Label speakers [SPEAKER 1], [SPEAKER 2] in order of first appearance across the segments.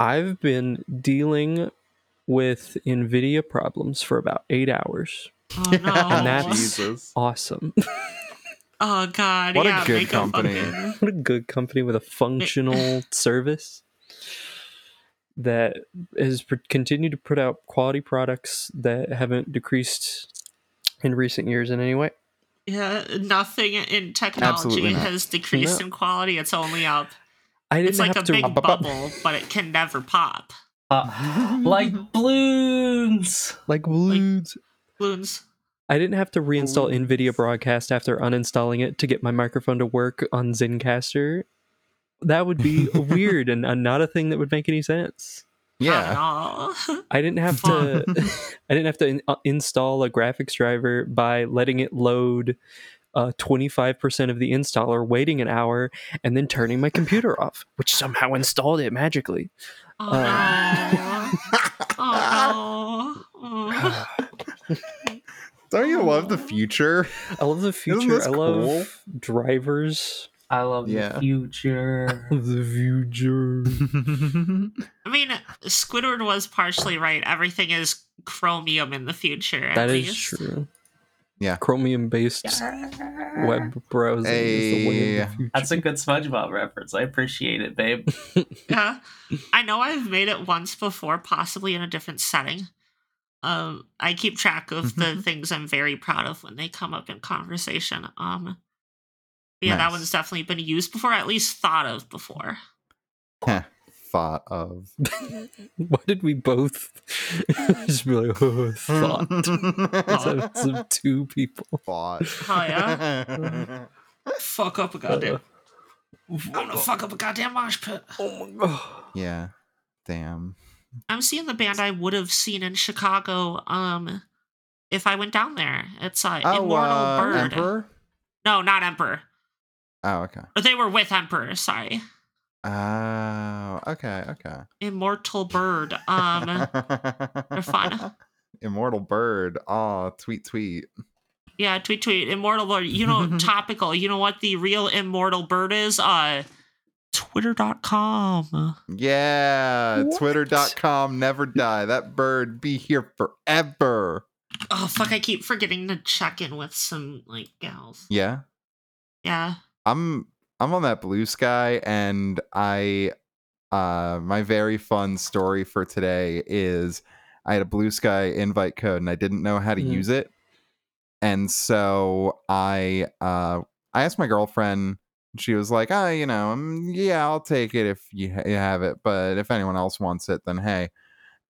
[SPEAKER 1] I've been dealing with NVIDIA problems for about eight hours.
[SPEAKER 2] Oh no!
[SPEAKER 1] And that's-
[SPEAKER 3] Jesus.
[SPEAKER 1] Awesome.
[SPEAKER 2] oh god!
[SPEAKER 3] What a
[SPEAKER 2] yeah,
[SPEAKER 3] good
[SPEAKER 2] make
[SPEAKER 3] company.
[SPEAKER 2] fucking-
[SPEAKER 1] what a good company with a functional service that has pr- continued to put out quality products that haven't decreased in recent years in any way.
[SPEAKER 2] yeah, nothing in technology
[SPEAKER 3] Absolutely not.
[SPEAKER 2] has decreased
[SPEAKER 1] No.
[SPEAKER 2] in quality. It's only up.
[SPEAKER 1] I didn't
[SPEAKER 2] It's like a
[SPEAKER 1] have to
[SPEAKER 2] big
[SPEAKER 3] Up, up, up.
[SPEAKER 2] bubble, but it can never pop.
[SPEAKER 4] like balloons.
[SPEAKER 3] like balloons.
[SPEAKER 2] Balloons.
[SPEAKER 1] I didn't have to reinstall NVIDIA Broadcast after uninstalling it to get my microphone to work on Zencaster. That would be weird and uh, not a thing that would make any sense.
[SPEAKER 2] Not at
[SPEAKER 3] yeah.
[SPEAKER 2] all.
[SPEAKER 1] I didn't have to. I didn't have to in- uh, install a graphics driver by letting it load twenty five percent of the installer, waiting an hour, and then turning my computer off, which somehow installed it magically.
[SPEAKER 2] Oh
[SPEAKER 1] Um.
[SPEAKER 2] no! oh no! Mm.
[SPEAKER 3] Don't you love the future?
[SPEAKER 1] I love the future.
[SPEAKER 3] this
[SPEAKER 1] I love
[SPEAKER 3] cool?
[SPEAKER 1] drivers.
[SPEAKER 4] I love
[SPEAKER 3] Yeah.
[SPEAKER 4] the future.
[SPEAKER 1] The future.
[SPEAKER 2] I mean, Squidward was partially right. Everything is chromium in the future. At
[SPEAKER 1] That is
[SPEAKER 2] least.
[SPEAKER 1] true.
[SPEAKER 3] Yeah.
[SPEAKER 1] Chromium based web browser is the way of the
[SPEAKER 3] Hey.
[SPEAKER 1] future.
[SPEAKER 4] That's a good SpongeBob reference. I appreciate it, babe.
[SPEAKER 2] Yeah. I know I've made it once before, possibly in a different setting. Um, I keep track of
[SPEAKER 3] Mm-hmm.
[SPEAKER 2] the things I'm very proud of when they come up in conversation. Um, yeah, that
[SPEAKER 3] Nice.
[SPEAKER 2] one's definitely been used before, at least thought of before.
[SPEAKER 3] Heh, Thought of
[SPEAKER 1] Why did we both just be like, oh,
[SPEAKER 3] Hmm.
[SPEAKER 1] thought? So it's of two people.
[SPEAKER 3] thought.
[SPEAKER 2] Oh, yeah? Fuck up a goddamn. I'm gonna fuck up a goddamn mosh pit.
[SPEAKER 1] Oh my god.
[SPEAKER 3] yeah. Damn.
[SPEAKER 2] I'm seeing the band I would have seen in Chicago. Um, if I went down there, it's uh, Immortal
[SPEAKER 3] uh,
[SPEAKER 2] Bird.
[SPEAKER 3] Emperor?
[SPEAKER 2] No, not Emperor.
[SPEAKER 3] Oh, okay.
[SPEAKER 2] Or They were with Emperor. Sorry.
[SPEAKER 3] Oh, okay, okay.
[SPEAKER 2] Immortal Bird. Um, they're fun.
[SPEAKER 3] Immortal Bird. Aw, tweet, tweet.
[SPEAKER 2] yeah, tweet, tweet. Immortal Bird. You know, topical. You know what the real Immortal Bird is? Uh, Twitter.com.
[SPEAKER 3] Yeah,
[SPEAKER 1] What?
[SPEAKER 3] twitter.com never die. That bird be here forever.
[SPEAKER 2] Oh, fuck. I keep forgetting to check in with some, like, gals.
[SPEAKER 3] Yeah.
[SPEAKER 2] Yeah.
[SPEAKER 3] I'm I'm on that blue sky and I uh my very fun story for today is I had a blue sky invite code and I didn't know how to
[SPEAKER 1] Mm.
[SPEAKER 3] use it. And so I uh I asked my girlfriend and she was like, "Ah, you know, um, yeah, I'll take it if you, ha- you have it, but if anyone else wants it, then hey."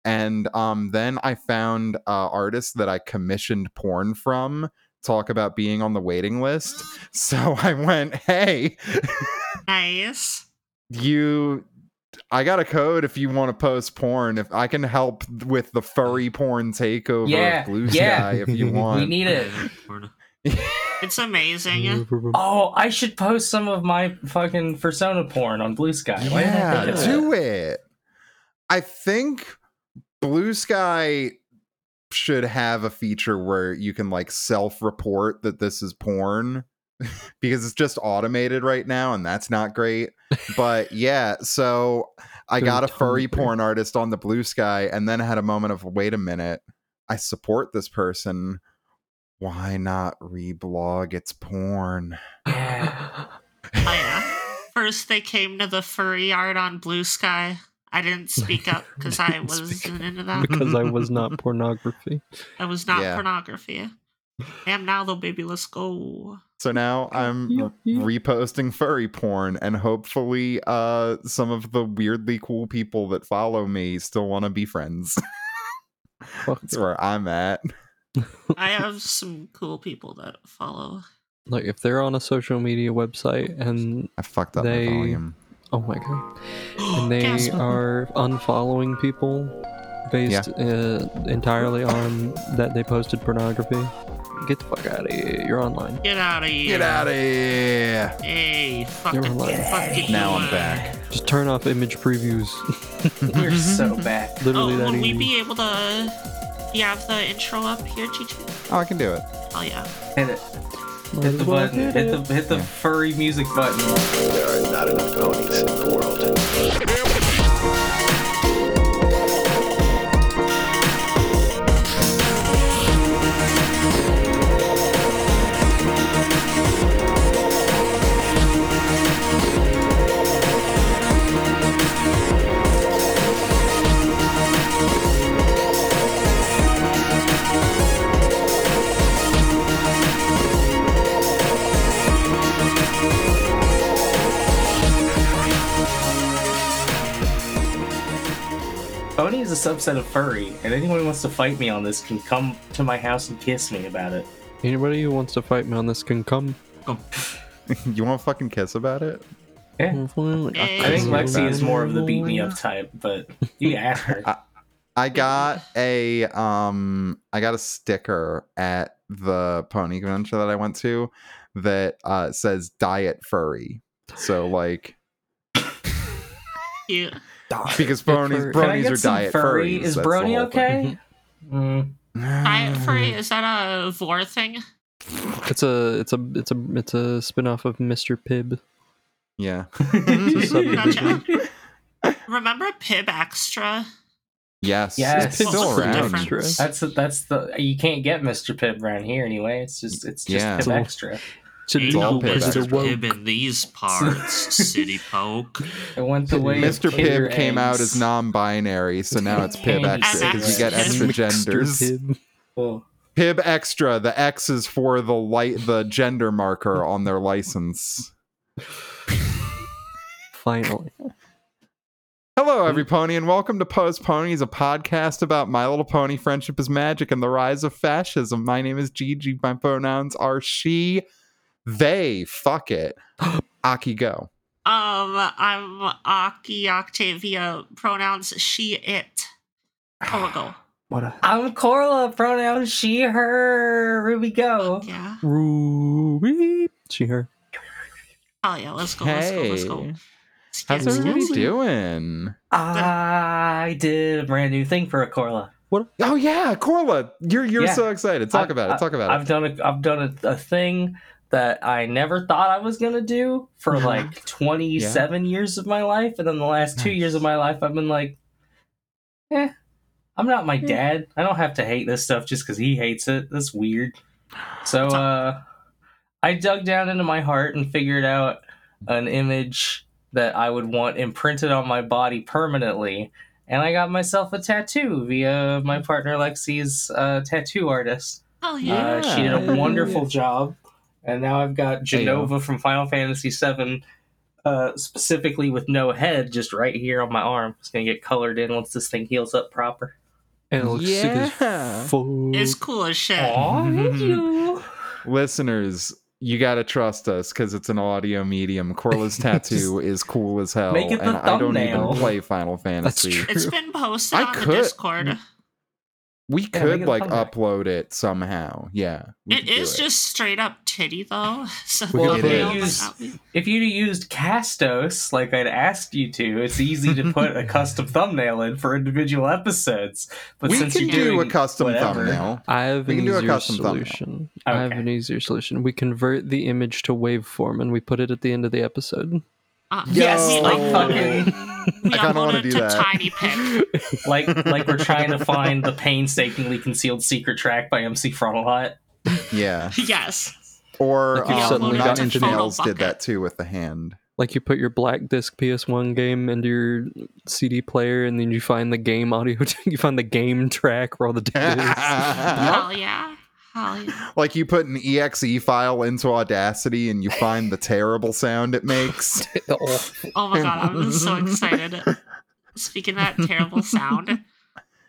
[SPEAKER 3] And um, then I found uh, artists that I commissioned porn from talk about being on the waiting list. So I went, hey,
[SPEAKER 2] Nice.
[SPEAKER 3] you, I got a code if you want to post porn. If I can help with the furry porn takeover
[SPEAKER 4] Yeah,
[SPEAKER 3] of Blue
[SPEAKER 4] yeah.
[SPEAKER 3] Sky if you
[SPEAKER 4] We
[SPEAKER 3] want.
[SPEAKER 4] need it.
[SPEAKER 2] It's amazing.
[SPEAKER 4] Oh, I should post some of my fucking persona porn on Blue Sky. Why didn't I
[SPEAKER 3] yeah,
[SPEAKER 4] think of that?
[SPEAKER 3] do it. I think Blue Sky should have a feature where you can like self report that this is porn because it's just automated right now and that's not great. But yeah, so I
[SPEAKER 1] Go
[SPEAKER 3] got a furry
[SPEAKER 1] Tumblr.
[SPEAKER 3] porn artist on the Blue Sky and then had a moment of wait a minute, I support this person. Why not reblog its porn?
[SPEAKER 4] Yeah.
[SPEAKER 2] Oh, yeah. First, they came to the furry art on Blue Sky. I didn't speak up because I
[SPEAKER 1] Didn't speak
[SPEAKER 2] wasn't into that.
[SPEAKER 1] because I was not pornography.
[SPEAKER 2] That was not
[SPEAKER 3] Yeah.
[SPEAKER 2] pornography. And now though, baby, let's go.
[SPEAKER 3] So now I'm r- reposting furry porn, and hopefully, uh, some of the weirdly cool people that follow me still want to be friends.
[SPEAKER 1] Fuck
[SPEAKER 3] That's where I'm at.
[SPEAKER 2] I have some cool people that follow.
[SPEAKER 1] Like if they're on a social media website and
[SPEAKER 3] I fucked up
[SPEAKER 1] They-
[SPEAKER 3] my volume.
[SPEAKER 1] oh my god, and they um,
[SPEAKER 2] Gasp.
[SPEAKER 1] are unfollowing people based uh, entirely on that they posted pornography. Get the fuck out of here! You're online.
[SPEAKER 2] Get out of here.
[SPEAKER 3] Get out of here!
[SPEAKER 2] Hey, fucking,
[SPEAKER 1] You're alive.
[SPEAKER 2] fucking do
[SPEAKER 3] Now I'm
[SPEAKER 2] it. uh,
[SPEAKER 3] back.
[SPEAKER 1] Just turn off image previews.
[SPEAKER 4] You're so bad.
[SPEAKER 1] Literally
[SPEAKER 2] Oh,
[SPEAKER 1] that
[SPEAKER 2] will we
[SPEAKER 1] easy.
[SPEAKER 2] be able to you have the intro up here, Chichi?
[SPEAKER 3] Oh, I can do it.
[SPEAKER 2] Oh yeah.
[SPEAKER 4] Hit it.
[SPEAKER 1] Might
[SPEAKER 4] Hit
[SPEAKER 1] as
[SPEAKER 4] the
[SPEAKER 1] well
[SPEAKER 4] button.
[SPEAKER 1] get
[SPEAKER 4] Hit
[SPEAKER 1] it.
[SPEAKER 4] the hit the furry music button.
[SPEAKER 5] There are not enough ponies in the world.
[SPEAKER 4] Pony is a subset of furry, and anyone who wants to fight me on this can come to my house and kiss me about it.
[SPEAKER 1] Anybody who wants to fight me on this can come.
[SPEAKER 3] you want to fucking kiss about it?
[SPEAKER 4] Yeah. I think
[SPEAKER 3] Something like
[SPEAKER 4] Lexi
[SPEAKER 3] that.
[SPEAKER 4] is more of the beat me up type, but you can ask her.
[SPEAKER 3] I- I got a um I got a sticker at the pony convention that I went to that uh says diet furry. So like
[SPEAKER 2] Cute.
[SPEAKER 3] because bronies
[SPEAKER 1] furry.
[SPEAKER 4] Can I
[SPEAKER 3] bronies
[SPEAKER 4] get
[SPEAKER 3] are
[SPEAKER 4] some
[SPEAKER 3] diet
[SPEAKER 4] furry?
[SPEAKER 3] furries.
[SPEAKER 4] Is
[SPEAKER 3] that's the
[SPEAKER 4] Brony
[SPEAKER 3] whole thing.
[SPEAKER 4] okay? Mm,
[SPEAKER 3] Uh,
[SPEAKER 2] Diet furry, is that a vor thing?
[SPEAKER 1] It's a it's a it's a it's a spin-off of Mr. Pibb.
[SPEAKER 3] Yeah.
[SPEAKER 2] Gotcha. Remember Pib Extra?
[SPEAKER 3] Yes.
[SPEAKER 4] Yes.
[SPEAKER 3] It's still
[SPEAKER 2] What's the
[SPEAKER 3] around.
[SPEAKER 2] difference?
[SPEAKER 4] that's the, that's the you can't get Mr. Pibb around here anyway. It's just it's just
[SPEAKER 3] Yeah.
[SPEAKER 4] Pib extra.
[SPEAKER 1] To
[SPEAKER 2] Ain't
[SPEAKER 3] all
[SPEAKER 2] no
[SPEAKER 3] Pib
[SPEAKER 2] Mr.
[SPEAKER 3] Extra.
[SPEAKER 2] Pib in these parts, City Poke.
[SPEAKER 4] It went the way of
[SPEAKER 3] Mr.
[SPEAKER 4] Kinder
[SPEAKER 3] Pibb came out
[SPEAKER 4] Eggs.
[SPEAKER 3] as non-binary, so now it's Pib
[SPEAKER 4] And
[SPEAKER 3] extra because you get
[SPEAKER 2] extra.
[SPEAKER 3] extra genders.
[SPEAKER 1] Pibb.
[SPEAKER 4] Well,
[SPEAKER 3] Pib extra. The X is for the light, the gender marker on their license.
[SPEAKER 1] Finally.
[SPEAKER 3] Hello, every pony, and welcome to Post Ponies, a podcast about My Little Pony, friendship is magic, and the rise of fascism. My name is Gigi. My pronouns are she, they. Fuck it. Aki go.
[SPEAKER 2] Um, I'm Aki Octavia. Pronouns she, it. Oh, go.
[SPEAKER 1] What a
[SPEAKER 4] I'm Corla. Pronoun she her. Ruby go.
[SPEAKER 2] Yeah.
[SPEAKER 1] Ruby. She her.
[SPEAKER 2] Oh, yeah. Let's go. Let's go. Let's go.
[SPEAKER 3] Hey.
[SPEAKER 2] Let's get
[SPEAKER 3] How's
[SPEAKER 2] it,
[SPEAKER 3] everybody
[SPEAKER 2] let's get it.
[SPEAKER 3] doing?
[SPEAKER 4] I did a brand new thing for a Corla.
[SPEAKER 3] Oh yeah, Corla, you're you're
[SPEAKER 4] Yeah.
[SPEAKER 3] so excited. Talk
[SPEAKER 4] I-
[SPEAKER 3] about it. Talk about
[SPEAKER 4] I've
[SPEAKER 3] it.
[SPEAKER 4] done a I've done a, a thing that I never thought I was gonna do for
[SPEAKER 2] Uh-huh.
[SPEAKER 4] like 27 years of my life, and then the last two
[SPEAKER 3] Nice.
[SPEAKER 4] years of my life, I've been like, eh, I'm not
[SPEAKER 3] Hmm.
[SPEAKER 4] my dad. I don't have to hate this stuff just because he hates it. That's weird. So uh, I dug down into my heart and figured out an image that I would want imprinted on my body permanently. And I got myself a tattoo via my partner Lexi's uh, tattoo artist.
[SPEAKER 2] Oh, yeah.
[SPEAKER 4] Uh, she did a
[SPEAKER 1] Yeah.
[SPEAKER 4] wonderful job, and now I've got Genova from Final Fantasy VII, uh, specifically with no head, just right here on my arm. It's gonna get colored in once this thing heals up proper.
[SPEAKER 1] And it looks sick
[SPEAKER 3] Yeah.
[SPEAKER 1] as fuck.
[SPEAKER 2] It's cool as shit.
[SPEAKER 4] Aw, thank you.
[SPEAKER 3] Listeners, you gotta trust us because it's an audio medium. Corla's tattoo is cool as hell,
[SPEAKER 4] Make it the
[SPEAKER 3] and I don't even
[SPEAKER 4] thumbnail.
[SPEAKER 3] play Final Fantasy.
[SPEAKER 1] true.
[SPEAKER 2] It's been posted
[SPEAKER 3] I
[SPEAKER 2] on the
[SPEAKER 3] could-
[SPEAKER 2] Discord.
[SPEAKER 3] We
[SPEAKER 4] Yeah,
[SPEAKER 3] could
[SPEAKER 4] make it a
[SPEAKER 3] like
[SPEAKER 4] comeback.
[SPEAKER 3] upload it somehow. Yeah. we
[SPEAKER 2] It
[SPEAKER 3] could do
[SPEAKER 2] is just straight up titty, though. So
[SPEAKER 3] We
[SPEAKER 4] Well,
[SPEAKER 3] could
[SPEAKER 4] if
[SPEAKER 3] do it.
[SPEAKER 4] you
[SPEAKER 2] thumbnail might
[SPEAKER 4] use-
[SPEAKER 2] not be-
[SPEAKER 4] if you'd used Castos like I'd asked you to, it's easy to put a custom thumbnail in for individual episodes. But
[SPEAKER 3] we
[SPEAKER 4] since
[SPEAKER 3] can
[SPEAKER 4] you're
[SPEAKER 3] do
[SPEAKER 4] doing
[SPEAKER 3] a custom
[SPEAKER 4] whatever-
[SPEAKER 3] thumbnail.
[SPEAKER 1] I have
[SPEAKER 3] We
[SPEAKER 1] an
[SPEAKER 3] can do a
[SPEAKER 1] easier
[SPEAKER 3] custom thumbnail.
[SPEAKER 1] solution. I have
[SPEAKER 4] Okay.
[SPEAKER 1] an easier solution. We convert the image to waveform and we put it at the end of the episode.
[SPEAKER 2] Uh,
[SPEAKER 4] Yes,
[SPEAKER 3] Yo.
[SPEAKER 4] like
[SPEAKER 2] uploaded-
[SPEAKER 4] fucking.
[SPEAKER 2] we
[SPEAKER 3] I kinda wanna
[SPEAKER 2] uploaded
[SPEAKER 3] do
[SPEAKER 2] to
[SPEAKER 3] that.
[SPEAKER 2] Tiny Pic.
[SPEAKER 4] like like we're trying to find the painstakingly concealed secret track by MC Frontal Hut.
[SPEAKER 3] Yeah.
[SPEAKER 2] yes.
[SPEAKER 3] Or
[SPEAKER 1] Like you
[SPEAKER 3] um,
[SPEAKER 1] suddenly
[SPEAKER 3] Nine
[SPEAKER 1] got
[SPEAKER 3] Inch
[SPEAKER 1] into the-
[SPEAKER 3] Nails did
[SPEAKER 2] Bucket.
[SPEAKER 3] that too with the hand.
[SPEAKER 1] Like you put your black disc PS1 game into your CD player and then you find the game audio you find the game track where all the data
[SPEAKER 2] Hell yeah. Hell yeah.
[SPEAKER 3] like you put an exe file into Audacity and you find the terrible sound it makes.
[SPEAKER 1] is. The old-
[SPEAKER 2] Oh my god, I'm so excited. Speaking of that terrible sound,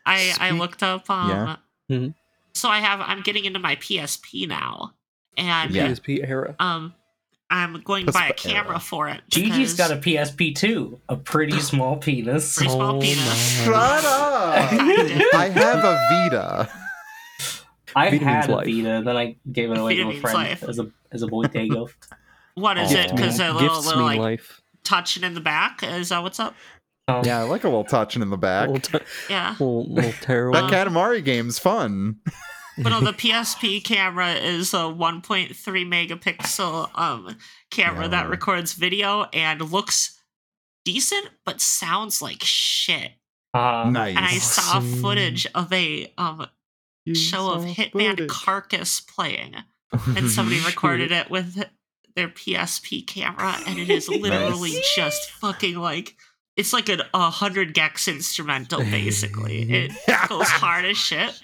[SPEAKER 2] I I
[SPEAKER 3] Speak-
[SPEAKER 2] looked up um
[SPEAKER 3] Yeah. Mm-hmm.
[SPEAKER 1] Mhm.
[SPEAKER 2] so I have I'm getting into my PSP now. And
[SPEAKER 3] Yeah.
[SPEAKER 1] PSP era.
[SPEAKER 2] um I'm going to buy a
[SPEAKER 3] PSP era.
[SPEAKER 2] camera for it.
[SPEAKER 4] Gigi's
[SPEAKER 2] because-
[SPEAKER 4] got a PSP too, a pretty small penis.
[SPEAKER 2] Pretty small
[SPEAKER 1] Oh
[SPEAKER 2] penis.
[SPEAKER 1] my.
[SPEAKER 3] Shut up! I have a Vita.
[SPEAKER 4] I
[SPEAKER 1] Vita
[SPEAKER 4] had
[SPEAKER 1] means
[SPEAKER 4] a
[SPEAKER 1] life.
[SPEAKER 4] Vita, then I gave it away
[SPEAKER 2] Vita
[SPEAKER 4] to a
[SPEAKER 2] means
[SPEAKER 4] friend
[SPEAKER 2] life.
[SPEAKER 4] as a as a boy day gift.
[SPEAKER 2] What is
[SPEAKER 3] Gift
[SPEAKER 2] it? Because
[SPEAKER 1] mean-
[SPEAKER 2] a little,
[SPEAKER 1] gifts
[SPEAKER 2] little
[SPEAKER 1] mean
[SPEAKER 2] like
[SPEAKER 1] life.
[SPEAKER 2] touching in the back. Is that what's up?
[SPEAKER 4] Um,
[SPEAKER 3] Yeah, I like a little touching in the back.
[SPEAKER 1] Little, t-
[SPEAKER 2] Yeah.
[SPEAKER 1] little, little tarot.
[SPEAKER 3] That Katamari game's fun.
[SPEAKER 2] Uh, But no, the PSP camera is a 1.3 megapixel um camera that
[SPEAKER 3] Yeah.
[SPEAKER 2] records video and looks decent, but sounds like shit.
[SPEAKER 4] uh,
[SPEAKER 3] nice.
[SPEAKER 2] and I saw
[SPEAKER 1] Awesome.
[SPEAKER 2] footage of a um,
[SPEAKER 3] You
[SPEAKER 2] show of
[SPEAKER 3] saw
[SPEAKER 2] Hitman
[SPEAKER 3] footage.
[SPEAKER 2] Carcass playing, and somebody
[SPEAKER 3] Mm-hmm.
[SPEAKER 2] recorded it with their PSP camera, and it is literally
[SPEAKER 3] Nice.
[SPEAKER 2] just fucking like it's like an, a hundred gex instrumental, basically. It goes hard as shit.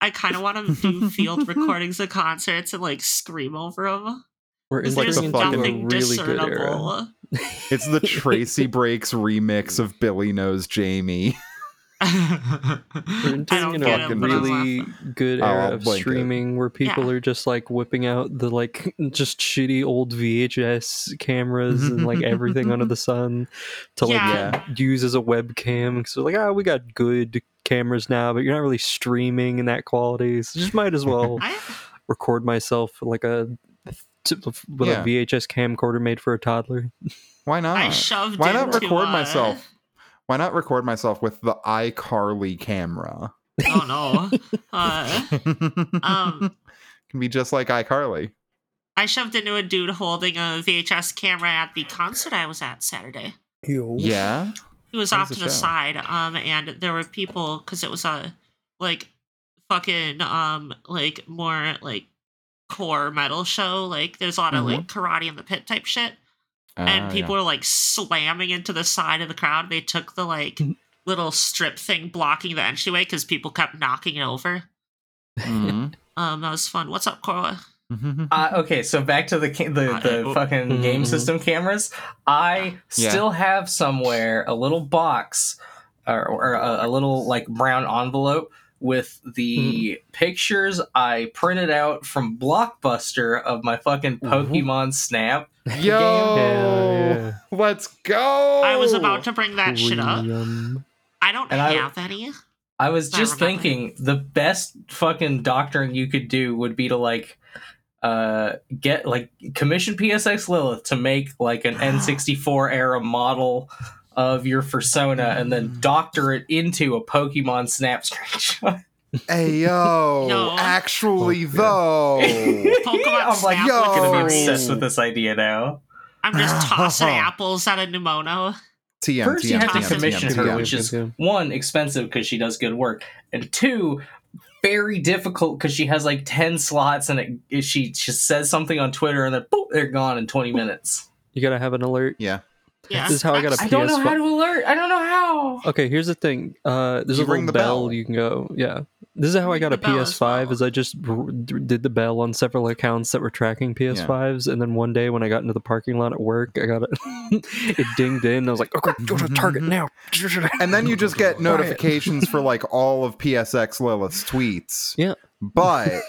[SPEAKER 2] I kind of want to do field recordings of concerts and like scream over them.
[SPEAKER 1] We're
[SPEAKER 2] It's
[SPEAKER 3] like
[SPEAKER 1] entering
[SPEAKER 2] there's
[SPEAKER 3] the
[SPEAKER 1] into a really good
[SPEAKER 2] nothing
[SPEAKER 3] fucking-
[SPEAKER 1] era.
[SPEAKER 2] discernible.
[SPEAKER 3] It's the Tracy Breaks remix of Billy Knows Jamie.
[SPEAKER 1] We're
[SPEAKER 2] I
[SPEAKER 1] entering
[SPEAKER 2] don't
[SPEAKER 1] in
[SPEAKER 2] get
[SPEAKER 1] a
[SPEAKER 2] it,
[SPEAKER 3] Fucking
[SPEAKER 2] but I'm
[SPEAKER 1] really
[SPEAKER 2] laughing.
[SPEAKER 1] good
[SPEAKER 3] Oh, I'll-
[SPEAKER 1] era
[SPEAKER 3] I'll
[SPEAKER 1] of
[SPEAKER 3] blink it.
[SPEAKER 1] streaming where people are just like whipping out the like just shitty old VHS cameras and like everything under the sun to like
[SPEAKER 2] Yeah.
[SPEAKER 1] use as a webcam. So like, ah, we got good cameras now, but you're not really streaming in that quality. So just might as well
[SPEAKER 2] I,
[SPEAKER 1] record myself with, like a with
[SPEAKER 3] Yeah.
[SPEAKER 1] a VHS camcorder made for a toddler.
[SPEAKER 3] Why not?
[SPEAKER 2] I shoved
[SPEAKER 3] Why not
[SPEAKER 2] into,
[SPEAKER 3] record
[SPEAKER 2] uh,
[SPEAKER 3] myself? Why not record myself with the iCarly camera?
[SPEAKER 2] Oh no. Uh, um,
[SPEAKER 3] Can be just like iCarly.
[SPEAKER 2] I shoved into a dude holding a VHS camera at the concert I was at Saturday.
[SPEAKER 3] Yeah.
[SPEAKER 2] He was
[SPEAKER 3] That
[SPEAKER 2] off
[SPEAKER 3] was
[SPEAKER 2] to
[SPEAKER 3] a
[SPEAKER 2] the
[SPEAKER 3] show.
[SPEAKER 2] side, um, and there were people because it was a like fucking um like more like core metal show. Like there's a lot of
[SPEAKER 3] Mhm.
[SPEAKER 2] like karate in the pit type shit.
[SPEAKER 3] Ah,
[SPEAKER 2] and people are like slamming into the side of the crowd. They took the like
[SPEAKER 3] Mm-hmm.
[SPEAKER 2] little strip thing blocking the entryway because people kept knocking it over.
[SPEAKER 3] yeah. Mhm.
[SPEAKER 2] Um, that was fun. What's up, Cora?
[SPEAKER 3] Mhm.
[SPEAKER 4] Uh, okay, so back to the ca- the, the
[SPEAKER 2] Uh,
[SPEAKER 4] fucking game
[SPEAKER 1] mhm.
[SPEAKER 4] system cameras. I
[SPEAKER 3] Mm-hmm, Yeah.
[SPEAKER 4] still have somewhere a little box or, or a, a little like brown envelope with the
[SPEAKER 3] Mm-hmm.
[SPEAKER 4] pictures I printed out from Blockbuster of my fucking
[SPEAKER 3] Mm-hmm.
[SPEAKER 4] Pokemon Snap.
[SPEAKER 3] Yo,
[SPEAKER 1] Yeah,
[SPEAKER 3] let's go.
[SPEAKER 2] I was
[SPEAKER 3] Oh,
[SPEAKER 2] about to bring that shit up.
[SPEAKER 1] William.
[SPEAKER 2] I don't
[SPEAKER 4] And I-
[SPEAKER 2] have any.
[SPEAKER 4] I was
[SPEAKER 2] I
[SPEAKER 4] just
[SPEAKER 2] remember.
[SPEAKER 4] thinking the best fucking doctoring you could do would be to like uh get like commission PSX Lilith to make like an N64 era model of your persona and then doctor it into a Pokemon Snap screenshot.
[SPEAKER 3] Hey yo,
[SPEAKER 2] No.
[SPEAKER 3] actually Oh, though.
[SPEAKER 4] I'm like,
[SPEAKER 2] Snap
[SPEAKER 4] yo,
[SPEAKER 3] looking
[SPEAKER 4] I'm gonna be
[SPEAKER 3] for me.
[SPEAKER 4] obsessed with this idea now.
[SPEAKER 2] I'm just tossing apples at a pneumono.
[SPEAKER 3] TM,
[SPEAKER 4] First, you
[SPEAKER 3] TM,
[SPEAKER 4] have to
[SPEAKER 3] TM,
[SPEAKER 4] commission
[SPEAKER 3] TM,
[SPEAKER 4] her,
[SPEAKER 3] TM.
[SPEAKER 4] which is
[SPEAKER 1] TM.
[SPEAKER 4] one expensive because she does good work, and two very difficult because she has like ten slots, and it, it- she she says something on Twitter, and then boop, they're gone in twenty minutes.
[SPEAKER 1] You gotta have an alert.
[SPEAKER 3] Yeah.
[SPEAKER 2] Yeah.
[SPEAKER 1] This is how I got a
[SPEAKER 4] I
[SPEAKER 1] PS.
[SPEAKER 4] don't know how to alert. I don't know how.
[SPEAKER 1] Okay, here's the thing. Uh, there's
[SPEAKER 3] You
[SPEAKER 1] a little
[SPEAKER 3] ring the
[SPEAKER 1] bell,
[SPEAKER 3] bell.
[SPEAKER 1] you can go. Yeah, this is how I
[SPEAKER 2] Ring
[SPEAKER 1] got
[SPEAKER 2] the
[SPEAKER 1] a
[SPEAKER 2] bell as
[SPEAKER 1] PS5.
[SPEAKER 2] well.
[SPEAKER 1] Is I just r- d- did the bell on several accounts that were tracking PS5s, and then one day when I got into the parking lot at work, I got it. it dinged in. And I was like, "Okay, go to Target now."
[SPEAKER 3] And then you just get
[SPEAKER 1] Quiet.
[SPEAKER 3] notifications for like all of PSX Lilith's tweets.
[SPEAKER 1] Yeah.
[SPEAKER 3] But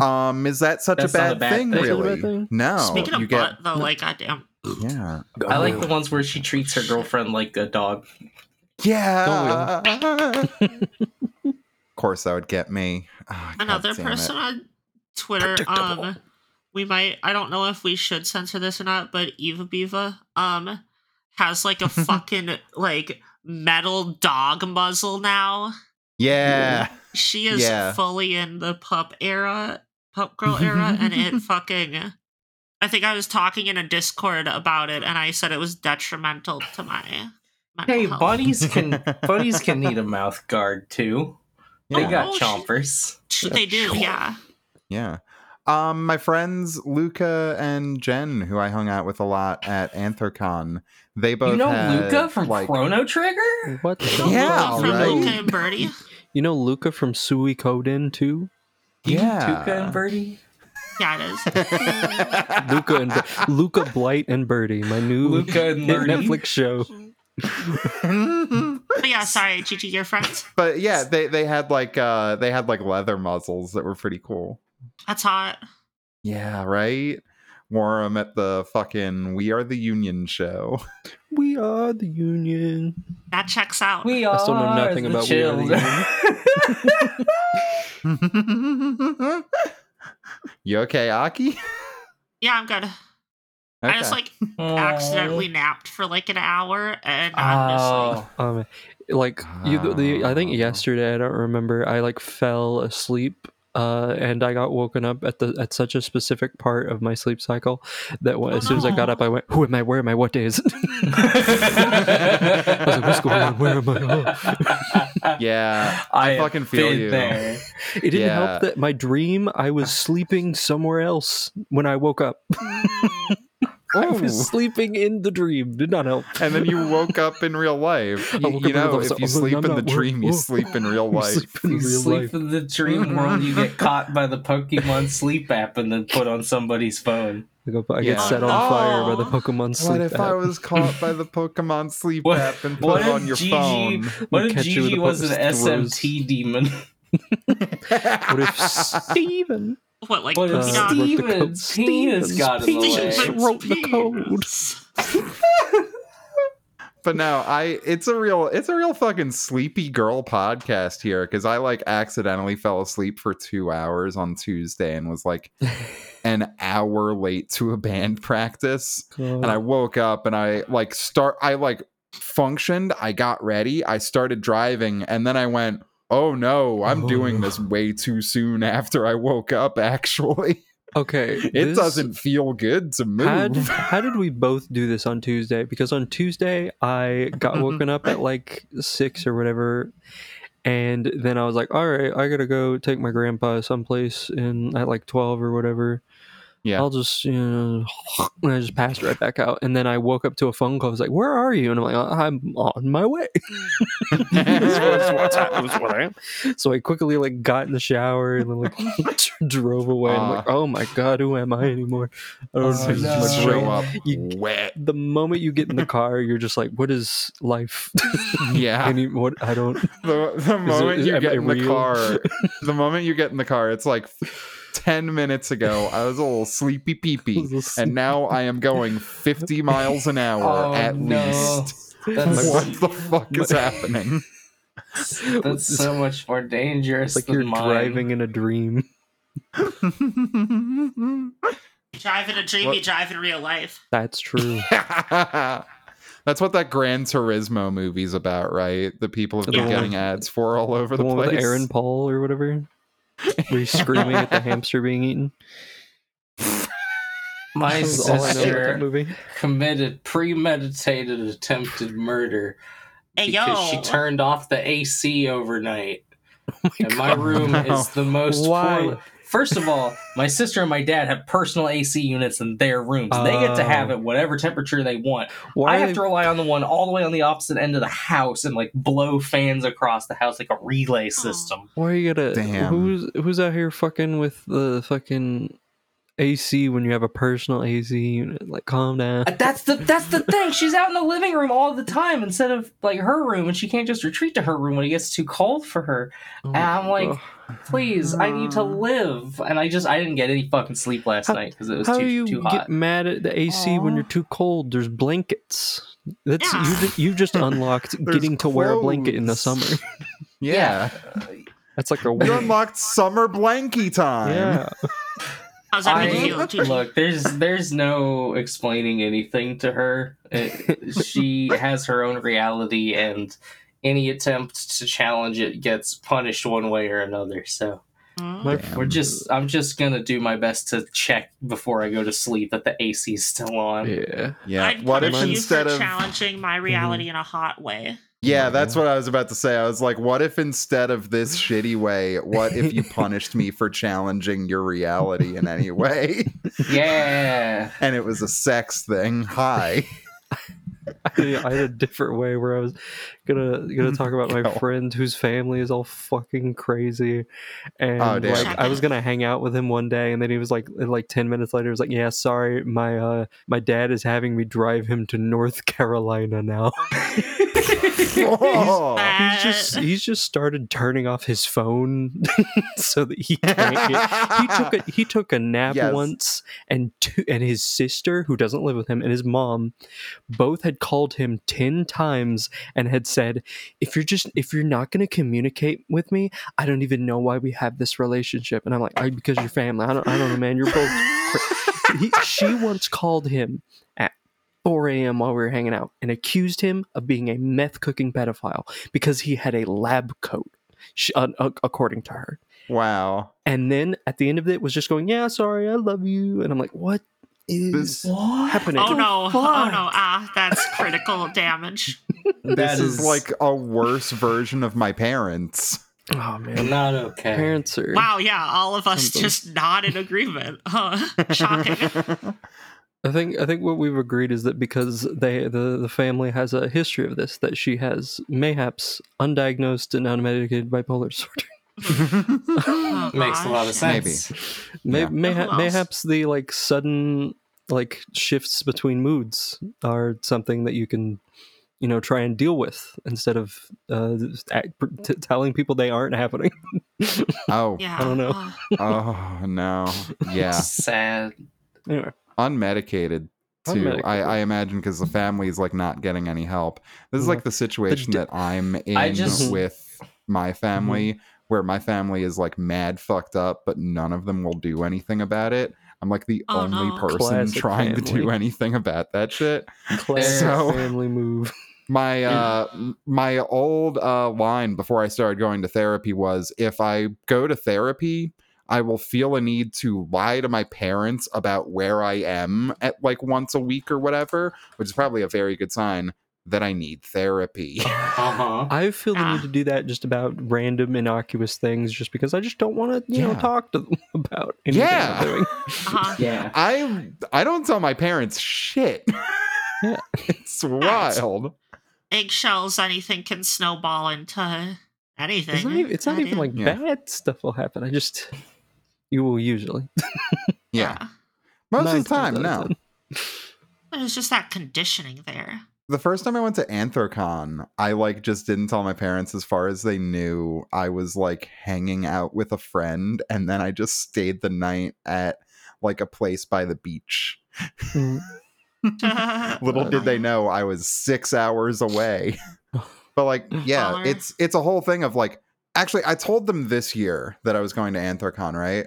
[SPEAKER 3] um is that such
[SPEAKER 4] That's
[SPEAKER 3] a
[SPEAKER 4] not
[SPEAKER 3] bad
[SPEAKER 4] a bad
[SPEAKER 3] thing,
[SPEAKER 4] thing.
[SPEAKER 1] That's not a
[SPEAKER 3] really?
[SPEAKER 1] bad thing.
[SPEAKER 3] No.
[SPEAKER 2] Speaking
[SPEAKER 3] you
[SPEAKER 2] of
[SPEAKER 3] get
[SPEAKER 2] butt, though, like, goddamn.
[SPEAKER 3] Yeah.
[SPEAKER 4] I
[SPEAKER 3] Oh.
[SPEAKER 4] like the ones where she treats her girlfriend like a dog.
[SPEAKER 3] Yeah. of course that would get me. Ah, God
[SPEAKER 2] another
[SPEAKER 3] damn it.
[SPEAKER 2] person on Twitter. Um, we might. I don't know if we should censor this or not, but Eva Biva um has like a fucking like metal dog muzzle now.
[SPEAKER 3] Yeah.
[SPEAKER 2] She is
[SPEAKER 3] Yeah.
[SPEAKER 2] fully in the pup era, pup girl era, and it fucking. I think I was talking in a Discord about it, and I said it was detrimental to my. Mental
[SPEAKER 4] Hey,
[SPEAKER 2] health.
[SPEAKER 4] bunnies can bunnies can need a mouth guard too. They
[SPEAKER 3] Yeah.
[SPEAKER 4] got
[SPEAKER 2] Oh, she-
[SPEAKER 4] chompers.
[SPEAKER 2] They do, yeah.
[SPEAKER 3] Yeah. Um, my friends Luca and Jen, who I hung out with a lot at Anthrocon, they both
[SPEAKER 4] You know
[SPEAKER 3] had,
[SPEAKER 4] Luca from
[SPEAKER 3] like
[SPEAKER 4] Chrono Trigger?
[SPEAKER 1] What? the-
[SPEAKER 3] Yeah,
[SPEAKER 2] Love from
[SPEAKER 3] right.
[SPEAKER 2] Luca and Birdie.
[SPEAKER 1] You know Luca from Sui Koden too.
[SPEAKER 3] yeah,
[SPEAKER 4] Tuca and Birdie.
[SPEAKER 2] Yeah, it is.
[SPEAKER 1] Luca and Luca Blight and Birdie, my new
[SPEAKER 4] Luca and Birdie.
[SPEAKER 1] Netflix show.
[SPEAKER 2] But yeah, sorry, Gigi, your friends.
[SPEAKER 3] but yeah, they they had like uh they had like leather muzzles that were pretty cool.
[SPEAKER 2] That's hot.
[SPEAKER 3] Yeah, right. Wore them at the fucking We Are the Union show.
[SPEAKER 1] We are the union.
[SPEAKER 2] That checks out.
[SPEAKER 4] We
[SPEAKER 1] I
[SPEAKER 4] are
[SPEAKER 1] still know nothing
[SPEAKER 4] the
[SPEAKER 1] about We Are the
[SPEAKER 4] children.
[SPEAKER 3] you okay, Aki? Okay.
[SPEAKER 2] yeah, I'm good. I just like accidentally napped for like an hour, and I'm just like,
[SPEAKER 4] Oh.
[SPEAKER 1] Um, like you, the, the I think yesterday I don't remember. I like fell asleep, uh, and I got woken up at the at such a specific part of my sleep cycle that when,
[SPEAKER 2] Oh,
[SPEAKER 1] as soon as I got
[SPEAKER 2] no.
[SPEAKER 1] up, I went, "Who am I? Where am I? What day is?" It? I was like, "What's going on? Where am I?" Oh.
[SPEAKER 3] Yeah.
[SPEAKER 4] I,
[SPEAKER 3] fucking feel
[SPEAKER 4] been
[SPEAKER 3] you.
[SPEAKER 4] There.
[SPEAKER 1] It didn't
[SPEAKER 3] Yeah.
[SPEAKER 1] help that my dream I was sleeping somewhere else when I woke up. I was
[SPEAKER 3] Ooh.
[SPEAKER 1] sleeping in the dream. Did not help.
[SPEAKER 3] And then you woke up in real life.
[SPEAKER 1] I
[SPEAKER 3] You,
[SPEAKER 1] woke
[SPEAKER 3] you
[SPEAKER 1] up in real
[SPEAKER 3] know,
[SPEAKER 1] life,
[SPEAKER 3] if
[SPEAKER 1] so-
[SPEAKER 3] you
[SPEAKER 1] oh,
[SPEAKER 3] sleep
[SPEAKER 1] no,
[SPEAKER 3] in
[SPEAKER 1] no,
[SPEAKER 3] the
[SPEAKER 1] whoa,
[SPEAKER 3] dream, you
[SPEAKER 1] whoa.
[SPEAKER 3] sleep in real
[SPEAKER 1] You
[SPEAKER 3] life.
[SPEAKER 1] sleep in
[SPEAKER 4] You
[SPEAKER 1] real
[SPEAKER 4] sleep
[SPEAKER 1] life.
[SPEAKER 4] in the dream world. You get caught by the Pokemon sleep app and then put on somebody's phone.
[SPEAKER 1] I go- I get
[SPEAKER 3] Yeah.
[SPEAKER 1] set on fire by the
[SPEAKER 2] Aw.
[SPEAKER 1] Pokemon
[SPEAKER 3] What
[SPEAKER 1] sleep
[SPEAKER 3] if
[SPEAKER 1] app.
[SPEAKER 3] I was caught by the Pokemon sleep
[SPEAKER 4] What-
[SPEAKER 3] app and put
[SPEAKER 4] what
[SPEAKER 3] it
[SPEAKER 4] if
[SPEAKER 3] on your
[SPEAKER 4] Gigi-
[SPEAKER 3] phone?
[SPEAKER 4] What if
[SPEAKER 1] catch you with
[SPEAKER 4] Gigi
[SPEAKER 1] a
[SPEAKER 4] was an
[SPEAKER 1] post-
[SPEAKER 4] SMT demon?
[SPEAKER 1] What if Steven?
[SPEAKER 2] What like
[SPEAKER 4] What if
[SPEAKER 1] Uh,
[SPEAKER 2] you know,
[SPEAKER 1] Steve-
[SPEAKER 4] Steven's
[SPEAKER 1] Steven's
[SPEAKER 4] penis got in the
[SPEAKER 1] penis
[SPEAKER 4] way?
[SPEAKER 1] wrote the code.
[SPEAKER 2] Penis.
[SPEAKER 3] but no, I it's a real it's a real fucking sleepy girl podcast here because I like accidentally fell asleep for two hours on Tuesday and was like an hour late to a band practice.
[SPEAKER 1] God.
[SPEAKER 3] and I woke up and I like start I like functioned, I got ready, I started driving and then I went, "Oh no, I'm
[SPEAKER 1] Oh,
[SPEAKER 3] doing
[SPEAKER 1] no.
[SPEAKER 3] this way too soon after I woke up actually.
[SPEAKER 1] okay,
[SPEAKER 3] It
[SPEAKER 1] this-
[SPEAKER 3] doesn't feel good to move."
[SPEAKER 1] How did, how did we both do this on Tuesday? Because on Tuesday I got
[SPEAKER 3] Mm-hmm.
[SPEAKER 1] woken up at like six or whatever, and then I was like, "All right, I gotta go take my grandpa someplace in at like twelve or whatever."
[SPEAKER 3] Yeah.
[SPEAKER 1] I'll just you know, and I just passed right back out, and then I woke up to a phone call. I was like, "Where are you?" And I'm like, "I'm on my way." That's what- that's what- that's what I am. So I quickly like got in the shower and then like drove away. and I'm
[SPEAKER 3] Ah.
[SPEAKER 1] like, "Oh my god, who am I anymore?" I don't
[SPEAKER 4] Oh,
[SPEAKER 1] know. It's
[SPEAKER 4] no.
[SPEAKER 1] my brain
[SPEAKER 3] show up
[SPEAKER 1] You-
[SPEAKER 3] wet.
[SPEAKER 1] the moment you get in the car, you're just like, "What is life?
[SPEAKER 3] Yeah.
[SPEAKER 1] Any what? I don't."
[SPEAKER 3] The, the moment
[SPEAKER 1] is-
[SPEAKER 3] you
[SPEAKER 1] am
[SPEAKER 3] get
[SPEAKER 1] I
[SPEAKER 3] in the
[SPEAKER 1] real?
[SPEAKER 3] car, the moment you get in the car, it's like 10 minutes ago, I was a little sleepy peepee. and now I am going 50 miles an hour
[SPEAKER 4] Oh,
[SPEAKER 3] at
[SPEAKER 4] no.
[SPEAKER 3] least.
[SPEAKER 4] That's,
[SPEAKER 1] My-
[SPEAKER 3] What the fuck is
[SPEAKER 1] my-
[SPEAKER 3] happening?
[SPEAKER 4] that's so much more dangerous
[SPEAKER 1] It's like
[SPEAKER 4] than
[SPEAKER 1] you're
[SPEAKER 4] mine.
[SPEAKER 1] driving in a dream.
[SPEAKER 2] You drive in a dream,
[SPEAKER 3] What-
[SPEAKER 2] you drive in real life.
[SPEAKER 1] That's true.
[SPEAKER 3] That's what that Gran Turismo movie's about, right? The people have been
[SPEAKER 1] Yeah.
[SPEAKER 3] getting ads for all over
[SPEAKER 1] the
[SPEAKER 3] the,
[SPEAKER 1] one
[SPEAKER 3] place.
[SPEAKER 1] with Aaron Paul or whatever, where he's screaming at the hamster being eaten.
[SPEAKER 4] My
[SPEAKER 1] That's all I know about that
[SPEAKER 4] sister
[SPEAKER 1] movie.
[SPEAKER 4] committed premeditated attempted murder
[SPEAKER 2] Hey
[SPEAKER 4] because
[SPEAKER 2] yo,
[SPEAKER 4] she turned off the AC overnight.
[SPEAKER 1] Oh
[SPEAKER 4] and my
[SPEAKER 3] God.
[SPEAKER 4] room
[SPEAKER 3] No.
[SPEAKER 4] is the most
[SPEAKER 1] Why?
[SPEAKER 4] poorly- First of all, my sister and my dad have personal AC units in their rooms. they get to have
[SPEAKER 1] Oh.
[SPEAKER 4] it whatever temperature they want.
[SPEAKER 1] Why
[SPEAKER 4] I
[SPEAKER 1] are
[SPEAKER 4] have
[SPEAKER 1] they-
[SPEAKER 4] to rely on the one all the way on the opposite end of the house and like blow fans across the house like a relay system.
[SPEAKER 1] Why are you gonna?
[SPEAKER 3] Damn.
[SPEAKER 1] Who's who's out here fucking with the fucking AC when you have a personal AC unit? Like, calm down.
[SPEAKER 4] Uh, That's the that's the thing. She's out in the living room all the time instead of like her room, and she can't just retreat to her room when it gets too cold for her.
[SPEAKER 1] Oh
[SPEAKER 4] And I'm like,
[SPEAKER 1] Ugh.
[SPEAKER 4] please, I need to live. And I just I didn't get any fucking sleep last
[SPEAKER 1] Mm. How-
[SPEAKER 4] night because it was
[SPEAKER 1] How
[SPEAKER 4] too
[SPEAKER 1] do you
[SPEAKER 4] too hot.
[SPEAKER 1] get mad at the AC when
[SPEAKER 3] Aw.
[SPEAKER 1] you're too cold? There's blankets. That's
[SPEAKER 2] Yeah.
[SPEAKER 1] you. ju- You just unlocked
[SPEAKER 3] There's
[SPEAKER 1] getting to wear a blanket in the summer.
[SPEAKER 3] clothes. Yeah.
[SPEAKER 1] That's like a
[SPEAKER 3] You
[SPEAKER 1] weird-
[SPEAKER 3] unlocked summer blanky time.
[SPEAKER 1] yeah.
[SPEAKER 2] how's that make you
[SPEAKER 4] I
[SPEAKER 2] feel? Gigi?
[SPEAKER 4] look. There's there's no explaining anything to her. It, she has her own reality, and any attempt to challenge it gets punished one way or another. So
[SPEAKER 2] Hmm?
[SPEAKER 1] My-
[SPEAKER 3] Damn.
[SPEAKER 4] we're just
[SPEAKER 1] Mm.
[SPEAKER 4] I'm just gonna do my best to check before I go to sleep that the AC's still on.
[SPEAKER 1] yeah.
[SPEAKER 3] Yeah.
[SPEAKER 2] I'd
[SPEAKER 3] what if
[SPEAKER 2] punish you
[SPEAKER 3] instead
[SPEAKER 2] for
[SPEAKER 3] of
[SPEAKER 2] challenging my reality in a hot way?
[SPEAKER 3] Yeah,
[SPEAKER 1] Yeah.
[SPEAKER 3] that's what I was about to say. I was like, what if instead of this shitty way, what if you punished me for challenging your reality in any way?
[SPEAKER 4] Yeah.
[SPEAKER 3] and it was a sex thing. Hi.
[SPEAKER 1] I I had a different way where I was gonna gonna talk about my
[SPEAKER 3] Go.
[SPEAKER 1] friend whose family is all fucking crazy, and
[SPEAKER 3] Oh, damn.
[SPEAKER 1] like I was gonna hang out with him one day, and then he was like, and, like ten minutes later, he was like, "Yeah, sorry, my uh, my dad is having me drive him to North Carolina now."
[SPEAKER 3] Whoa.
[SPEAKER 1] he's just
[SPEAKER 2] Uh,
[SPEAKER 1] he's just started turning off his phone so that he can't get he took a he took a nap
[SPEAKER 3] Yes.
[SPEAKER 1] once and two and his sister who doesn't live with him and his mom both had called him 10 times and had said if you're just if you're not going to communicate with me i don't even know why we have this relationship and i'm like I, because you're family i don't i don't know man you're both he, she once called him at 4 a.m. while we were hanging out and accused him of being a meth cooking pedophile because he had a lab coat, she, uh, uh, according to her.
[SPEAKER 3] wow.
[SPEAKER 1] And then at the end of it was just going, "Yeah, sorry, I love you," and I'm like, "What is
[SPEAKER 3] This
[SPEAKER 1] happening?"
[SPEAKER 2] oh no! Oh
[SPEAKER 1] fuck?
[SPEAKER 2] no! Ah, that's critical damage.
[SPEAKER 3] this is, like a worse version of my parents.
[SPEAKER 1] Oh man,
[SPEAKER 4] not okay.
[SPEAKER 1] parents are
[SPEAKER 2] Wow, yeah, all of us
[SPEAKER 1] Something.
[SPEAKER 2] just not in agreement. Huh. Shocking.
[SPEAKER 1] I think I think what we've agreed is that because they the, the family has a history of this, that she has mayhaps undiagnosed and unmedicated bipolar disorder.
[SPEAKER 2] Oh,
[SPEAKER 4] Makes a lot of
[SPEAKER 2] gosh.
[SPEAKER 4] sense.
[SPEAKER 1] May,
[SPEAKER 3] Yeah.
[SPEAKER 1] mayha-
[SPEAKER 2] Who else?
[SPEAKER 1] mayhaps the like sudden like shifts between moods are something that you can you know try and deal with instead of uh, just act, t- telling people they aren't happening.
[SPEAKER 3] Oh,
[SPEAKER 2] Yeah.
[SPEAKER 1] I don't know.
[SPEAKER 2] Oh,
[SPEAKER 3] oh no. Yeah.
[SPEAKER 4] Sad.
[SPEAKER 1] anyway,
[SPEAKER 3] Unmedicated too. I,
[SPEAKER 1] Unmedicated.
[SPEAKER 3] I imagine because the family's like not getting any help. This
[SPEAKER 1] Mm-hmm.
[SPEAKER 3] is like the situation
[SPEAKER 1] di-
[SPEAKER 3] that I'm in
[SPEAKER 4] just-
[SPEAKER 2] Mm-hmm.
[SPEAKER 3] with my family,
[SPEAKER 1] Mm-hmm.
[SPEAKER 3] where my family is like mad fucked up, but none of them will do anything about it. I'm like the
[SPEAKER 2] Oh,
[SPEAKER 3] only
[SPEAKER 2] no.
[SPEAKER 3] person
[SPEAKER 1] Classic
[SPEAKER 3] trying to do
[SPEAKER 1] family.
[SPEAKER 3] anything about that shit.
[SPEAKER 1] classic
[SPEAKER 3] So-
[SPEAKER 1] family move.
[SPEAKER 3] my uh m- my old uh line before i started going to therapy was if i go to therapy i will feel a need to lie to my parents about where i am at like once a week or whatever which is probably a very good sign that i need therapy
[SPEAKER 4] Uh huh.
[SPEAKER 1] I feel the
[SPEAKER 2] Yeah.
[SPEAKER 1] need to do that just about random innocuous things, just because I just don't want to you know
[SPEAKER 3] Yeah.
[SPEAKER 1] talk to them about anything I'm
[SPEAKER 3] yeah
[SPEAKER 1] doing.
[SPEAKER 2] uh-huh.
[SPEAKER 4] Yeah.
[SPEAKER 3] i i don't tell my parents shit
[SPEAKER 1] Yeah.
[SPEAKER 3] it's wild
[SPEAKER 2] Eggshells, anything can snowball into anything.
[SPEAKER 1] It's not even, it's not
[SPEAKER 2] That
[SPEAKER 1] even
[SPEAKER 2] is-
[SPEAKER 1] like
[SPEAKER 3] Yeah.
[SPEAKER 1] bad stuff will happen. I just you will usually
[SPEAKER 3] yeah most
[SPEAKER 1] Nine
[SPEAKER 3] of the time
[SPEAKER 1] times out
[SPEAKER 3] no
[SPEAKER 1] of 10.
[SPEAKER 2] But it's just that conditioning there.
[SPEAKER 3] the first time I went to Anthrocon, I like just didn't tell my parents as far as they knew. I was like hanging out with a friend and then I just stayed the night at like a place by the beach.
[SPEAKER 1] Mm.
[SPEAKER 3] Little did they know I was 6 hours away. but like yeah,
[SPEAKER 2] Baller.
[SPEAKER 3] it's it's a whole thing of like actually I told them this year that I was going to Anthrocon, right?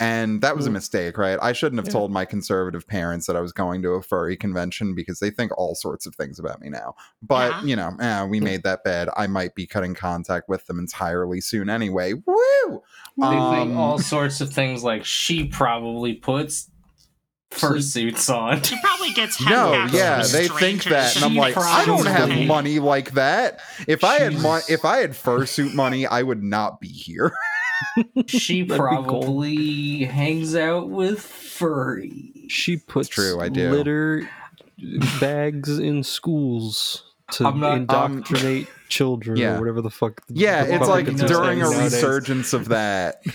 [SPEAKER 3] And that was a
[SPEAKER 1] Mm.
[SPEAKER 3] mistake, right? I shouldn't have
[SPEAKER 1] Yeah.
[SPEAKER 3] told my conservative parents that I was going to a furry convention because they think all sorts of things about me now but
[SPEAKER 2] Yeah.
[SPEAKER 3] you know, eh, we made that bed. I might be cutting contact with them entirely soon anyway. Woo!
[SPEAKER 4] They
[SPEAKER 3] Um,
[SPEAKER 4] think all sorts of things like she probably puts fursuits on.
[SPEAKER 2] She probably gets head
[SPEAKER 3] No,
[SPEAKER 2] whacked from
[SPEAKER 3] yeah, they
[SPEAKER 2] strangers.
[SPEAKER 3] think that, and I'm
[SPEAKER 2] She
[SPEAKER 3] like,
[SPEAKER 2] thinks
[SPEAKER 3] I don't
[SPEAKER 2] she's
[SPEAKER 3] have
[SPEAKER 2] okay.
[SPEAKER 3] money like that. If I had mon-
[SPEAKER 4] Jesus.
[SPEAKER 3] if I had fursuit money, I would not be here.
[SPEAKER 4] She
[SPEAKER 1] That'd be gold.
[SPEAKER 4] probably hangs out with furry.
[SPEAKER 1] She puts
[SPEAKER 3] true, I do.
[SPEAKER 1] litter bags in schools to
[SPEAKER 4] I'm not- um,
[SPEAKER 1] indoctrinate children
[SPEAKER 3] yeah.
[SPEAKER 1] or whatever the fuck. the
[SPEAKER 3] Yeah, it's like
[SPEAKER 1] Republicans are saying
[SPEAKER 3] during a
[SPEAKER 1] nowadays.
[SPEAKER 3] resurgence of that.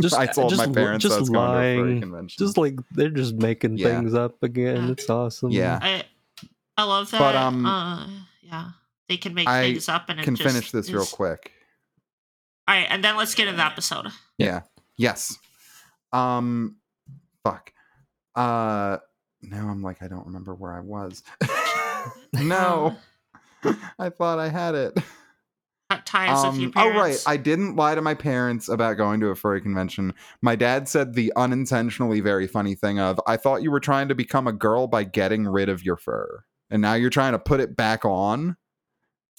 [SPEAKER 1] Just-
[SPEAKER 3] I told
[SPEAKER 1] just
[SPEAKER 3] my
[SPEAKER 1] li-
[SPEAKER 3] parents
[SPEAKER 1] just
[SPEAKER 3] I was going to a furry
[SPEAKER 1] lying.
[SPEAKER 3] convention.
[SPEAKER 1] Just like they're just making
[SPEAKER 3] Yeah.
[SPEAKER 1] things up again.
[SPEAKER 2] Yeah.
[SPEAKER 1] It's awesome.
[SPEAKER 3] yeah,
[SPEAKER 2] I, I love that.
[SPEAKER 3] But, um,
[SPEAKER 2] uh, yeah, they can make
[SPEAKER 3] I
[SPEAKER 2] things up and it
[SPEAKER 3] can
[SPEAKER 2] just
[SPEAKER 3] finish this real
[SPEAKER 2] is-
[SPEAKER 3] quick.
[SPEAKER 2] All right, and then let's get into the episode.
[SPEAKER 3] Yeah. Yes. Um fuck. Uh now I'm like I don't remember where I was. no.
[SPEAKER 2] Um,
[SPEAKER 3] I thought I had it.
[SPEAKER 2] Cut ties with your
[SPEAKER 3] Um, oh right,
[SPEAKER 2] parents.
[SPEAKER 3] I didn't lie to my parents about going to a furry convention. My dad said the unintentionally very funny thing of I thought you were trying to become a girl by getting rid of your fur. And now you're trying to put it back on.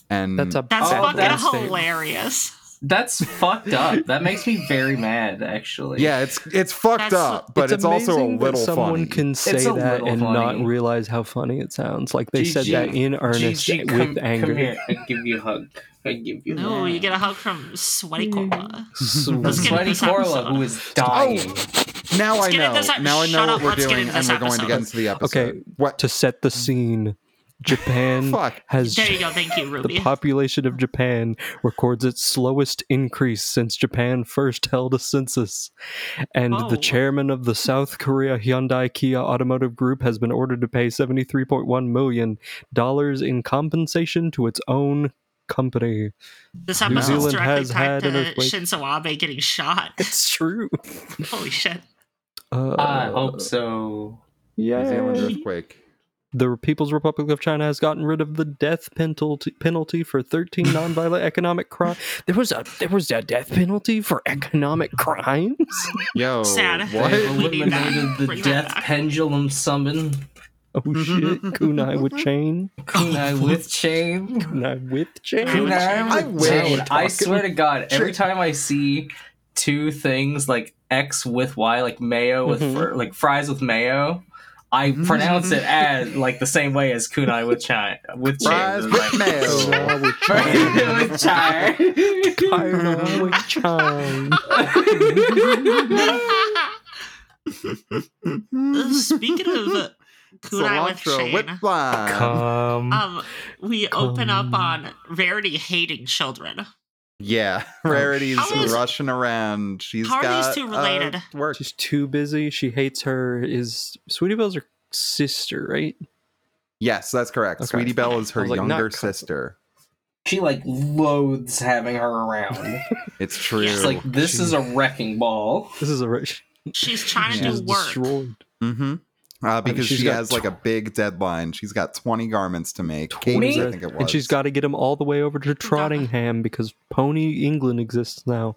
[SPEAKER 3] And
[SPEAKER 1] that's a
[SPEAKER 2] That's
[SPEAKER 4] Oh,
[SPEAKER 2] fucking
[SPEAKER 4] that's-
[SPEAKER 2] hilarious.
[SPEAKER 4] That's fucked up. That makes me very mad, actually.
[SPEAKER 3] yeah, it's it's fucked
[SPEAKER 2] That's-
[SPEAKER 3] up, but it's, also a
[SPEAKER 1] amazing that
[SPEAKER 3] little
[SPEAKER 1] someone
[SPEAKER 3] funny.
[SPEAKER 1] can say that
[SPEAKER 4] a little
[SPEAKER 1] and not
[SPEAKER 4] funny.
[SPEAKER 1] realize how funny it sounds. Like they said
[SPEAKER 4] Gigi,
[SPEAKER 1] that in earnest
[SPEAKER 4] Gigi, come,
[SPEAKER 1] with anger.
[SPEAKER 4] Come here. I give you a hug. I give you. a
[SPEAKER 2] No,
[SPEAKER 4] hug.
[SPEAKER 2] you get a hug from Sweaty
[SPEAKER 1] Mm-hmm.
[SPEAKER 2] Koala.
[SPEAKER 1] So-
[SPEAKER 4] The
[SPEAKER 2] Let's get
[SPEAKER 4] sweaty
[SPEAKER 2] this
[SPEAKER 4] Corla
[SPEAKER 2] episode.
[SPEAKER 4] who is dying.
[SPEAKER 3] Now
[SPEAKER 2] Let's
[SPEAKER 3] I
[SPEAKER 2] get
[SPEAKER 3] know.
[SPEAKER 2] into this-
[SPEAKER 3] now I know
[SPEAKER 2] shut
[SPEAKER 3] what
[SPEAKER 2] up,
[SPEAKER 3] we're
[SPEAKER 2] let's get
[SPEAKER 3] doing,
[SPEAKER 2] into
[SPEAKER 3] and
[SPEAKER 2] this
[SPEAKER 3] we're going to get
[SPEAKER 2] episode.
[SPEAKER 3] into the episode.
[SPEAKER 1] Okay.
[SPEAKER 3] What?
[SPEAKER 1] to set the scene, Japan
[SPEAKER 3] Fuck.
[SPEAKER 1] has
[SPEAKER 2] There you go. Thank you,
[SPEAKER 1] the
[SPEAKER 2] Ruby.
[SPEAKER 1] population of Japan records its slowest increase since Japan first held a census. And
[SPEAKER 2] Oh.
[SPEAKER 1] the chairman of the South Korea Hyundai Kia Automotive Group has been ordered to pay $73.1 million in compensation to its own company.
[SPEAKER 2] This episode's
[SPEAKER 1] Zealand
[SPEAKER 2] directly
[SPEAKER 1] has
[SPEAKER 2] tied
[SPEAKER 1] had
[SPEAKER 2] to
[SPEAKER 1] an earthquake.
[SPEAKER 2] Shinzo Abe getting shot.
[SPEAKER 1] It's true.
[SPEAKER 2] Holy shit.
[SPEAKER 1] Uh,
[SPEAKER 4] I hope so.
[SPEAKER 3] Oh, New Zealand
[SPEAKER 1] Yeah.
[SPEAKER 3] earthquake.
[SPEAKER 1] The People's Republic of China has gotten rid of the death penalty penalty for 13 nonviolent economic crimes. There was a there was a death penalty for economic crimes.
[SPEAKER 3] Yo.
[SPEAKER 2] Sad.
[SPEAKER 4] They've
[SPEAKER 3] What?
[SPEAKER 2] We need that.
[SPEAKER 4] eliminated the
[SPEAKER 2] Bring that
[SPEAKER 4] death
[SPEAKER 2] back.
[SPEAKER 4] pendulum summon.
[SPEAKER 1] Oh shit! Kunai with chain.
[SPEAKER 4] Kunai with chain.
[SPEAKER 1] Kunai with chain.
[SPEAKER 2] Kunai with chain.
[SPEAKER 4] I
[SPEAKER 2] I
[SPEAKER 3] wish.
[SPEAKER 4] I
[SPEAKER 1] Talking.
[SPEAKER 4] swear to God, every time I see two things like X with Y, like mayo with
[SPEAKER 1] Mhm.
[SPEAKER 4] fr- like fries with mayo, I pronounce it as like the same way as kunai with chai Mm-hmm. with
[SPEAKER 3] Fries
[SPEAKER 4] chain.
[SPEAKER 3] with mayo.
[SPEAKER 1] Kunai with chain.
[SPEAKER 4] Fries with chai.
[SPEAKER 1] Kunai with chain.
[SPEAKER 3] Hmm.
[SPEAKER 2] Speaking of Kunai with Shane.
[SPEAKER 3] Whipline.
[SPEAKER 4] Come.
[SPEAKER 2] um, we open up
[SPEAKER 1] Um,
[SPEAKER 4] Come.
[SPEAKER 2] on Rarity hating children.
[SPEAKER 3] Yeah, Rarity's
[SPEAKER 2] Oh, How is-
[SPEAKER 3] rushing around. She's
[SPEAKER 2] how are
[SPEAKER 3] got
[SPEAKER 2] these two related?
[SPEAKER 3] Uh, work.
[SPEAKER 1] She's too busy. She hates her. Is Sweetie Belle's her sister, right?
[SPEAKER 3] Yes, that's correct.
[SPEAKER 1] Okay.
[SPEAKER 3] Sweetie Belle is
[SPEAKER 1] I
[SPEAKER 3] her
[SPEAKER 1] was like, not
[SPEAKER 3] younger
[SPEAKER 1] cousin.
[SPEAKER 3] sister.
[SPEAKER 4] She like loathes having her around.
[SPEAKER 3] It's true.
[SPEAKER 2] Yes.
[SPEAKER 4] It's like this is a wrecking ball.
[SPEAKER 1] This is a rich.
[SPEAKER 2] She's trying to
[SPEAKER 3] Yeah.
[SPEAKER 1] She's
[SPEAKER 2] do work.
[SPEAKER 1] destroyed.
[SPEAKER 3] hmm uh, because
[SPEAKER 1] she's
[SPEAKER 3] she
[SPEAKER 1] got
[SPEAKER 3] has like a big deadline. She's got 20 garments to make.
[SPEAKER 1] 20?
[SPEAKER 3] Katie's, I think it was.
[SPEAKER 1] And she's got to get them all the way over to Trottingham because Pony England exists now.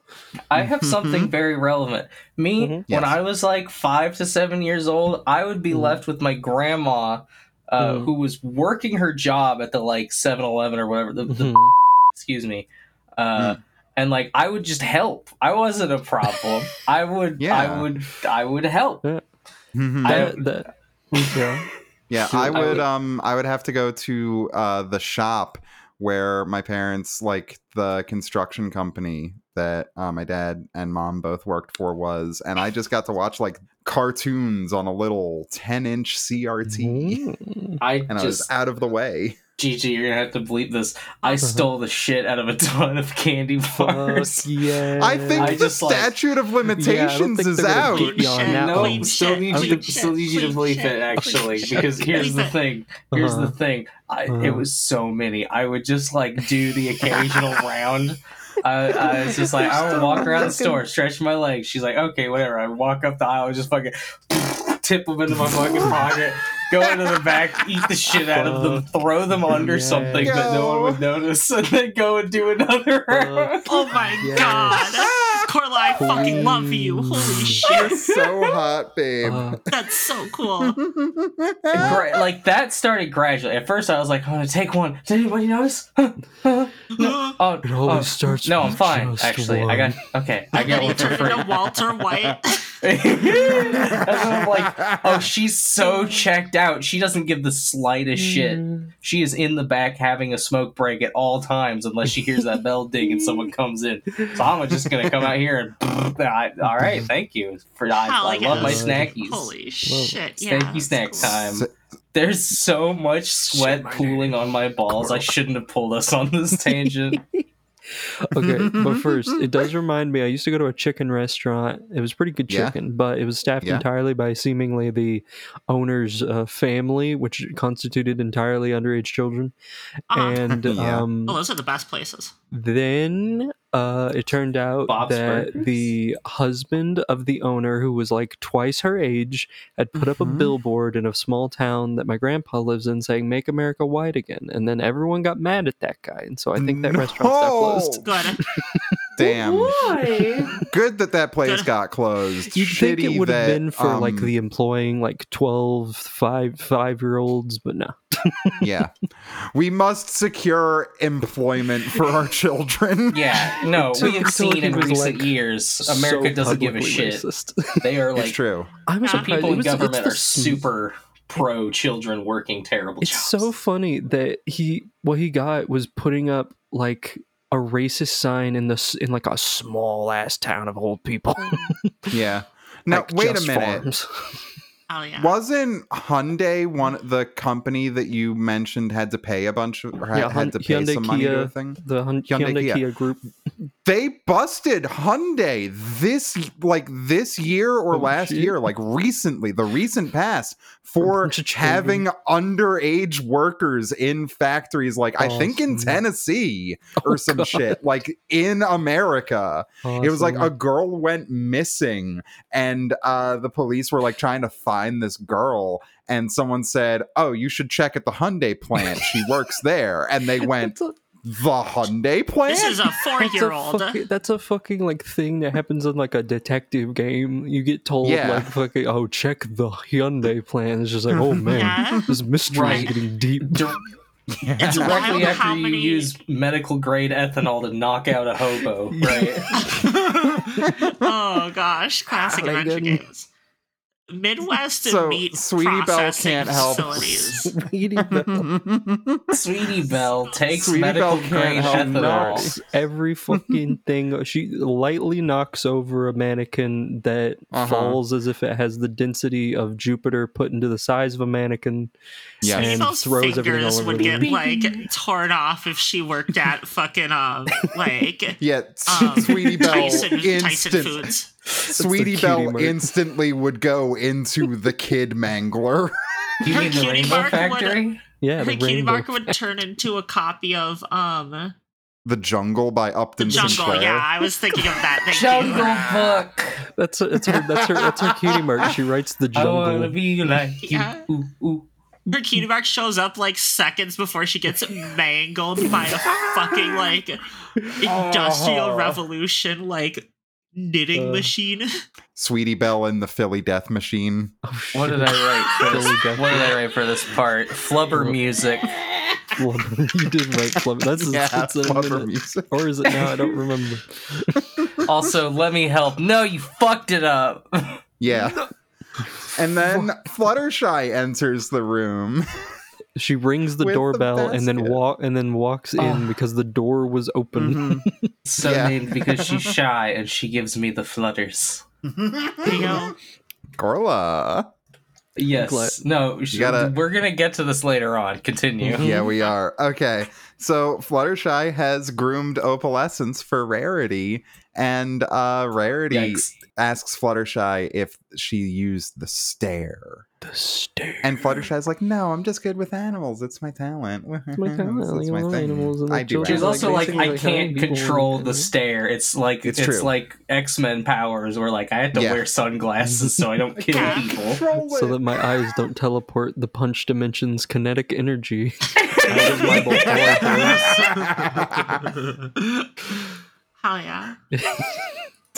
[SPEAKER 4] I have something
[SPEAKER 3] Mhm.
[SPEAKER 4] very relevant. Me,
[SPEAKER 1] Mhm.
[SPEAKER 4] when
[SPEAKER 3] Mm-hmm. Yes. Mm-hmm.
[SPEAKER 4] I was like five to seven years old, I would be
[SPEAKER 1] Mhm.
[SPEAKER 4] left with my grandma, uh,
[SPEAKER 1] Mhm.
[SPEAKER 4] who was working her job at the like 7 Eleven or whatever, the, the
[SPEAKER 3] Mm-hmm.
[SPEAKER 1] Mhm.
[SPEAKER 4] excuse me. Uh,
[SPEAKER 3] Mm.
[SPEAKER 4] And like I would just help. I wasn't a problem. I would,
[SPEAKER 3] Yeah.
[SPEAKER 4] I would, I would help.
[SPEAKER 3] Mhm.
[SPEAKER 4] I-
[SPEAKER 1] That- that- yeah.
[SPEAKER 3] yeah,
[SPEAKER 1] Sure.
[SPEAKER 3] I
[SPEAKER 1] I
[SPEAKER 3] would
[SPEAKER 4] would-
[SPEAKER 3] um I would have to go to uh the shop where my parents like the construction company that uh, my dad and mom both worked for was and I just got to watch like cartoons on a little 10-inch CRT
[SPEAKER 1] Mm.
[SPEAKER 4] I
[SPEAKER 3] and I was
[SPEAKER 4] just,
[SPEAKER 3] out of the way.
[SPEAKER 4] Gigi, you're gonna have to bleep this. I
[SPEAKER 1] Uh-huh.
[SPEAKER 4] stole the shit out of a ton of candy
[SPEAKER 1] Fuck
[SPEAKER 4] bars.
[SPEAKER 1] yeah.
[SPEAKER 3] I think
[SPEAKER 4] I
[SPEAKER 3] the
[SPEAKER 4] just, like-
[SPEAKER 3] statute of
[SPEAKER 1] don't
[SPEAKER 3] limitations
[SPEAKER 1] think
[SPEAKER 3] is
[SPEAKER 1] they're gonna
[SPEAKER 4] Oh,
[SPEAKER 3] out.
[SPEAKER 1] get you on that
[SPEAKER 4] no,
[SPEAKER 1] one.
[SPEAKER 4] still need
[SPEAKER 1] Bleep
[SPEAKER 4] you
[SPEAKER 1] shit,
[SPEAKER 4] to still need you to
[SPEAKER 2] bleep
[SPEAKER 4] believe
[SPEAKER 2] shit,
[SPEAKER 4] it
[SPEAKER 2] bleep
[SPEAKER 4] actually
[SPEAKER 2] shit.
[SPEAKER 4] because here's the
[SPEAKER 2] Bleep it.
[SPEAKER 4] thing. Here's the
[SPEAKER 1] Uh-huh.
[SPEAKER 4] thing. I,
[SPEAKER 1] Uh-huh.
[SPEAKER 4] It was so many. I would just like do the occasional round. I, I was just like, I would walk around the store, stretch my legs. She's like, okay, whatever. I walk up the aisle, just fucking tip them into my fucking pocket, go into the back, eat the shit out of them, throw them under
[SPEAKER 1] Yes.
[SPEAKER 4] something that no one would notice, and then go and do another round.
[SPEAKER 2] Oh my
[SPEAKER 1] Yes.
[SPEAKER 2] god. Corla, I fucking love you. Holy
[SPEAKER 1] Please.
[SPEAKER 2] shit.
[SPEAKER 3] You're so hot, babe.
[SPEAKER 1] Uh,
[SPEAKER 2] That's so cool.
[SPEAKER 4] Gra- like that started gradually. At first, I was like, "I'm gonna take one." Did anybody notice? Huh? Huh? Oh,
[SPEAKER 1] it always
[SPEAKER 4] oh,
[SPEAKER 1] starts.
[SPEAKER 4] No,
[SPEAKER 1] with
[SPEAKER 4] I'm fine.
[SPEAKER 1] just
[SPEAKER 4] Actually, I got okay. I
[SPEAKER 2] And then
[SPEAKER 4] got
[SPEAKER 2] he
[SPEAKER 4] one for
[SPEAKER 2] turned
[SPEAKER 4] free.
[SPEAKER 2] into Walter White.
[SPEAKER 4] That's what I'm like. Oh, she's so checked out. She doesn't give the slightest shit.
[SPEAKER 1] Mm.
[SPEAKER 4] She is in the back having a smoke break at all times, unless she hears that bell ding and someone comes in. So I'm just gonna come out here and. I, all right, thank you for. I,
[SPEAKER 2] Hell
[SPEAKER 4] I love my
[SPEAKER 1] yes.
[SPEAKER 4] snackies.
[SPEAKER 2] Holy shit. Yeah.
[SPEAKER 4] Snacky snack
[SPEAKER 2] that's cool.
[SPEAKER 4] time.
[SPEAKER 3] So-
[SPEAKER 4] There's so much sweat
[SPEAKER 1] Shit, my
[SPEAKER 4] pooling on my balls. I shouldn't have pulled us on this tangent.
[SPEAKER 1] okay, but first, it does remind me. I used to go to a chicken restaurant. It was pretty good
[SPEAKER 3] Yeah.
[SPEAKER 1] chicken, but it was staffed
[SPEAKER 3] Yeah.
[SPEAKER 1] entirely by seemingly the owner's uh, family, which constituted entirely underage children.
[SPEAKER 4] Ah.
[SPEAKER 2] Uh-huh.
[SPEAKER 1] And
[SPEAKER 3] Yeah.
[SPEAKER 2] Oh,
[SPEAKER 1] um,
[SPEAKER 2] those are the best places.
[SPEAKER 1] then uh, it turned out
[SPEAKER 4] Bob's
[SPEAKER 1] that
[SPEAKER 4] Burgers?
[SPEAKER 1] the husband of the owner, who was like twice her age, had put up a
[SPEAKER 3] Mhm.
[SPEAKER 1] billboard in a small town that my grandpa lives in, saying "Make America White Again." And then everyone got mad at that guy, and so I think that restaurant got closed.
[SPEAKER 3] No!
[SPEAKER 2] Good.
[SPEAKER 3] Damn. Good that that place
[SPEAKER 2] Good.
[SPEAKER 3] got closed.
[SPEAKER 1] You'd think it
[SPEAKER 3] Shitty
[SPEAKER 1] would have
[SPEAKER 3] that,
[SPEAKER 1] been for like
[SPEAKER 3] um,
[SPEAKER 1] the employing like 12, 5, 5 year olds, but no.
[SPEAKER 3] yeah. We must secure employment for our children.
[SPEAKER 4] Yeah, no,
[SPEAKER 1] It
[SPEAKER 4] we
[SPEAKER 1] took
[SPEAKER 4] have
[SPEAKER 1] till
[SPEAKER 4] seen
[SPEAKER 1] he
[SPEAKER 4] in
[SPEAKER 1] was,
[SPEAKER 4] recent
[SPEAKER 1] like,
[SPEAKER 4] years America
[SPEAKER 1] So
[SPEAKER 4] doesn't give a
[SPEAKER 1] publicly
[SPEAKER 4] shit.
[SPEAKER 1] racist.
[SPEAKER 4] They are
[SPEAKER 3] It's
[SPEAKER 4] like
[SPEAKER 3] true.
[SPEAKER 1] I'm
[SPEAKER 2] Yeah,
[SPEAKER 1] surprised
[SPEAKER 4] people
[SPEAKER 1] it
[SPEAKER 4] in
[SPEAKER 1] was- it's
[SPEAKER 4] government
[SPEAKER 1] the
[SPEAKER 4] are super pro children working terrible
[SPEAKER 1] It's
[SPEAKER 4] jobs.
[SPEAKER 1] so funny that he what he got was putting up like a racist sign in the s- in like a small ass town of old people.
[SPEAKER 3] Yeah. Now
[SPEAKER 1] Like,
[SPEAKER 3] wait a
[SPEAKER 1] just
[SPEAKER 3] minute.
[SPEAKER 1] farms.
[SPEAKER 2] Oh, yeah.
[SPEAKER 3] Wasn't Hyundai one the company that you mentioned had to pay a bunch of or had,
[SPEAKER 1] Yeah,
[SPEAKER 3] had to
[SPEAKER 1] Hyun-
[SPEAKER 3] pay
[SPEAKER 1] Hyundai,
[SPEAKER 3] some money to
[SPEAKER 1] Kia.
[SPEAKER 3] a thing?
[SPEAKER 1] The Hyun-
[SPEAKER 3] Hyundai
[SPEAKER 1] Hyundai,
[SPEAKER 3] Kia.
[SPEAKER 1] Kia group.
[SPEAKER 3] They busted Hyundai this like this year or
[SPEAKER 1] Oh,
[SPEAKER 3] last
[SPEAKER 1] shit.
[SPEAKER 3] year, like recently, the recent past
[SPEAKER 1] A
[SPEAKER 3] for
[SPEAKER 1] bunch of children. Oh,
[SPEAKER 3] having underage workers in factories like I think in
[SPEAKER 1] Awesome.
[SPEAKER 3] Tennessee
[SPEAKER 1] Oh,
[SPEAKER 3] or some shit, like in America. It was like a
[SPEAKER 1] Awesome.
[SPEAKER 3] girl went missing, and uh, the police were like trying to find this girl. And someone said, "Oh, you should check at the Hyundai plant. She works there." And they went,
[SPEAKER 1] That's a-
[SPEAKER 3] "The Hyundai plant."
[SPEAKER 2] This is a four
[SPEAKER 1] That's
[SPEAKER 2] year
[SPEAKER 1] a,
[SPEAKER 2] old.
[SPEAKER 1] fucking, that's a fucking like thing that happens in like a detective game. You get told
[SPEAKER 3] Yeah.
[SPEAKER 1] like fucking oh check the Hyundai plan. It's just like oh man,
[SPEAKER 2] Yeah.
[SPEAKER 1] this mystery is
[SPEAKER 4] Right.
[SPEAKER 1] getting deep.
[SPEAKER 4] Dir-
[SPEAKER 2] It's wild
[SPEAKER 4] directly after
[SPEAKER 2] how
[SPEAKER 4] you
[SPEAKER 2] many-
[SPEAKER 4] use medical grade ethanol to knock out a hobo, right?
[SPEAKER 2] oh, gosh. Classic
[SPEAKER 1] Golly,
[SPEAKER 2] adventure
[SPEAKER 1] goodness.
[SPEAKER 2] games. Midwest and
[SPEAKER 3] So,
[SPEAKER 2] meat
[SPEAKER 3] Sweetie Belle
[SPEAKER 2] processing
[SPEAKER 3] can't help.
[SPEAKER 2] facilities.
[SPEAKER 1] Weedy Bell.
[SPEAKER 4] Sweetie Belle takes
[SPEAKER 3] Sweetie
[SPEAKER 4] medical
[SPEAKER 3] Belle
[SPEAKER 4] grade
[SPEAKER 3] can't help
[SPEAKER 4] ethanol.
[SPEAKER 3] knocks.
[SPEAKER 1] Every fucking thing. She lightly knocks over a mannequin that
[SPEAKER 3] Uh-huh.
[SPEAKER 1] falls as if it has the density of Jupiter put into the size of a mannequin.
[SPEAKER 3] Yes.
[SPEAKER 1] And
[SPEAKER 2] Those
[SPEAKER 1] throws everything all
[SPEAKER 2] fingers
[SPEAKER 1] over
[SPEAKER 2] would
[SPEAKER 1] the
[SPEAKER 2] get
[SPEAKER 1] room.
[SPEAKER 2] like torn off if she worked at fucking um like
[SPEAKER 3] Yeah,
[SPEAKER 2] um,
[SPEAKER 3] Sweetie Belle
[SPEAKER 2] Tyson, Tyson
[SPEAKER 3] instant-
[SPEAKER 2] Foods.
[SPEAKER 1] That's the
[SPEAKER 3] Sweetie
[SPEAKER 1] cutie
[SPEAKER 3] Belle
[SPEAKER 1] mark.
[SPEAKER 3] instantly would go into the kid mangler.
[SPEAKER 4] You
[SPEAKER 2] Her
[SPEAKER 4] mean the
[SPEAKER 2] cutie
[SPEAKER 4] Rainbow
[SPEAKER 2] mark would-
[SPEAKER 4] Factory?
[SPEAKER 1] Yeah,
[SPEAKER 2] Her
[SPEAKER 1] the
[SPEAKER 2] cutie
[SPEAKER 1] rainbow.
[SPEAKER 2] mark would turn into a copy of um
[SPEAKER 3] the Jungle by
[SPEAKER 2] The
[SPEAKER 3] Upton
[SPEAKER 2] Jungle.
[SPEAKER 3] Sinclair.
[SPEAKER 2] Yeah, I was thinking of that. Thank
[SPEAKER 4] Jungle
[SPEAKER 2] you.
[SPEAKER 4] Book.
[SPEAKER 1] That's her, that's her that's her that's her cutie mark. She writes the
[SPEAKER 4] Oh, I wanna
[SPEAKER 1] jungle.
[SPEAKER 4] be like you.
[SPEAKER 2] Yeah.
[SPEAKER 4] Ooh, ooh.
[SPEAKER 2] Her cutie mark shows up like seconds before she gets mangled by a fucking like industrial
[SPEAKER 3] Oh.
[SPEAKER 2] revolution like knitting
[SPEAKER 1] Uh.
[SPEAKER 2] machine.
[SPEAKER 3] Sweetie Belle and the Philly Death Machine.
[SPEAKER 4] What did I write? For
[SPEAKER 1] Billy
[SPEAKER 4] this,
[SPEAKER 1] Death-
[SPEAKER 4] what did I write for this part? Flubber music.
[SPEAKER 1] Flubber. you did write flubber. That's a,
[SPEAKER 3] Yeah,
[SPEAKER 1] that's a
[SPEAKER 3] flubber
[SPEAKER 1] minute.
[SPEAKER 3] music.
[SPEAKER 1] Or is it now? I don't remember.
[SPEAKER 4] Also, let me help. No, you fucked it up.
[SPEAKER 3] Yeah. And then Fluttershy enters the room.
[SPEAKER 1] She rings the
[SPEAKER 3] With the
[SPEAKER 1] doorbell and then
[SPEAKER 3] basket.
[SPEAKER 1] walk and then walks in
[SPEAKER 4] Ah.
[SPEAKER 1] because the door was open.
[SPEAKER 4] So
[SPEAKER 3] Yeah.
[SPEAKER 4] named because she's shy and she gives me the flutters.
[SPEAKER 2] There you go.
[SPEAKER 3] Carla.
[SPEAKER 4] Yes.
[SPEAKER 1] Glut.
[SPEAKER 4] No, she,
[SPEAKER 3] gotta-
[SPEAKER 4] we're gonna get to this later on. Continue.
[SPEAKER 1] Mhm.
[SPEAKER 3] Yeah, we are. Okay. So Fluttershy has groomed Opalescence for Rarity, and uh, Rarity
[SPEAKER 4] Yikes.
[SPEAKER 3] asks Fluttershy if she used the stare.
[SPEAKER 1] The stairs.
[SPEAKER 3] And Fluttershy's like, no, I'm just good with animals. It's my talent. It's
[SPEAKER 1] my talent.
[SPEAKER 3] It's
[SPEAKER 1] I
[SPEAKER 3] my
[SPEAKER 1] love
[SPEAKER 3] thing.
[SPEAKER 1] animals and
[SPEAKER 3] I
[SPEAKER 1] like
[SPEAKER 3] do.
[SPEAKER 1] children.
[SPEAKER 4] She's
[SPEAKER 3] animals.
[SPEAKER 4] also like,
[SPEAKER 1] basically,
[SPEAKER 4] I
[SPEAKER 1] like, how many
[SPEAKER 4] can't
[SPEAKER 1] people
[SPEAKER 4] control
[SPEAKER 1] are
[SPEAKER 4] the
[SPEAKER 1] there?
[SPEAKER 4] stare. It's like
[SPEAKER 3] It's
[SPEAKER 4] it's,
[SPEAKER 3] true.
[SPEAKER 4] like X Men powers, where like I have to
[SPEAKER 3] Yeah.
[SPEAKER 4] wear sunglasses so I don't kill
[SPEAKER 2] Yeah.
[SPEAKER 4] people.
[SPEAKER 3] Control
[SPEAKER 1] so
[SPEAKER 3] it.
[SPEAKER 1] that my eyes don't teleport the punch dimension's kinetic energy out of my both
[SPEAKER 3] Damn.
[SPEAKER 2] Hell yeah.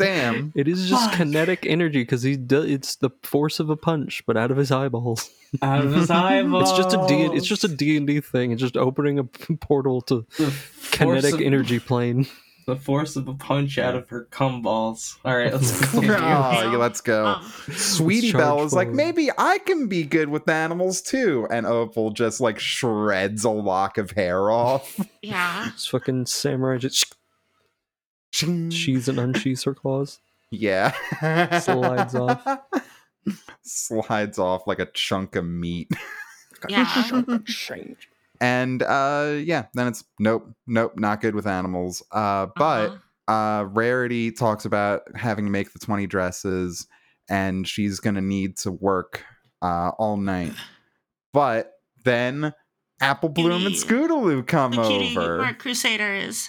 [SPEAKER 1] It is just
[SPEAKER 4] Fuck.
[SPEAKER 1] kinetic energy because he do, it's the force of a punch, but out of his eyeballs.
[SPEAKER 4] Out of his eyeballs.
[SPEAKER 1] It's just a
[SPEAKER 3] Oh.
[SPEAKER 1] D. It's just a D and D thing. It's just opening a p- portal to
[SPEAKER 4] The force
[SPEAKER 1] kinetic
[SPEAKER 4] of-
[SPEAKER 1] energy plane.
[SPEAKER 4] The force of a punch out of her cum balls. All right, let's continue.
[SPEAKER 3] Oh, yeah, let's go.
[SPEAKER 2] Um,
[SPEAKER 3] Sweetie
[SPEAKER 1] Let's
[SPEAKER 3] Belle
[SPEAKER 1] charge
[SPEAKER 3] is like,
[SPEAKER 1] forward.
[SPEAKER 3] maybe I can be good with animals too. And Opal just like shreds a lock of hair off.
[SPEAKER 2] yeah.
[SPEAKER 1] It's fucking samurai. Just
[SPEAKER 3] Shing.
[SPEAKER 1] sheathes and unsheathes her claws.
[SPEAKER 3] yeah.
[SPEAKER 1] Slides off.
[SPEAKER 3] Slides off like a chunk of meat.
[SPEAKER 2] Yeah.
[SPEAKER 3] And uh yeah, then it's nope, nope, not good with animals. Uh but
[SPEAKER 2] Uh-huh.
[SPEAKER 3] uh, Rarity talks about having to make the 20 dresses and she's going to need to work uh, all night. But then Apple Bloom and
[SPEAKER 2] Cutie.
[SPEAKER 3] Scootaloo come
[SPEAKER 2] the cutie
[SPEAKER 3] over.
[SPEAKER 2] mark crusaders.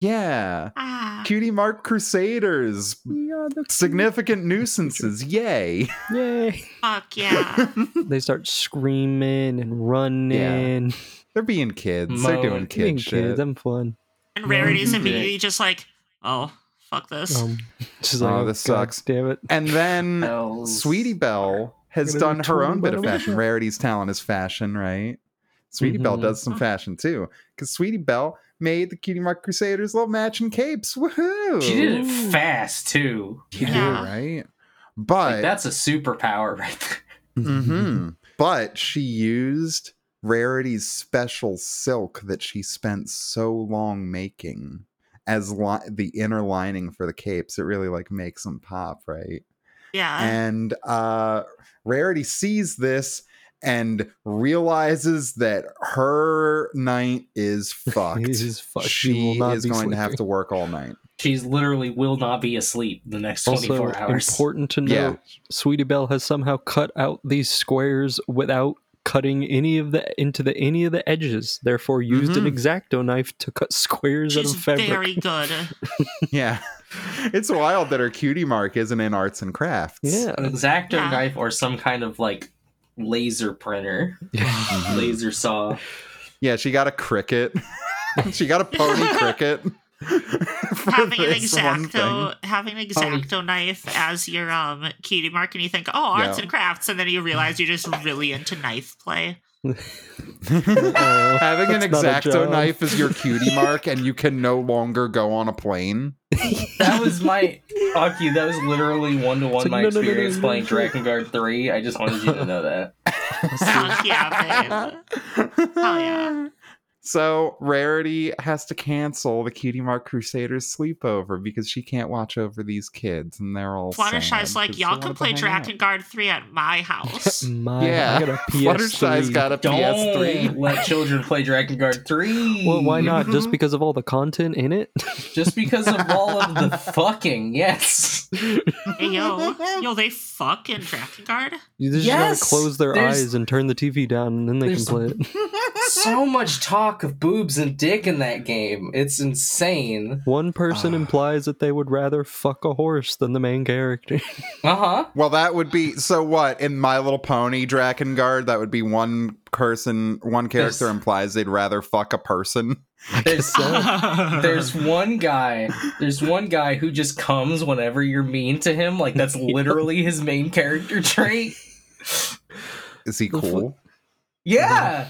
[SPEAKER 3] Yeah.
[SPEAKER 2] Ah.
[SPEAKER 3] Cutie Mark Crusaders. Significant nuisances. Yay.
[SPEAKER 1] Yay!
[SPEAKER 2] Fuck yeah.
[SPEAKER 1] They start screaming and running.
[SPEAKER 3] They're being kids. They're doing
[SPEAKER 4] Mowing.
[SPEAKER 3] kid
[SPEAKER 1] Being
[SPEAKER 3] shit.
[SPEAKER 1] kids, I'm fun.
[SPEAKER 2] And Rarity's
[SPEAKER 4] Mhm.
[SPEAKER 2] immediately just like, oh, fuck this.
[SPEAKER 1] Um, she's
[SPEAKER 3] Oh,
[SPEAKER 1] like,
[SPEAKER 3] this
[SPEAKER 1] God
[SPEAKER 3] sucks."
[SPEAKER 1] Damn it!
[SPEAKER 3] and then
[SPEAKER 4] Bells.
[SPEAKER 3] Sweetie Belle has
[SPEAKER 1] Gonna
[SPEAKER 3] done
[SPEAKER 1] be
[SPEAKER 3] her own
[SPEAKER 1] torn
[SPEAKER 3] bit
[SPEAKER 1] by
[SPEAKER 3] of
[SPEAKER 1] the
[SPEAKER 3] fashion.
[SPEAKER 1] wind.
[SPEAKER 3] Rarity's talent is fashion, right? Sweetie Belle
[SPEAKER 1] Mhm.
[SPEAKER 3] does some fashion too, because Sweetie Belle made the Cutie Mark Crusaders little matching capes. Woohoo!
[SPEAKER 4] She did it
[SPEAKER 1] Ooh.
[SPEAKER 4] fast too.
[SPEAKER 3] Yeah,
[SPEAKER 2] Yeah.
[SPEAKER 3] right.
[SPEAKER 4] Like,
[SPEAKER 3] But
[SPEAKER 4] that's a superpower right there.
[SPEAKER 1] Mm-hmm.
[SPEAKER 3] Mhm. but she used Rarity's special silk that she spent so long making as li- the inner lining for the capes. It really like makes them pop, right?
[SPEAKER 1] Uh-huh.
[SPEAKER 2] Yeah.
[SPEAKER 3] and uh rarity sees this and realizes that her night is fucked
[SPEAKER 1] This is fucked.
[SPEAKER 3] she
[SPEAKER 1] will not
[SPEAKER 3] is
[SPEAKER 1] be
[SPEAKER 3] going to have
[SPEAKER 1] sleeping.
[SPEAKER 3] to work all night
[SPEAKER 4] She's literally will not be asleep the next twenty
[SPEAKER 1] Also,
[SPEAKER 4] four hours.
[SPEAKER 1] important to note,
[SPEAKER 3] yeah
[SPEAKER 1] Sweetie Belle has somehow cut out these squares without cutting any of the into the any of the edges. Therefore, used an exacto knife to cut squares
[SPEAKER 2] She's
[SPEAKER 1] out of fabric.
[SPEAKER 2] very good.
[SPEAKER 3] yeah it's wild that her cutie mark isn't in arts and crafts
[SPEAKER 1] yeah,
[SPEAKER 4] An exacto
[SPEAKER 2] Yeah.
[SPEAKER 4] knife or some kind of like laser printer,
[SPEAKER 1] Mm-hmm.
[SPEAKER 3] Mhm.
[SPEAKER 4] laser saw.
[SPEAKER 3] yeah she got a cricket she got a pony cricket for
[SPEAKER 2] having an
[SPEAKER 3] this one thing.
[SPEAKER 2] exacto having an exacto knife as your um cutie mark and you think, oh, arts
[SPEAKER 3] Yeah.
[SPEAKER 2] and crafts, and then you realize you're just really into knife play.
[SPEAKER 1] Uh-oh.
[SPEAKER 3] Having an
[SPEAKER 1] That's not a
[SPEAKER 3] exacto
[SPEAKER 1] job.
[SPEAKER 3] knife is your cutie mark, and you can no longer go on a plane.
[SPEAKER 4] That was my fuck you. That was literally one to one
[SPEAKER 1] like,
[SPEAKER 4] my
[SPEAKER 1] no, no, no, no,
[SPEAKER 4] experience
[SPEAKER 1] no,
[SPEAKER 4] playing
[SPEAKER 1] no.
[SPEAKER 4] Dragon Guard three. I just wanted you to know that.
[SPEAKER 2] Fuck yeah, yeah.
[SPEAKER 3] So Rarity has to cancel the Cutie Mark Crusaders sleepover because she can't watch over these kids, and they're all.
[SPEAKER 2] Fluttershy's
[SPEAKER 3] sad
[SPEAKER 2] like,
[SPEAKER 3] because
[SPEAKER 2] y'all
[SPEAKER 3] they
[SPEAKER 2] can
[SPEAKER 3] wanted to
[SPEAKER 2] play
[SPEAKER 3] hang
[SPEAKER 2] Dragon Guard 3 at my house.
[SPEAKER 1] My,
[SPEAKER 3] Yeah.
[SPEAKER 1] I got a
[SPEAKER 3] out.
[SPEAKER 1] PS3.
[SPEAKER 3] Fluttershy's got a
[SPEAKER 4] Don't
[SPEAKER 3] PS3.
[SPEAKER 4] let children play Dragon Guard three.
[SPEAKER 1] well, why not? Just
[SPEAKER 2] Mhm.
[SPEAKER 1] because of all the content in it?
[SPEAKER 4] Just because of all of the fucking yes.
[SPEAKER 2] Hey, yo, yo, they fuck in Dragon Guard?
[SPEAKER 1] You just
[SPEAKER 4] Yes!
[SPEAKER 1] gotta close their
[SPEAKER 4] There's-
[SPEAKER 1] eyes and turn the TV down, and then they can
[SPEAKER 4] there's-
[SPEAKER 1] play it.
[SPEAKER 4] So much talk of boobs and dick in that game. It's insane.
[SPEAKER 1] One person
[SPEAKER 3] Ah.
[SPEAKER 1] implies that they would rather fuck a horse than the main character.
[SPEAKER 4] Uh huh.
[SPEAKER 3] Well, that would be so. What in My Little Pony Dragon Guard? That would be one person, one character
[SPEAKER 4] There's-
[SPEAKER 3] implies they'd rather fuck a person.
[SPEAKER 4] There's
[SPEAKER 2] There's
[SPEAKER 4] there's one guy. There's one guy who just comes whenever you're mean to him. Like that's literally his main character trait.
[SPEAKER 3] Is he
[SPEAKER 1] The fl-
[SPEAKER 3] cool?
[SPEAKER 4] Yeah.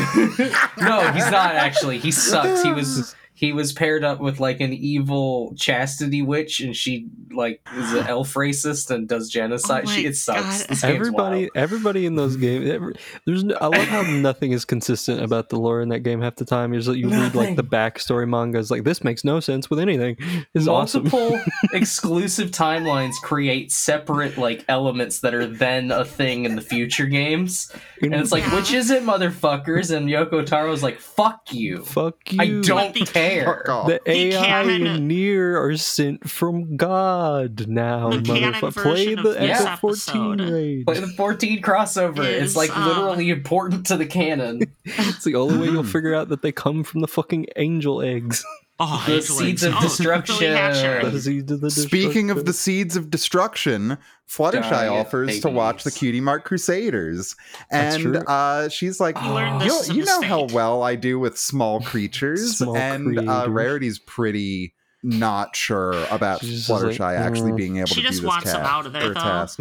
[SPEAKER 4] no, he's not actually. He sucks. He was he was paired up with like an evil chastity witch, and she like is an elf racist and does genocide.
[SPEAKER 2] Oh my
[SPEAKER 4] she it sucks.
[SPEAKER 2] God.
[SPEAKER 4] This game's
[SPEAKER 1] everybody,
[SPEAKER 4] wild.
[SPEAKER 1] everybody in those games. Every, there's, no, I love how nothing is consistent about the lore in that game half the time. Is that you read like the backstory mangas, like this makes no sense with anything. It's awesome.
[SPEAKER 4] Multiple exclusive timelines create separate like elements that are then a thing in the future games, and it's like, which is it, motherfuckers? And Yoko Taro's like, fuck you.
[SPEAKER 1] fuck you.
[SPEAKER 4] I don't
[SPEAKER 2] But the-
[SPEAKER 4] care.
[SPEAKER 3] Fuck off.
[SPEAKER 1] The
[SPEAKER 2] The
[SPEAKER 1] AI
[SPEAKER 2] canon-
[SPEAKER 1] and Nier are sent from God now.
[SPEAKER 2] The canon
[SPEAKER 1] motherfucker. Play
[SPEAKER 2] version
[SPEAKER 1] the
[SPEAKER 2] of this
[SPEAKER 1] XL14
[SPEAKER 2] episode.
[SPEAKER 1] raid.
[SPEAKER 4] Play the 14 crossover.
[SPEAKER 2] Is,
[SPEAKER 4] it's like
[SPEAKER 2] um,
[SPEAKER 4] literally important to the canon.
[SPEAKER 1] It's the only way you'll
[SPEAKER 3] Mhm.
[SPEAKER 1] figure out that they come from the fucking angel eggs.
[SPEAKER 2] oh,
[SPEAKER 4] The
[SPEAKER 2] Edwards.
[SPEAKER 4] seeds of
[SPEAKER 2] Oh,
[SPEAKER 4] destruction.
[SPEAKER 2] Billy Hatcher.
[SPEAKER 1] That is either the
[SPEAKER 3] Speaking of
[SPEAKER 1] destructive-
[SPEAKER 3] the seeds of destruction, Fluttershy
[SPEAKER 4] Giant
[SPEAKER 3] offers to watch the
[SPEAKER 4] babies.
[SPEAKER 3] Cutie Mark Crusaders,
[SPEAKER 1] That's
[SPEAKER 3] and
[SPEAKER 1] true.
[SPEAKER 3] uh, she's like,
[SPEAKER 2] You learned
[SPEAKER 3] "You,
[SPEAKER 2] this is a
[SPEAKER 3] you know
[SPEAKER 2] mistake.
[SPEAKER 3] how well I do with small creatures,"
[SPEAKER 1] Small
[SPEAKER 3] and uh,
[SPEAKER 1] creators.
[SPEAKER 3] Rarity's pretty not sure about
[SPEAKER 1] She's just
[SPEAKER 3] Fluttershy
[SPEAKER 1] like,
[SPEAKER 3] actually
[SPEAKER 1] "Mm."
[SPEAKER 3] being able
[SPEAKER 2] She
[SPEAKER 3] to
[SPEAKER 2] just
[SPEAKER 3] do this
[SPEAKER 2] wants him
[SPEAKER 3] ca-
[SPEAKER 2] out of there,
[SPEAKER 3] or
[SPEAKER 2] though.
[SPEAKER 3] task.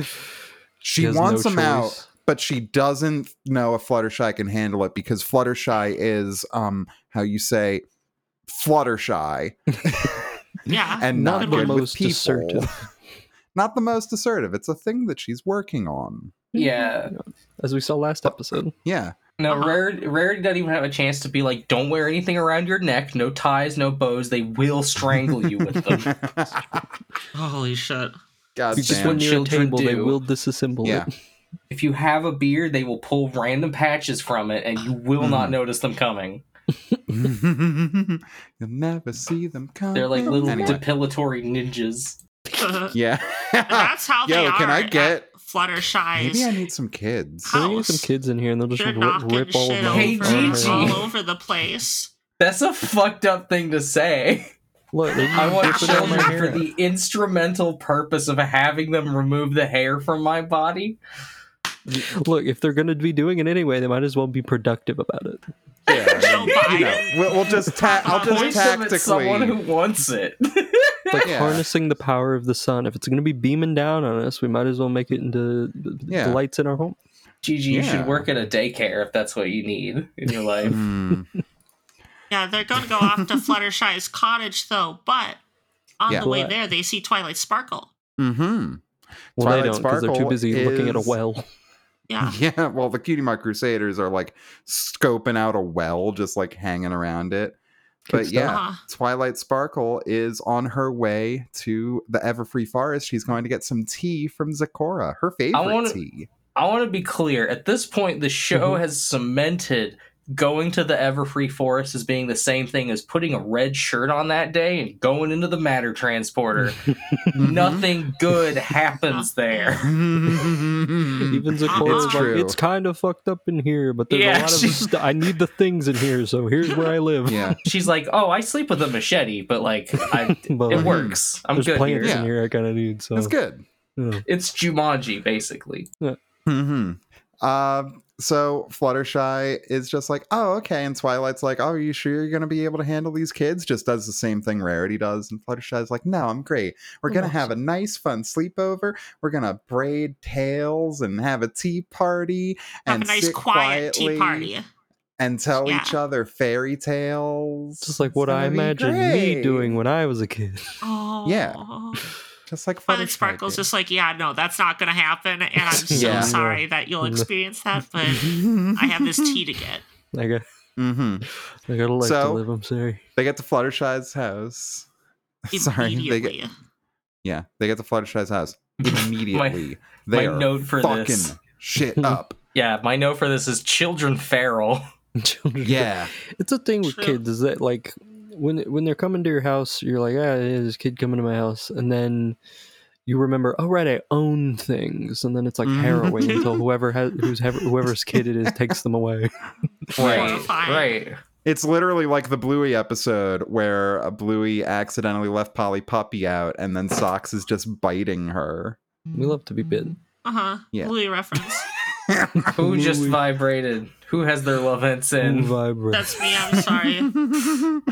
[SPEAKER 3] She,
[SPEAKER 1] has no
[SPEAKER 3] wants him out,
[SPEAKER 1] choice.
[SPEAKER 3] but she doesn't know if Fluttershy can handle it because Fluttershy is um how you say Fluttershy
[SPEAKER 2] Yeah.
[SPEAKER 3] and not,
[SPEAKER 1] Not the
[SPEAKER 3] good
[SPEAKER 1] most
[SPEAKER 3] with people.
[SPEAKER 1] assertive.
[SPEAKER 3] not the most assertive. It's a thing that she's working on.
[SPEAKER 4] Yeah.
[SPEAKER 1] as we saw last episode.
[SPEAKER 3] Yeah.
[SPEAKER 4] No,
[SPEAKER 2] Uh-huh.
[SPEAKER 4] Rarity, Rarity doesn't even have a chance to be like, don't wear anything around your neck, no ties, no bows. They will strangle you with them.
[SPEAKER 2] Holy shit.
[SPEAKER 3] God
[SPEAKER 1] You just
[SPEAKER 3] damn.
[SPEAKER 1] when
[SPEAKER 4] what
[SPEAKER 1] you're a
[SPEAKER 4] children
[SPEAKER 1] table, they
[SPEAKER 4] do.
[SPEAKER 1] will disassemble
[SPEAKER 3] Yeah.
[SPEAKER 1] it.
[SPEAKER 4] if you have a beard, they will pull random patches from it, and you will not notice them coming.
[SPEAKER 3] You'll never see them come.
[SPEAKER 4] They're like little
[SPEAKER 3] Anyway.
[SPEAKER 4] depilatory ninjas.
[SPEAKER 3] yeah.
[SPEAKER 2] that's how they
[SPEAKER 3] Ah, Yo,
[SPEAKER 2] are.
[SPEAKER 3] can I
[SPEAKER 2] at
[SPEAKER 3] get- Maybe I
[SPEAKER 2] Fluttershy's?
[SPEAKER 3] need some kids.
[SPEAKER 2] How-
[SPEAKER 1] So we need some
[SPEAKER 2] House.
[SPEAKER 1] kids in here, and they'll just
[SPEAKER 2] They're
[SPEAKER 1] rip,
[SPEAKER 2] knocking
[SPEAKER 1] rip all
[SPEAKER 2] shit
[SPEAKER 1] of
[SPEAKER 2] over,
[SPEAKER 4] Hey, Gigi.
[SPEAKER 2] all over the place.
[SPEAKER 4] That's a fucked up thing to say.
[SPEAKER 1] Look, they're just
[SPEAKER 4] I want
[SPEAKER 1] ripping all my
[SPEAKER 4] children
[SPEAKER 1] hair
[SPEAKER 4] for
[SPEAKER 1] out.
[SPEAKER 4] the instrumental purpose of having them remove the hair from my body.
[SPEAKER 1] Look, if they're going to be doing it anyway, they might as well be productive about it.
[SPEAKER 3] Yeah, I
[SPEAKER 2] Joe
[SPEAKER 3] mean, you know,
[SPEAKER 2] Biden.
[SPEAKER 3] we'll, we'll just ta- I'll
[SPEAKER 4] Point
[SPEAKER 3] just
[SPEAKER 4] them at
[SPEAKER 3] tactically.
[SPEAKER 4] someone who wants it.
[SPEAKER 1] It's like
[SPEAKER 3] Yeah.
[SPEAKER 1] harnessing the power of the sun. If it's going to be beaming down on us, we might as well make it into the- the
[SPEAKER 3] Yeah.
[SPEAKER 1] lights in our home.
[SPEAKER 4] Gigi, you
[SPEAKER 3] Yeah.
[SPEAKER 4] should work at a daycare if that's what you need in your life.
[SPEAKER 3] Hmm.
[SPEAKER 2] Yeah, they're going to go off to Fluttershy's cottage, though. But on
[SPEAKER 3] Yeah.
[SPEAKER 2] the way
[SPEAKER 1] What?
[SPEAKER 2] there, they see Twilight Sparkle.
[SPEAKER 3] Mm-hmm.
[SPEAKER 1] Well,
[SPEAKER 3] Twilight
[SPEAKER 1] they don't because they're too
[SPEAKER 3] Sparkle
[SPEAKER 1] busy looking at a
[SPEAKER 3] is-
[SPEAKER 1] well.
[SPEAKER 2] Yeah.
[SPEAKER 3] Yeah, well, the Cutie Mark Crusaders are like scoping out a well, just like hanging around it. But
[SPEAKER 1] Kickstart.
[SPEAKER 3] yeah,
[SPEAKER 2] Uh-huh.
[SPEAKER 3] Twilight Sparkle is on her way to the Everfree Forest. She's going to get some tea from Zakora, her favorite
[SPEAKER 4] wanna-
[SPEAKER 3] tea.
[SPEAKER 4] I want to be clear. At this point, the show
[SPEAKER 1] Mhm.
[SPEAKER 4] has cemented going to the Everfree Forest as being the same thing as putting a red shirt on that day and going into the matter transporter. Nothing good happens there.
[SPEAKER 3] Even
[SPEAKER 1] Even Zakora's
[SPEAKER 2] It's
[SPEAKER 1] like,
[SPEAKER 3] true.
[SPEAKER 1] it's kind of fucked up in here, but there's a
[SPEAKER 4] Yeah,
[SPEAKER 1] lot of
[SPEAKER 4] she-
[SPEAKER 1] st- I need the things in here, so here's where I live.
[SPEAKER 3] yeah,
[SPEAKER 4] She's like, "Oh, I sleep with a machete, but like, I,
[SPEAKER 1] But
[SPEAKER 4] it
[SPEAKER 1] like,
[SPEAKER 4] works. I'm
[SPEAKER 1] there's
[SPEAKER 4] good here."
[SPEAKER 1] plants
[SPEAKER 3] Yeah.
[SPEAKER 1] in here I kind of need. So
[SPEAKER 3] that's good.
[SPEAKER 1] yeah.
[SPEAKER 4] It's Jumanji, basically.
[SPEAKER 3] hmm Uh, so Fluttershy is just like, oh, okay. And Twilight's like, oh, are you sure you're going to be able to handle these kids? Just does the same thing Rarity does. And Fluttershy's like, no, I'm great.
[SPEAKER 2] Oh,
[SPEAKER 3] We're going to have a nice, fun sleepover. We're going to braid tails and have a tea party
[SPEAKER 2] Have
[SPEAKER 3] and
[SPEAKER 2] a nice
[SPEAKER 3] sit
[SPEAKER 2] quiet tea
[SPEAKER 3] quietly
[SPEAKER 2] party.
[SPEAKER 3] and tell
[SPEAKER 2] Yeah.
[SPEAKER 3] each other fairy tales.
[SPEAKER 1] Just like
[SPEAKER 3] It's
[SPEAKER 1] what I
[SPEAKER 3] gonna be
[SPEAKER 1] imagine me
[SPEAKER 3] great.
[SPEAKER 1] doing when I was a kid.
[SPEAKER 2] Oh.
[SPEAKER 3] Yeah. Just like
[SPEAKER 2] But then
[SPEAKER 3] Fluttershy
[SPEAKER 2] Sparkle's
[SPEAKER 3] did.
[SPEAKER 2] just like, yeah, no, that's not going to happen. And I'm so
[SPEAKER 3] Yeah.
[SPEAKER 2] sorry that you'll
[SPEAKER 1] No.
[SPEAKER 2] experience that, but I have this tea to get.
[SPEAKER 1] I got,
[SPEAKER 3] hmm
[SPEAKER 1] I got a life to
[SPEAKER 3] So-
[SPEAKER 1] live. I'm sorry.
[SPEAKER 3] They get to Fluttershy's house. Sorry, they
[SPEAKER 2] Immediately.
[SPEAKER 3] get, yeah, they get to Fluttershy's house immediately. they
[SPEAKER 4] my
[SPEAKER 3] are
[SPEAKER 4] note for
[SPEAKER 3] fucking
[SPEAKER 4] this-
[SPEAKER 3] shit up.
[SPEAKER 4] Yeah, my note for this is children feral.
[SPEAKER 1] Children-
[SPEAKER 3] yeah,
[SPEAKER 1] it's a thing with
[SPEAKER 2] True.
[SPEAKER 1] kids is that like when when they're coming to your house, you're like, ah, yeah, this kid coming to my house, and then you remember, oh right, I own things, and then it's like
[SPEAKER 3] Mhm.
[SPEAKER 1] harrowing until whoever has who's ever, whoever's kid it is takes them away.
[SPEAKER 4] Right,
[SPEAKER 2] Horrifying.
[SPEAKER 4] right.
[SPEAKER 3] it's literally like the Bluey episode where uh, Bluey accidentally left Polly Puppy out, and then Socks is just biting her.
[SPEAKER 1] We love to be bitten.
[SPEAKER 2] Uh huh.
[SPEAKER 3] Yeah.
[SPEAKER 2] Louis reference.
[SPEAKER 4] Who just
[SPEAKER 1] Ooh.
[SPEAKER 4] vibrated? Who has their love ensign?
[SPEAKER 1] Vibrate.
[SPEAKER 2] That's me. I'm sorry. Um,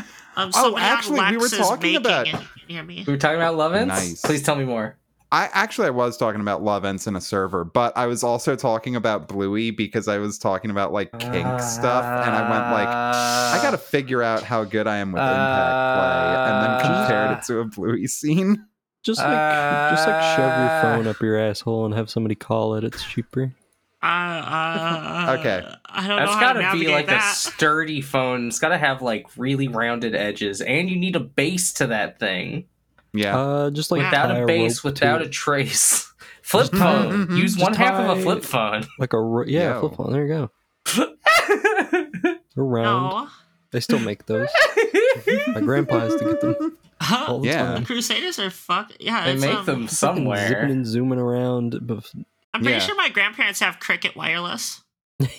[SPEAKER 2] somebody on
[SPEAKER 3] Oh, actually, we were
[SPEAKER 2] Lex is
[SPEAKER 3] talking
[SPEAKER 2] making
[SPEAKER 3] about-
[SPEAKER 2] it. Can you Hear me?
[SPEAKER 4] We were talking about love ents?
[SPEAKER 3] Nice.
[SPEAKER 4] Please tell me more.
[SPEAKER 3] I actually I was talking about love ends in a server, but I was also talking about Bluey because I was talking about like kink stuff, and I went like, I gotta figure out how good I am with impact play, and then compared it to a Bluey scene.
[SPEAKER 1] Just like just like shove
[SPEAKER 3] Uh,
[SPEAKER 1] your phone up your asshole and have somebody call it. It's cheaper.
[SPEAKER 2] Uh, uh,
[SPEAKER 3] Okay.
[SPEAKER 2] I don't know
[SPEAKER 4] That's
[SPEAKER 2] how to
[SPEAKER 4] gotta
[SPEAKER 2] navigate
[SPEAKER 4] be like a
[SPEAKER 2] that.
[SPEAKER 4] sturdy phone. It's gotta have like really rounded edges, and you need a base to that thing.
[SPEAKER 3] Yeah,
[SPEAKER 1] Uh, just like
[SPEAKER 4] without
[SPEAKER 1] tie
[SPEAKER 4] a base,
[SPEAKER 1] rope to
[SPEAKER 4] without
[SPEAKER 1] it.
[SPEAKER 4] a trace. Flip
[SPEAKER 3] Mhm,
[SPEAKER 4] phone.
[SPEAKER 3] mhm.
[SPEAKER 4] Use
[SPEAKER 1] Just
[SPEAKER 4] one half of
[SPEAKER 1] tie-
[SPEAKER 4] a flip phone.
[SPEAKER 1] like a ro- yeah
[SPEAKER 3] Yo.
[SPEAKER 1] flip phone. There you go. They're round.
[SPEAKER 2] No.
[SPEAKER 1] They still make those. My grandpa has to get them all the
[SPEAKER 3] Yeah.
[SPEAKER 1] time.
[SPEAKER 2] The Crusaders are fuck. Yeah,
[SPEAKER 4] they
[SPEAKER 2] it's,
[SPEAKER 4] make
[SPEAKER 2] um,
[SPEAKER 4] them
[SPEAKER 1] Fucking Zipping
[SPEAKER 4] somewhere.
[SPEAKER 1] and zooming around. bef-
[SPEAKER 2] I'm pretty
[SPEAKER 3] Yeah.
[SPEAKER 2] sure my grandparents have Cricket wireless.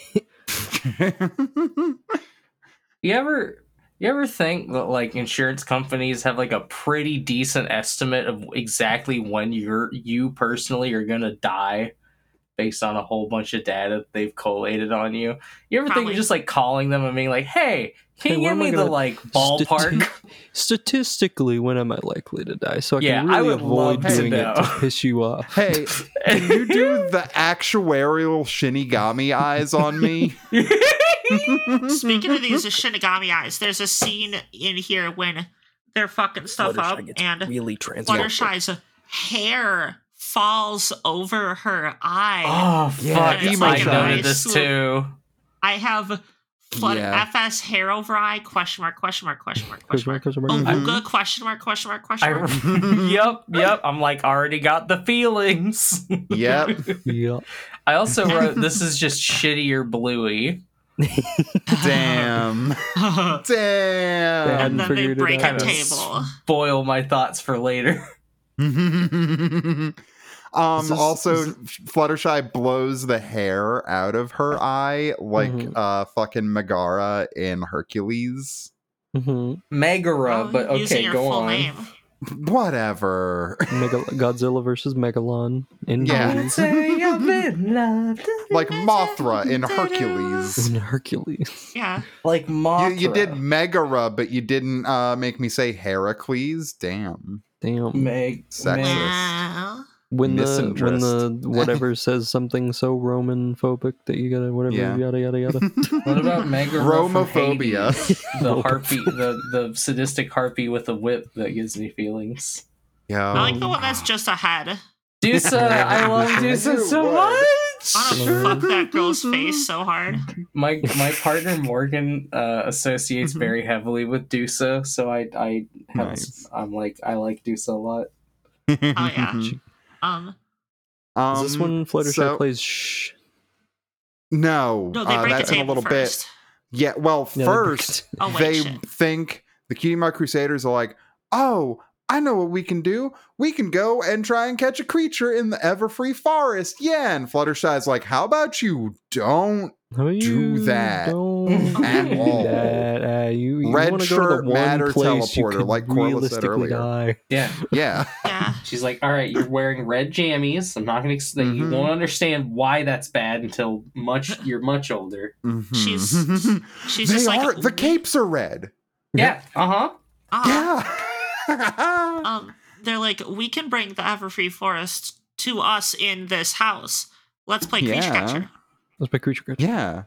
[SPEAKER 4] You ever you ever think that like insurance companies have like a pretty decent estimate of exactly when you're you personally are gonna die based on a whole bunch of data that they've collated on you? You ever think
[SPEAKER 2] Probably.
[SPEAKER 4] you're just like calling them and being like, hey, can
[SPEAKER 1] Hey,
[SPEAKER 4] you
[SPEAKER 1] where
[SPEAKER 4] give
[SPEAKER 1] am I
[SPEAKER 4] me the
[SPEAKER 1] gonna-
[SPEAKER 4] like ballpark?
[SPEAKER 1] Stati- statistically, when am I likely to die? So I
[SPEAKER 4] Yeah,
[SPEAKER 1] can
[SPEAKER 4] I
[SPEAKER 1] really
[SPEAKER 4] would
[SPEAKER 1] avoid
[SPEAKER 4] love
[SPEAKER 3] to
[SPEAKER 1] doing it to
[SPEAKER 4] know.
[SPEAKER 1] piss you off.
[SPEAKER 3] hey, can you do the actuarial Shinigami eyes on me? Oh,
[SPEAKER 2] Speaking of these Shinigami eyes, there's a scene in here when they're fucking stuff up and
[SPEAKER 1] really transformed.
[SPEAKER 2] Fluttershy's hair falls over her eye.
[SPEAKER 4] oh
[SPEAKER 3] Yeah,
[SPEAKER 4] fuck,
[SPEAKER 2] it's
[SPEAKER 4] I
[SPEAKER 2] like a
[SPEAKER 4] noted
[SPEAKER 2] nice
[SPEAKER 4] this
[SPEAKER 2] little-
[SPEAKER 4] too.
[SPEAKER 2] I have Flut-
[SPEAKER 3] Yeah.
[SPEAKER 2] FS hair over eye question mark question mark question mark question mark.
[SPEAKER 1] Fluttershy.
[SPEAKER 3] Mhm.
[SPEAKER 2] Ooga question mark question mark question
[SPEAKER 4] I
[SPEAKER 2] mark.
[SPEAKER 3] Mm-hmm.
[SPEAKER 4] yep, yep. I'm like already got the feelings.
[SPEAKER 3] yep.
[SPEAKER 1] Yeah.
[SPEAKER 4] I also wrote this is just shittier bluey.
[SPEAKER 3] Damn. Damn.
[SPEAKER 2] and then they
[SPEAKER 1] Figured it
[SPEAKER 2] break a
[SPEAKER 4] out.
[SPEAKER 2] table. Oh,
[SPEAKER 4] Boil my thoughts for later.
[SPEAKER 3] um
[SPEAKER 1] This is-
[SPEAKER 3] also
[SPEAKER 1] this-
[SPEAKER 3] fluttershy blows the hair out of her eye like
[SPEAKER 1] Mhm.
[SPEAKER 3] uh fucking megara in hercules
[SPEAKER 1] hmm
[SPEAKER 4] Megara,
[SPEAKER 2] Oh,
[SPEAKER 4] but
[SPEAKER 2] using
[SPEAKER 4] okay,
[SPEAKER 2] your
[SPEAKER 4] go
[SPEAKER 2] full
[SPEAKER 4] on.
[SPEAKER 2] name.
[SPEAKER 3] whatever
[SPEAKER 1] Megal- Godzilla versus Megalon in
[SPEAKER 3] Yeah.
[SPEAKER 1] Hades.
[SPEAKER 4] Say I've been loved.
[SPEAKER 3] like mothra in hercules
[SPEAKER 1] in Hercules.
[SPEAKER 2] Yeah.
[SPEAKER 4] Like
[SPEAKER 3] you,
[SPEAKER 4] Mothra.
[SPEAKER 3] you did megara but you didn't uh make me say heracles damn
[SPEAKER 1] Damn.
[SPEAKER 4] Meg.
[SPEAKER 3] Sexist.
[SPEAKER 4] Meg.
[SPEAKER 2] Well,
[SPEAKER 1] when the when the
[SPEAKER 3] Misandrist.
[SPEAKER 1] whatever says something so Roman phobic that you gotta whatever
[SPEAKER 3] Yeah.
[SPEAKER 1] yada yada yada.
[SPEAKER 4] What about Megara?
[SPEAKER 3] Romophobia.
[SPEAKER 4] Romophobia. The harpy, the the sadistic harpy with a whip that gives me feelings.
[SPEAKER 3] yeah
[SPEAKER 2] I like the one that's just a head.
[SPEAKER 4] Dusa, I love Dusa so much.
[SPEAKER 2] I want to fuck that girl's face so hard.
[SPEAKER 4] my my partner Morgan uh, associates
[SPEAKER 3] Mhm.
[SPEAKER 4] very heavily with Dusa, so I I have,
[SPEAKER 3] Nice.
[SPEAKER 4] I'm like I like Dusa a lot.
[SPEAKER 2] Oh, yeah. Um,
[SPEAKER 1] Is this
[SPEAKER 3] Um,
[SPEAKER 1] when Fluttershy
[SPEAKER 3] so-
[SPEAKER 1] plays shh?
[SPEAKER 3] no,
[SPEAKER 2] no, they
[SPEAKER 3] uh,
[SPEAKER 2] break
[SPEAKER 3] that's
[SPEAKER 2] a
[SPEAKER 3] in a
[SPEAKER 2] table
[SPEAKER 3] little bit
[SPEAKER 2] first.
[SPEAKER 3] Yeah, well,
[SPEAKER 1] Yeah, they
[SPEAKER 3] first
[SPEAKER 2] Oh, wait,
[SPEAKER 3] they
[SPEAKER 2] shit.
[SPEAKER 3] think the Cutie Mark Crusaders are like, oh, I know what we can do. We can go and try and catch a creature in the Everfree Forest. Yeah. And Fluttershy's like, How about you don't?
[SPEAKER 1] No, you
[SPEAKER 3] that
[SPEAKER 1] don't
[SPEAKER 3] at
[SPEAKER 1] do
[SPEAKER 3] all.
[SPEAKER 1] that. Uh, you you
[SPEAKER 3] Red
[SPEAKER 1] want to go to
[SPEAKER 3] shirt,
[SPEAKER 1] the one
[SPEAKER 3] matter,
[SPEAKER 1] place you
[SPEAKER 3] teleporter,
[SPEAKER 1] could
[SPEAKER 3] like Corliss said
[SPEAKER 1] realistically
[SPEAKER 3] earlier.
[SPEAKER 1] die.
[SPEAKER 4] Yeah.
[SPEAKER 3] Yeah.
[SPEAKER 2] Yeah.
[SPEAKER 4] She's like, all right, you're wearing red jammies. I'm not going to explain. You
[SPEAKER 3] Mhm.
[SPEAKER 4] won't understand why that's bad until much you're much older.
[SPEAKER 2] She's-
[SPEAKER 3] Mhm.
[SPEAKER 2] She's
[SPEAKER 3] they
[SPEAKER 2] just like
[SPEAKER 3] are, the capes are red.
[SPEAKER 4] Yeah. Uh huh.
[SPEAKER 2] uh,
[SPEAKER 3] yeah.
[SPEAKER 2] um they're like we can bring the everfree forest to us in this house let's play creature
[SPEAKER 3] Yeah.
[SPEAKER 2] catcher
[SPEAKER 1] That's my creature catcher.
[SPEAKER 3] Yeah.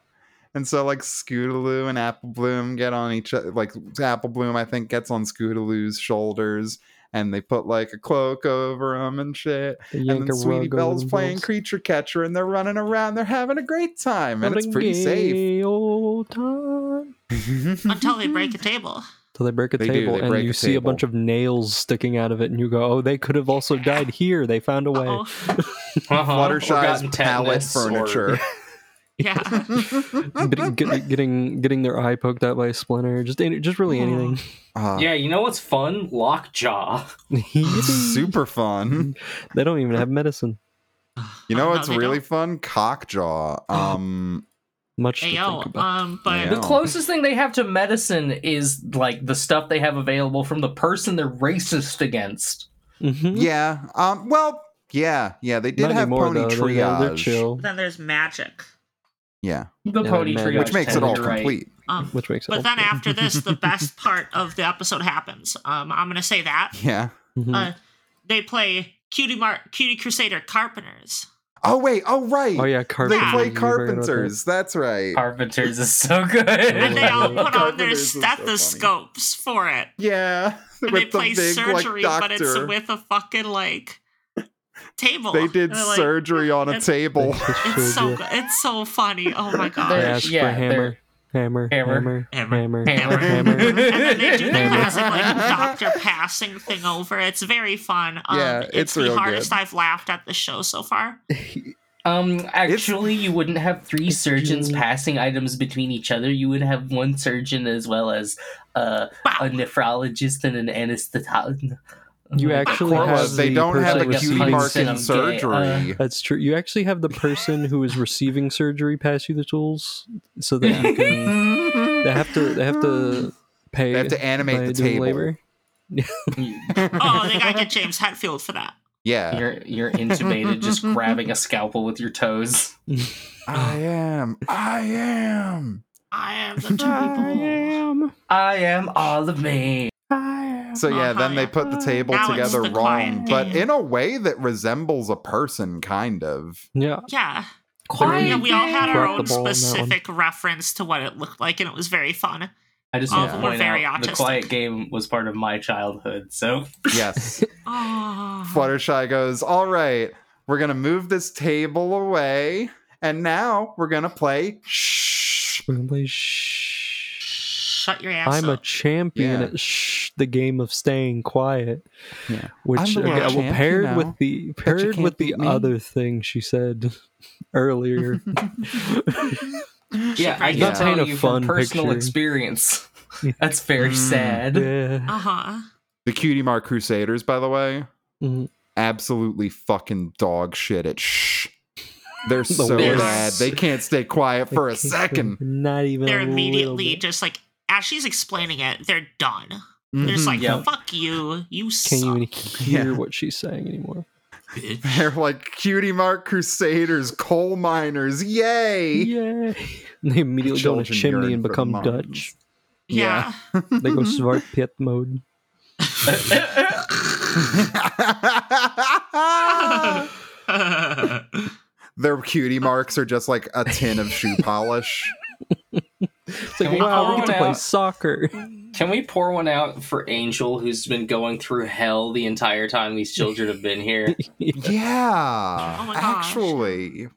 [SPEAKER 3] And so like Scootaloo and Apple Bloom get on each other like Apple Bloom, I think, gets on Scootaloo's shoulders and they put like a cloak over him and shit.
[SPEAKER 1] They
[SPEAKER 3] And
[SPEAKER 1] yank
[SPEAKER 3] then
[SPEAKER 1] a
[SPEAKER 3] Sweetie
[SPEAKER 1] rug over
[SPEAKER 3] Belle's
[SPEAKER 1] them
[SPEAKER 3] playing
[SPEAKER 1] balls.
[SPEAKER 3] creature catcher and they're running around, they're having a great time, and it's
[SPEAKER 1] Having
[SPEAKER 3] pretty safe.
[SPEAKER 1] gay Old time.
[SPEAKER 2] until they break a table
[SPEAKER 1] So they break a
[SPEAKER 3] They do,
[SPEAKER 1] table
[SPEAKER 3] they
[SPEAKER 1] and
[SPEAKER 3] break
[SPEAKER 1] you
[SPEAKER 3] a
[SPEAKER 1] see a bunch of nails sticking out of it, and you go, "Oh, they could have also died here. They found a way."
[SPEAKER 2] oh
[SPEAKER 4] Uh-huh.
[SPEAKER 3] Fluttershy's pallet furniture.
[SPEAKER 2] yeah
[SPEAKER 1] getting, get- getting getting their eye poked out by a splinter. Just any, just really
[SPEAKER 2] Aw.
[SPEAKER 1] anything.
[SPEAKER 3] Uh,
[SPEAKER 4] yeah, you know what's fun? Lockjaw.
[SPEAKER 1] Yippee.
[SPEAKER 3] super fun.
[SPEAKER 1] They don't even have medicine.
[SPEAKER 3] You know
[SPEAKER 2] Oh, no,
[SPEAKER 3] what's
[SPEAKER 2] they
[SPEAKER 3] really
[SPEAKER 2] don't.
[SPEAKER 3] fun? Cockjaw. Um
[SPEAKER 1] Much to
[SPEAKER 2] Ayo,
[SPEAKER 1] think about.
[SPEAKER 2] um but
[SPEAKER 3] Yeah.
[SPEAKER 4] The closest thing they have to medicine is like the stuff they have available from the person they're racist against.
[SPEAKER 3] Mm-hmm.
[SPEAKER 1] Mhm.
[SPEAKER 2] Mm-hmm.
[SPEAKER 3] yeah. Um well, yeah, yeah, they did
[SPEAKER 1] Not
[SPEAKER 3] have
[SPEAKER 1] anymore,
[SPEAKER 3] pony
[SPEAKER 1] though. They're-
[SPEAKER 3] triage.
[SPEAKER 1] They're, they're chill,
[SPEAKER 2] then there's magic
[SPEAKER 3] Yeah.
[SPEAKER 4] The
[SPEAKER 1] Yeah,
[SPEAKER 4] pony
[SPEAKER 1] man.
[SPEAKER 4] tree,
[SPEAKER 3] Which makes it all
[SPEAKER 4] right.
[SPEAKER 3] complete.
[SPEAKER 2] um
[SPEAKER 1] which makes
[SPEAKER 2] but
[SPEAKER 1] sense.
[SPEAKER 2] then after this the best part of the episode happens um i'm gonna say that
[SPEAKER 3] Yeah.
[SPEAKER 1] Mhm.
[SPEAKER 2] uh they play cutie Mar- cutie crusader carpenters
[SPEAKER 3] Oh wait. Oh right.
[SPEAKER 1] oh yeah,
[SPEAKER 3] They
[SPEAKER 1] carpenters.
[SPEAKER 2] Yeah.
[SPEAKER 3] play
[SPEAKER 1] You forgot about that.
[SPEAKER 3] carpenters. That's right.
[SPEAKER 4] Carpenters is so good.
[SPEAKER 2] and they all put on their
[SPEAKER 3] Carpenters is so funny.
[SPEAKER 2] stethoscopes for it
[SPEAKER 3] yeah.
[SPEAKER 2] and they play surgery but it's with a fucking like table
[SPEAKER 3] they did
[SPEAKER 2] And they're like,
[SPEAKER 3] surgery on a
[SPEAKER 2] it's-
[SPEAKER 3] table.
[SPEAKER 1] It's
[SPEAKER 2] It's so
[SPEAKER 1] good.
[SPEAKER 2] good. It's so funny. Oh my
[SPEAKER 1] They
[SPEAKER 2] god.
[SPEAKER 4] They're-
[SPEAKER 1] ask for
[SPEAKER 4] yeah,
[SPEAKER 1] hammer, hammer,
[SPEAKER 4] hammer,
[SPEAKER 1] hammer,
[SPEAKER 2] hammer,
[SPEAKER 1] hammer,
[SPEAKER 4] hammer.
[SPEAKER 1] hammer.
[SPEAKER 2] And then they do the
[SPEAKER 1] Hammer.
[SPEAKER 2] classic like doctor passing thing over. It's very fun. Um,
[SPEAKER 3] Yeah,
[SPEAKER 2] it's,
[SPEAKER 3] it's
[SPEAKER 2] the
[SPEAKER 3] real
[SPEAKER 2] hardest
[SPEAKER 3] good.
[SPEAKER 2] I've laughed at the show so far.
[SPEAKER 4] Um, actually, you wouldn't have three surgeons passing items between each other. You would have one surgeon as well as uh, a
[SPEAKER 2] Wow.
[SPEAKER 4] nephrologist and an anesthetologist.
[SPEAKER 1] You actually
[SPEAKER 3] Well,
[SPEAKER 1] have
[SPEAKER 3] they
[SPEAKER 1] the
[SPEAKER 3] don't have
[SPEAKER 1] person
[SPEAKER 3] a
[SPEAKER 4] like a
[SPEAKER 3] cutie
[SPEAKER 1] receiving-
[SPEAKER 3] mark
[SPEAKER 4] Hudson
[SPEAKER 3] in
[SPEAKER 4] gay,
[SPEAKER 3] surgery.
[SPEAKER 1] That's true. You actually have the person who is receiving surgery pass you the tools so that you can. They have to. They have to pay.
[SPEAKER 3] They have to
[SPEAKER 1] by
[SPEAKER 3] animate the
[SPEAKER 1] doing
[SPEAKER 3] table.
[SPEAKER 1] labor.
[SPEAKER 2] Oh, they gotta get James Hetfield for that.
[SPEAKER 3] Yeah.
[SPEAKER 4] You're you're intubated, just grabbing a scalpel with your toes.
[SPEAKER 3] I am. I am.
[SPEAKER 2] I am the two people.
[SPEAKER 4] I am all of me.
[SPEAKER 3] So yeah,
[SPEAKER 2] Uh-huh,
[SPEAKER 3] then they
[SPEAKER 2] yeah.
[SPEAKER 3] put the table
[SPEAKER 2] Now it's
[SPEAKER 3] together
[SPEAKER 2] the
[SPEAKER 3] wrong,
[SPEAKER 2] quiet
[SPEAKER 3] but
[SPEAKER 2] game.
[SPEAKER 3] in a way that resembles a person, kind of.
[SPEAKER 1] Yeah.
[SPEAKER 2] Yeah.
[SPEAKER 1] Quiet
[SPEAKER 2] yeah, we all had our
[SPEAKER 1] Drop the
[SPEAKER 2] own
[SPEAKER 1] ball on that one.
[SPEAKER 2] specific reference to what it looked like, and it was very fun.
[SPEAKER 4] I just
[SPEAKER 2] Oh,
[SPEAKER 4] want to
[SPEAKER 2] we're
[SPEAKER 4] point
[SPEAKER 2] very
[SPEAKER 4] out the
[SPEAKER 2] autistic.
[SPEAKER 4] Quiet Game was part of my childhood, so
[SPEAKER 3] Yes.
[SPEAKER 2] Oh.
[SPEAKER 3] Fluttershy goes, All right, we're going to move this table away. And now we're going to play shh.
[SPEAKER 1] We're gonna play shh.
[SPEAKER 2] Shut your ass
[SPEAKER 1] I'm a
[SPEAKER 2] up.
[SPEAKER 1] champion
[SPEAKER 3] Yeah.
[SPEAKER 1] at shh, the game of staying quiet.
[SPEAKER 3] Yeah. I'm
[SPEAKER 1] Which
[SPEAKER 3] the
[SPEAKER 1] okay,
[SPEAKER 3] world
[SPEAKER 1] well,
[SPEAKER 3] champ, you
[SPEAKER 1] paired
[SPEAKER 3] know,
[SPEAKER 1] with the paired
[SPEAKER 3] can't
[SPEAKER 1] with the
[SPEAKER 3] beat me.
[SPEAKER 1] other thing she said earlier.
[SPEAKER 4] yeah, I can
[SPEAKER 3] Yeah.
[SPEAKER 4] tell
[SPEAKER 1] Paint a
[SPEAKER 4] you
[SPEAKER 1] fun
[SPEAKER 4] from personal
[SPEAKER 1] picture.
[SPEAKER 4] experience. That's very
[SPEAKER 3] Mm.
[SPEAKER 4] sad.
[SPEAKER 1] yeah.
[SPEAKER 2] uh huh.
[SPEAKER 3] The Cutie Mark Crusaders, by the way,
[SPEAKER 1] Mhm.
[SPEAKER 3] absolutely fucking dog shit at shh. They're so
[SPEAKER 1] worst.
[SPEAKER 3] bad. They can't stay quiet for a
[SPEAKER 1] Like,
[SPEAKER 3] second.
[SPEAKER 1] Not even.
[SPEAKER 2] They're
[SPEAKER 1] a little
[SPEAKER 2] immediately
[SPEAKER 1] bit.
[SPEAKER 2] just like, as she's explaining it, they're done. They're
[SPEAKER 1] Mm-hmm.
[SPEAKER 3] Mhm.
[SPEAKER 2] just like,
[SPEAKER 4] Yeah.
[SPEAKER 2] fuck you. You
[SPEAKER 1] Can't
[SPEAKER 2] suck,
[SPEAKER 1] even hear
[SPEAKER 3] Yeah.
[SPEAKER 1] what she's saying anymore.
[SPEAKER 2] bitch.
[SPEAKER 3] They're like Cutie Mark Crusaders, coal miners, yay!
[SPEAKER 1] Yay! And they immediately go in a
[SPEAKER 3] Children
[SPEAKER 1] chimney
[SPEAKER 3] yearn
[SPEAKER 1] and
[SPEAKER 3] for
[SPEAKER 1] become
[SPEAKER 3] moms.
[SPEAKER 1] Dutch.
[SPEAKER 2] Yeah.
[SPEAKER 1] They go Svart Piet mode.
[SPEAKER 3] Their cutie marks are just like a tin of shoe polish.
[SPEAKER 1] It's like,
[SPEAKER 4] Can we
[SPEAKER 1] wow, we
[SPEAKER 4] call
[SPEAKER 1] get to
[SPEAKER 4] it
[SPEAKER 1] play
[SPEAKER 4] out?
[SPEAKER 1] soccer.
[SPEAKER 4] Can we pour one out for Angel, who's been going through hell the entire time these children have been here?
[SPEAKER 3] Yeah.
[SPEAKER 2] Oh my gosh.
[SPEAKER 3] actually,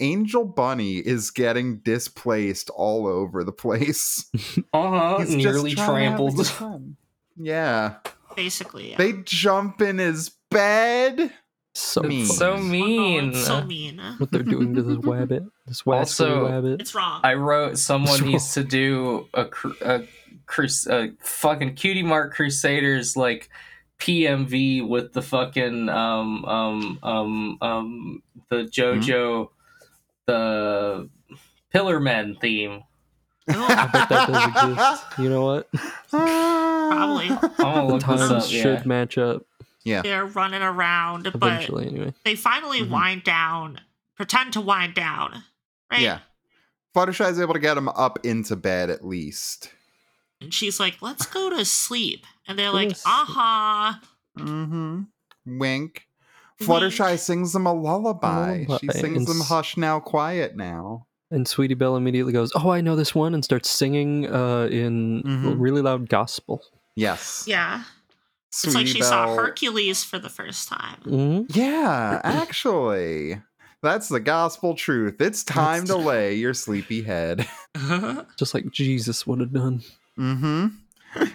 [SPEAKER 3] Angel Bunny is getting displaced all over the place.
[SPEAKER 4] Uh huh.
[SPEAKER 3] He's just
[SPEAKER 4] Nearly
[SPEAKER 3] trying to have a
[SPEAKER 4] trampled.
[SPEAKER 3] good time. Yeah.
[SPEAKER 2] Basically. Yeah.
[SPEAKER 3] They jump in his bed.
[SPEAKER 1] So
[SPEAKER 3] Mean.
[SPEAKER 1] mean.
[SPEAKER 4] so
[SPEAKER 2] Oh,
[SPEAKER 4] mean.
[SPEAKER 2] it's so mean.
[SPEAKER 1] what they're doing to this wabbit, this wascally
[SPEAKER 4] Also-
[SPEAKER 1] wabbit.
[SPEAKER 2] It's wrong.
[SPEAKER 4] I wrote someone
[SPEAKER 1] So-
[SPEAKER 4] needs to do a cru- a, crus- a fucking cutie mark crusaders like PMV with the fucking um um um um the JoJo the Pillar Men theme.
[SPEAKER 1] I
[SPEAKER 2] Oh,
[SPEAKER 1] bet that does exist. You know what?
[SPEAKER 3] Probably.
[SPEAKER 2] Probably.
[SPEAKER 4] I'm
[SPEAKER 1] The
[SPEAKER 4] gonna look this up.
[SPEAKER 1] times
[SPEAKER 4] Yeah.
[SPEAKER 1] should match up
[SPEAKER 2] they're running around, but
[SPEAKER 1] eventually, anyway.
[SPEAKER 2] they finally
[SPEAKER 3] Mhm.
[SPEAKER 2] wind down, pretend to wind down. Right?
[SPEAKER 3] Yeah. Fluttershy is able to get him up into bed at least.
[SPEAKER 2] And she's like, let's go to sleep. And they're
[SPEAKER 1] Go to
[SPEAKER 2] like, "Uh-huh."
[SPEAKER 1] sleep.
[SPEAKER 2] aha.
[SPEAKER 3] Mm-hmm. Wink. Fluttershy
[SPEAKER 2] Wink.
[SPEAKER 3] sings them a lullaby. She
[SPEAKER 1] Lullaby.
[SPEAKER 3] sings
[SPEAKER 1] And
[SPEAKER 3] them
[SPEAKER 1] s-
[SPEAKER 3] hush now, quiet now.
[SPEAKER 1] And Sweetie Belle immediately goes, "Oh, I know this one," and starts singing uh, in
[SPEAKER 3] Mhm.
[SPEAKER 1] really loud gospel.
[SPEAKER 3] Yes.
[SPEAKER 2] Yeah.
[SPEAKER 3] Sweetie
[SPEAKER 2] it's like she
[SPEAKER 3] Belle-
[SPEAKER 2] saw Hercules for the first time.
[SPEAKER 3] Mm-hmm.
[SPEAKER 1] hmm
[SPEAKER 3] Yeah, actually. That's the gospel truth. It's time
[SPEAKER 1] That's-
[SPEAKER 3] to lay your sleepy head.
[SPEAKER 1] Just like Jesus would have done.
[SPEAKER 3] Mm-hmm.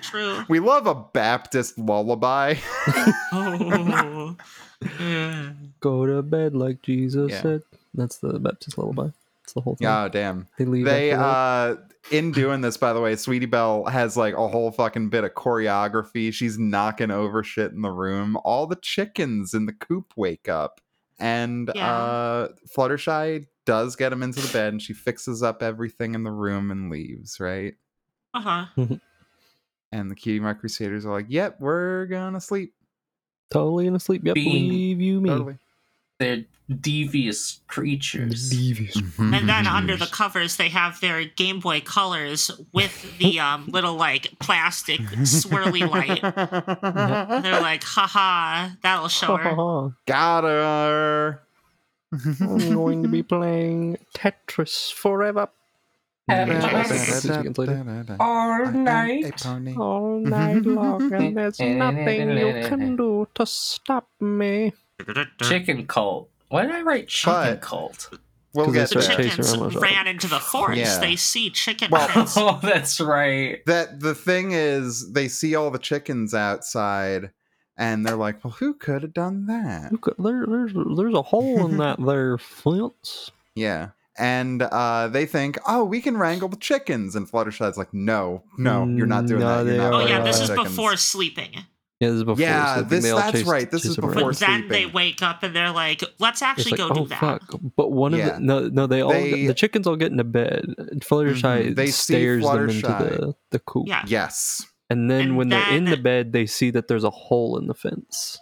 [SPEAKER 2] True.
[SPEAKER 3] We love a Baptist lullaby.
[SPEAKER 2] Oh. Yeah.
[SPEAKER 1] Go to bed like Jesus
[SPEAKER 3] Yeah.
[SPEAKER 1] said. That's the Baptist lullaby. It's the whole thing.
[SPEAKER 3] oh, damn.
[SPEAKER 1] They leave.
[SPEAKER 3] They
[SPEAKER 1] after that.
[SPEAKER 3] uh in doing this, by the way, Sweetie Belle has like a whole fucking bit of choreography. She's knocking over shit in the room. All the chickens in the coop wake up. And
[SPEAKER 2] Yeah.
[SPEAKER 3] uh Fluttershy does get him into the bed and she fixes up everything in the room and leaves, right?
[SPEAKER 2] Uh-huh.
[SPEAKER 3] And the Cutie Mark Crusaders are like, Yep, we're gonna sleep.
[SPEAKER 1] totally in a sleep. Yep,
[SPEAKER 4] Being-
[SPEAKER 1] believe you me.
[SPEAKER 3] Totally.
[SPEAKER 4] They're devious creatures.
[SPEAKER 1] Devious.
[SPEAKER 2] And then under the covers, they have their Game Boy Colors with the um, little like plastic swirly light. And they're like, haha, that'll show her.
[SPEAKER 3] Got her.
[SPEAKER 1] I'm going to be playing Tetris forever.
[SPEAKER 4] Tetris. All night.
[SPEAKER 1] All night long, and there's nothing you can do to stop me.
[SPEAKER 4] Chicken cult. Why did I write chicken
[SPEAKER 3] But-
[SPEAKER 4] cult?
[SPEAKER 3] We'll
[SPEAKER 1] 'Cause
[SPEAKER 3] get
[SPEAKER 1] it's a Chase
[SPEAKER 2] The
[SPEAKER 3] there.
[SPEAKER 1] chick-
[SPEAKER 2] chickens
[SPEAKER 1] her almost off.
[SPEAKER 2] ran into the forest.
[SPEAKER 3] Yeah.
[SPEAKER 2] They see chicken
[SPEAKER 3] Well-
[SPEAKER 2] pits.
[SPEAKER 4] Oh, that's right.
[SPEAKER 3] That the thing is, they see all the chickens outside, and they're like, "Well, who could have done that?"
[SPEAKER 1] Look, there, there's there's a hole in that there fence.
[SPEAKER 3] Yeah. And uh, they think, "Oh, we can wrangle the chickens." And Fluttershy's like, "No, no, you're not doing
[SPEAKER 1] Mm, No,
[SPEAKER 3] that. You're
[SPEAKER 1] they
[SPEAKER 3] not
[SPEAKER 2] Oh
[SPEAKER 1] are,
[SPEAKER 2] yeah,
[SPEAKER 3] wrangling
[SPEAKER 2] this
[SPEAKER 3] the
[SPEAKER 2] is
[SPEAKER 3] chickens."
[SPEAKER 2] before sleeping.
[SPEAKER 1] Yeah, this is before.
[SPEAKER 3] Yeah,
[SPEAKER 1] sleeping.
[SPEAKER 3] this-
[SPEAKER 1] They all
[SPEAKER 3] that's
[SPEAKER 1] chase-
[SPEAKER 3] right, this
[SPEAKER 1] chase
[SPEAKER 3] is
[SPEAKER 1] them around.
[SPEAKER 3] before
[SPEAKER 2] But then they
[SPEAKER 3] sleeping.
[SPEAKER 2] wake up and they're like, "Let's
[SPEAKER 1] It's
[SPEAKER 2] actually
[SPEAKER 1] like,
[SPEAKER 2] go
[SPEAKER 1] oh
[SPEAKER 2] do that."
[SPEAKER 1] fuck! But one
[SPEAKER 3] Yeah.
[SPEAKER 1] of the, no, no, they all
[SPEAKER 3] They-
[SPEAKER 1] the chickens all get into bed. Fluttershy
[SPEAKER 3] Mhm. They see
[SPEAKER 1] stares them
[SPEAKER 3] Fluttershy.
[SPEAKER 1] into the the coop,
[SPEAKER 2] Yeah,
[SPEAKER 3] Yes.
[SPEAKER 1] and then
[SPEAKER 2] And
[SPEAKER 1] when they're in
[SPEAKER 2] then-
[SPEAKER 1] the bed, they see that there's a hole in the fence,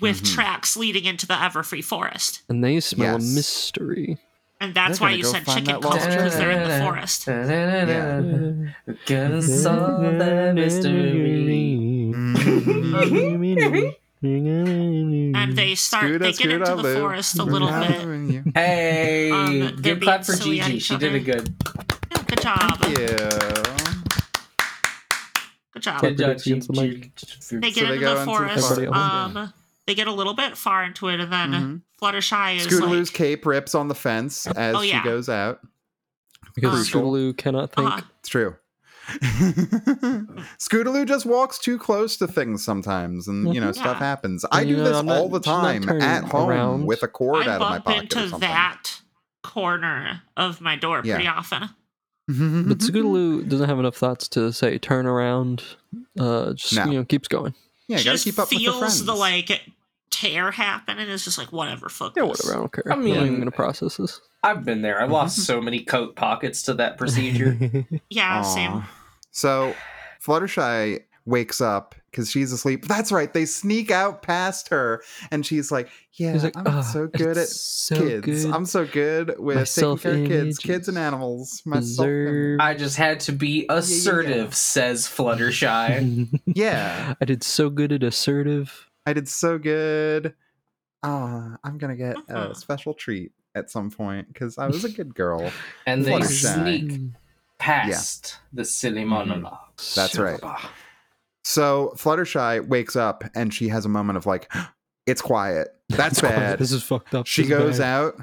[SPEAKER 2] with
[SPEAKER 3] Mhm.
[SPEAKER 2] tracks leading into the Everfree Forest,
[SPEAKER 1] and they smell
[SPEAKER 3] Yes.
[SPEAKER 1] a mystery.
[SPEAKER 2] and that's
[SPEAKER 3] They're
[SPEAKER 2] why
[SPEAKER 3] gonna
[SPEAKER 2] you
[SPEAKER 3] go
[SPEAKER 2] said
[SPEAKER 3] find
[SPEAKER 2] chicken
[SPEAKER 3] that lost
[SPEAKER 2] culture because they're in the
[SPEAKER 4] chicken.
[SPEAKER 2] forest.
[SPEAKER 3] Yeah.
[SPEAKER 4] Gonna solve the mystery.
[SPEAKER 1] Mm-hmm.
[SPEAKER 3] Mhm.
[SPEAKER 2] And
[SPEAKER 1] And
[SPEAKER 3] Mm.
[SPEAKER 2] they start. they get
[SPEAKER 3] Scooter,
[SPEAKER 2] into the
[SPEAKER 3] Lou.
[SPEAKER 2] forest a
[SPEAKER 1] Mm-hmm.
[SPEAKER 3] We're
[SPEAKER 2] little
[SPEAKER 3] not
[SPEAKER 2] bit.
[SPEAKER 3] doing you.
[SPEAKER 4] Hey,
[SPEAKER 2] Um, they're
[SPEAKER 4] good
[SPEAKER 2] being
[SPEAKER 4] clap for
[SPEAKER 2] silly at
[SPEAKER 4] Gigi.
[SPEAKER 2] each
[SPEAKER 4] She did
[SPEAKER 2] other.
[SPEAKER 4] a good.
[SPEAKER 2] Yeah, Good job.
[SPEAKER 3] Yeah.
[SPEAKER 2] Good job.
[SPEAKER 1] Clap
[SPEAKER 4] Good
[SPEAKER 1] it
[SPEAKER 4] job,
[SPEAKER 1] up against the
[SPEAKER 4] Gigi.
[SPEAKER 2] They get
[SPEAKER 3] they
[SPEAKER 2] into
[SPEAKER 3] go
[SPEAKER 2] the
[SPEAKER 3] into the
[SPEAKER 2] forest.
[SPEAKER 1] forest.
[SPEAKER 2] um, they get a little bit far into it, and then
[SPEAKER 3] Mhm.
[SPEAKER 2] Fluttershy is
[SPEAKER 3] Scootaloo's
[SPEAKER 2] like,
[SPEAKER 3] cape rips on the fence as
[SPEAKER 2] Oh, yeah.
[SPEAKER 3] she goes out.
[SPEAKER 1] because
[SPEAKER 3] Um,
[SPEAKER 1] Scootaloo cannot think.
[SPEAKER 2] uh-huh.
[SPEAKER 3] It's true. Scootaloo just walks too close to things sometimes, and you know stuff
[SPEAKER 2] Mm-hmm. Yeah.
[SPEAKER 3] happens. I do
[SPEAKER 1] Yeah,
[SPEAKER 3] this
[SPEAKER 1] I'm not-
[SPEAKER 3] all the
[SPEAKER 1] she's not
[SPEAKER 3] time
[SPEAKER 1] turning
[SPEAKER 3] at home
[SPEAKER 1] around.
[SPEAKER 3] with a cord
[SPEAKER 2] I
[SPEAKER 3] out of my
[SPEAKER 2] bump
[SPEAKER 3] pocket or
[SPEAKER 2] into
[SPEAKER 3] something.
[SPEAKER 2] that corner of my door pretty often.
[SPEAKER 4] Mm-hmm.
[SPEAKER 1] But Scootaloo doesn't have enough thoughts to say turn around. Uh, just
[SPEAKER 3] No.
[SPEAKER 1] you know, keeps going.
[SPEAKER 3] yeah,
[SPEAKER 2] she
[SPEAKER 3] gotta
[SPEAKER 2] just
[SPEAKER 3] keep up with her
[SPEAKER 2] feels
[SPEAKER 3] friends.
[SPEAKER 2] the like tear happen, and it's just like whatever. Fuck.
[SPEAKER 1] Yeah,
[SPEAKER 2] this.
[SPEAKER 1] whatever. I don't care.
[SPEAKER 4] I
[SPEAKER 1] I mean, I'm not even
[SPEAKER 4] mean-
[SPEAKER 1] gonna process this.
[SPEAKER 4] I've been there. I lost so many coat pockets to that procedure.
[SPEAKER 2] Yeah, same.
[SPEAKER 3] Aw. So Fluttershy wakes up because she's asleep. That's right. They sneak out past her, and she's like, "Yeah,
[SPEAKER 1] He's like,
[SPEAKER 3] I'm
[SPEAKER 1] "Ah,
[SPEAKER 3] so good
[SPEAKER 1] it's so
[SPEAKER 3] at kids.
[SPEAKER 1] good.
[SPEAKER 3] I'm so good with taking care of kids,
[SPEAKER 1] self-image
[SPEAKER 3] kids and
[SPEAKER 1] is
[SPEAKER 3] animals. Myself.
[SPEAKER 1] Preserve.
[SPEAKER 4] I just had to be assertive, says Fluttershy.
[SPEAKER 3] Yeah,
[SPEAKER 1] I did so good at assertive.
[SPEAKER 3] I did so good. Ah, I'm gonna get
[SPEAKER 2] Uh-huh.
[SPEAKER 3] a special treat at some point because I was a good girl.
[SPEAKER 4] And they
[SPEAKER 3] Fluttershy. Mm-hmm.
[SPEAKER 4] sneak past the city monologue.
[SPEAKER 3] That's right. So Fluttershy wakes up and she has a moment of like, it's quiet. That's
[SPEAKER 1] It's
[SPEAKER 3] bad.
[SPEAKER 1] quiet. This is fucked up.
[SPEAKER 3] She
[SPEAKER 1] This is
[SPEAKER 3] goes
[SPEAKER 1] bad.
[SPEAKER 3] out.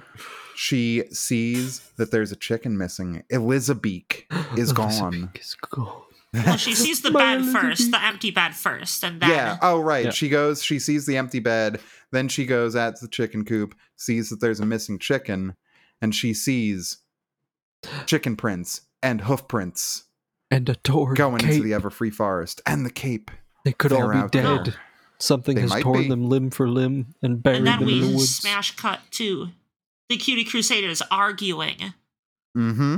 [SPEAKER 3] She sees that there's a chicken missing. Elizabeth
[SPEAKER 1] Oh,
[SPEAKER 3] is gone.
[SPEAKER 1] Elizabeth is gone.
[SPEAKER 2] Well, she sees the
[SPEAKER 1] My
[SPEAKER 2] bed
[SPEAKER 1] little
[SPEAKER 2] first,
[SPEAKER 1] bee.
[SPEAKER 2] the empty bed first, and then
[SPEAKER 3] Yeah. Oh, right.
[SPEAKER 1] Yeah.
[SPEAKER 3] She goes, she sees the empty bed. Then she goes out to the chicken coop, sees that there's a missing chicken, and she sees chicken prints and hoof prints
[SPEAKER 1] And a door
[SPEAKER 3] going
[SPEAKER 1] cape.
[SPEAKER 3] into the ever free forest and the cape.
[SPEAKER 1] They could
[SPEAKER 3] They're
[SPEAKER 1] all be
[SPEAKER 3] out there.
[SPEAKER 1] dead. Something
[SPEAKER 3] They
[SPEAKER 1] has
[SPEAKER 3] might
[SPEAKER 1] torn
[SPEAKER 3] be.
[SPEAKER 1] them limb for limb and buried
[SPEAKER 2] and then
[SPEAKER 1] them in the
[SPEAKER 2] we
[SPEAKER 1] woods.
[SPEAKER 2] smash cut to the cutie crusaders arguing,
[SPEAKER 3] Mm-hmm.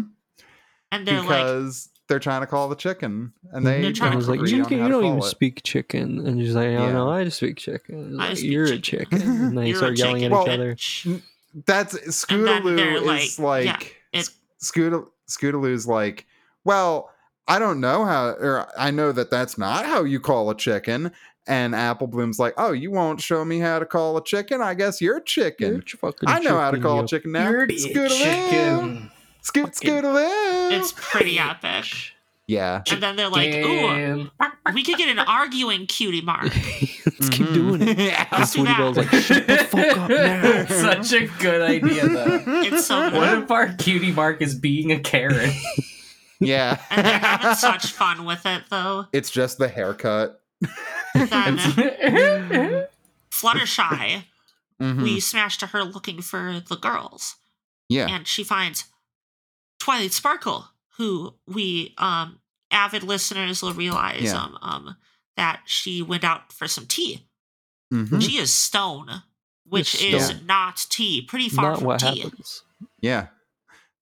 [SPEAKER 2] and they're like,
[SPEAKER 3] Because they're trying to call the chicken, and they
[SPEAKER 2] They're trying
[SPEAKER 1] I
[SPEAKER 2] to
[SPEAKER 1] was like,
[SPEAKER 2] agree
[SPEAKER 1] you,
[SPEAKER 3] on
[SPEAKER 1] don't-
[SPEAKER 3] how
[SPEAKER 1] you
[SPEAKER 3] to
[SPEAKER 1] don't
[SPEAKER 3] call
[SPEAKER 1] even
[SPEAKER 3] it.
[SPEAKER 1] speak chicken, and she's like, oh
[SPEAKER 3] Yeah.
[SPEAKER 1] no, I just speak chicken.
[SPEAKER 2] I
[SPEAKER 1] Like,
[SPEAKER 2] speak
[SPEAKER 1] You're
[SPEAKER 2] chicken.
[SPEAKER 1] a chicken, and they
[SPEAKER 2] "You're
[SPEAKER 1] start
[SPEAKER 2] a
[SPEAKER 1] yelling
[SPEAKER 2] chicken
[SPEAKER 1] at each
[SPEAKER 3] Well-
[SPEAKER 1] other.
[SPEAKER 2] bitch."
[SPEAKER 3] That's
[SPEAKER 2] then they're
[SPEAKER 3] Scootaloo is
[SPEAKER 2] like-
[SPEAKER 3] like,
[SPEAKER 2] yeah, it-
[SPEAKER 3] Scootal- Scootaloo's like, well, I don't know how, or I know that that's not how you call a chicken. And Apple Bloom's like, oh, you won't show me how to call a chicken? I guess you're chicken.
[SPEAKER 1] You're a fucking
[SPEAKER 3] I know how to
[SPEAKER 1] chicken,
[SPEAKER 3] call
[SPEAKER 1] you
[SPEAKER 3] a chicken now.
[SPEAKER 4] You're
[SPEAKER 3] Scootaloo,
[SPEAKER 4] chicken.
[SPEAKER 3] scoot,
[SPEAKER 1] Fucking-
[SPEAKER 3] Scootaloo.
[SPEAKER 2] It's pretty epic.
[SPEAKER 3] yeah,
[SPEAKER 2] And then they're like, ooh,
[SPEAKER 4] Damn.
[SPEAKER 2] we could get an arguing cutie mark.
[SPEAKER 1] Let's keep
[SPEAKER 3] Mhm.
[SPEAKER 1] doing it.
[SPEAKER 3] yeah.
[SPEAKER 1] And
[SPEAKER 2] Let's do
[SPEAKER 1] Sweetie
[SPEAKER 2] that.
[SPEAKER 1] Belle's like, shut the fuck up now.
[SPEAKER 4] Such a good idea, though.
[SPEAKER 2] It's so good.
[SPEAKER 4] What if our cutie mark is being a carrot?
[SPEAKER 3] yeah.
[SPEAKER 2] And they're having such fun with it, though.
[SPEAKER 3] it's just the haircut.
[SPEAKER 2] Then
[SPEAKER 4] It's-
[SPEAKER 2] Fluttershy,
[SPEAKER 3] Mhm.
[SPEAKER 2] we smash to her looking for the girls,
[SPEAKER 3] yeah.
[SPEAKER 2] and she finds Twilight Sparkle, who we um avid listeners will realize
[SPEAKER 3] Yeah.
[SPEAKER 2] um, um that she went out for some tea.
[SPEAKER 3] Mhm.
[SPEAKER 2] She is stone, which
[SPEAKER 1] You're
[SPEAKER 2] is
[SPEAKER 3] stoned.
[SPEAKER 2] not tea. Pretty far
[SPEAKER 1] Not
[SPEAKER 2] from
[SPEAKER 1] what
[SPEAKER 2] tea.
[SPEAKER 1] happens.
[SPEAKER 3] Yeah.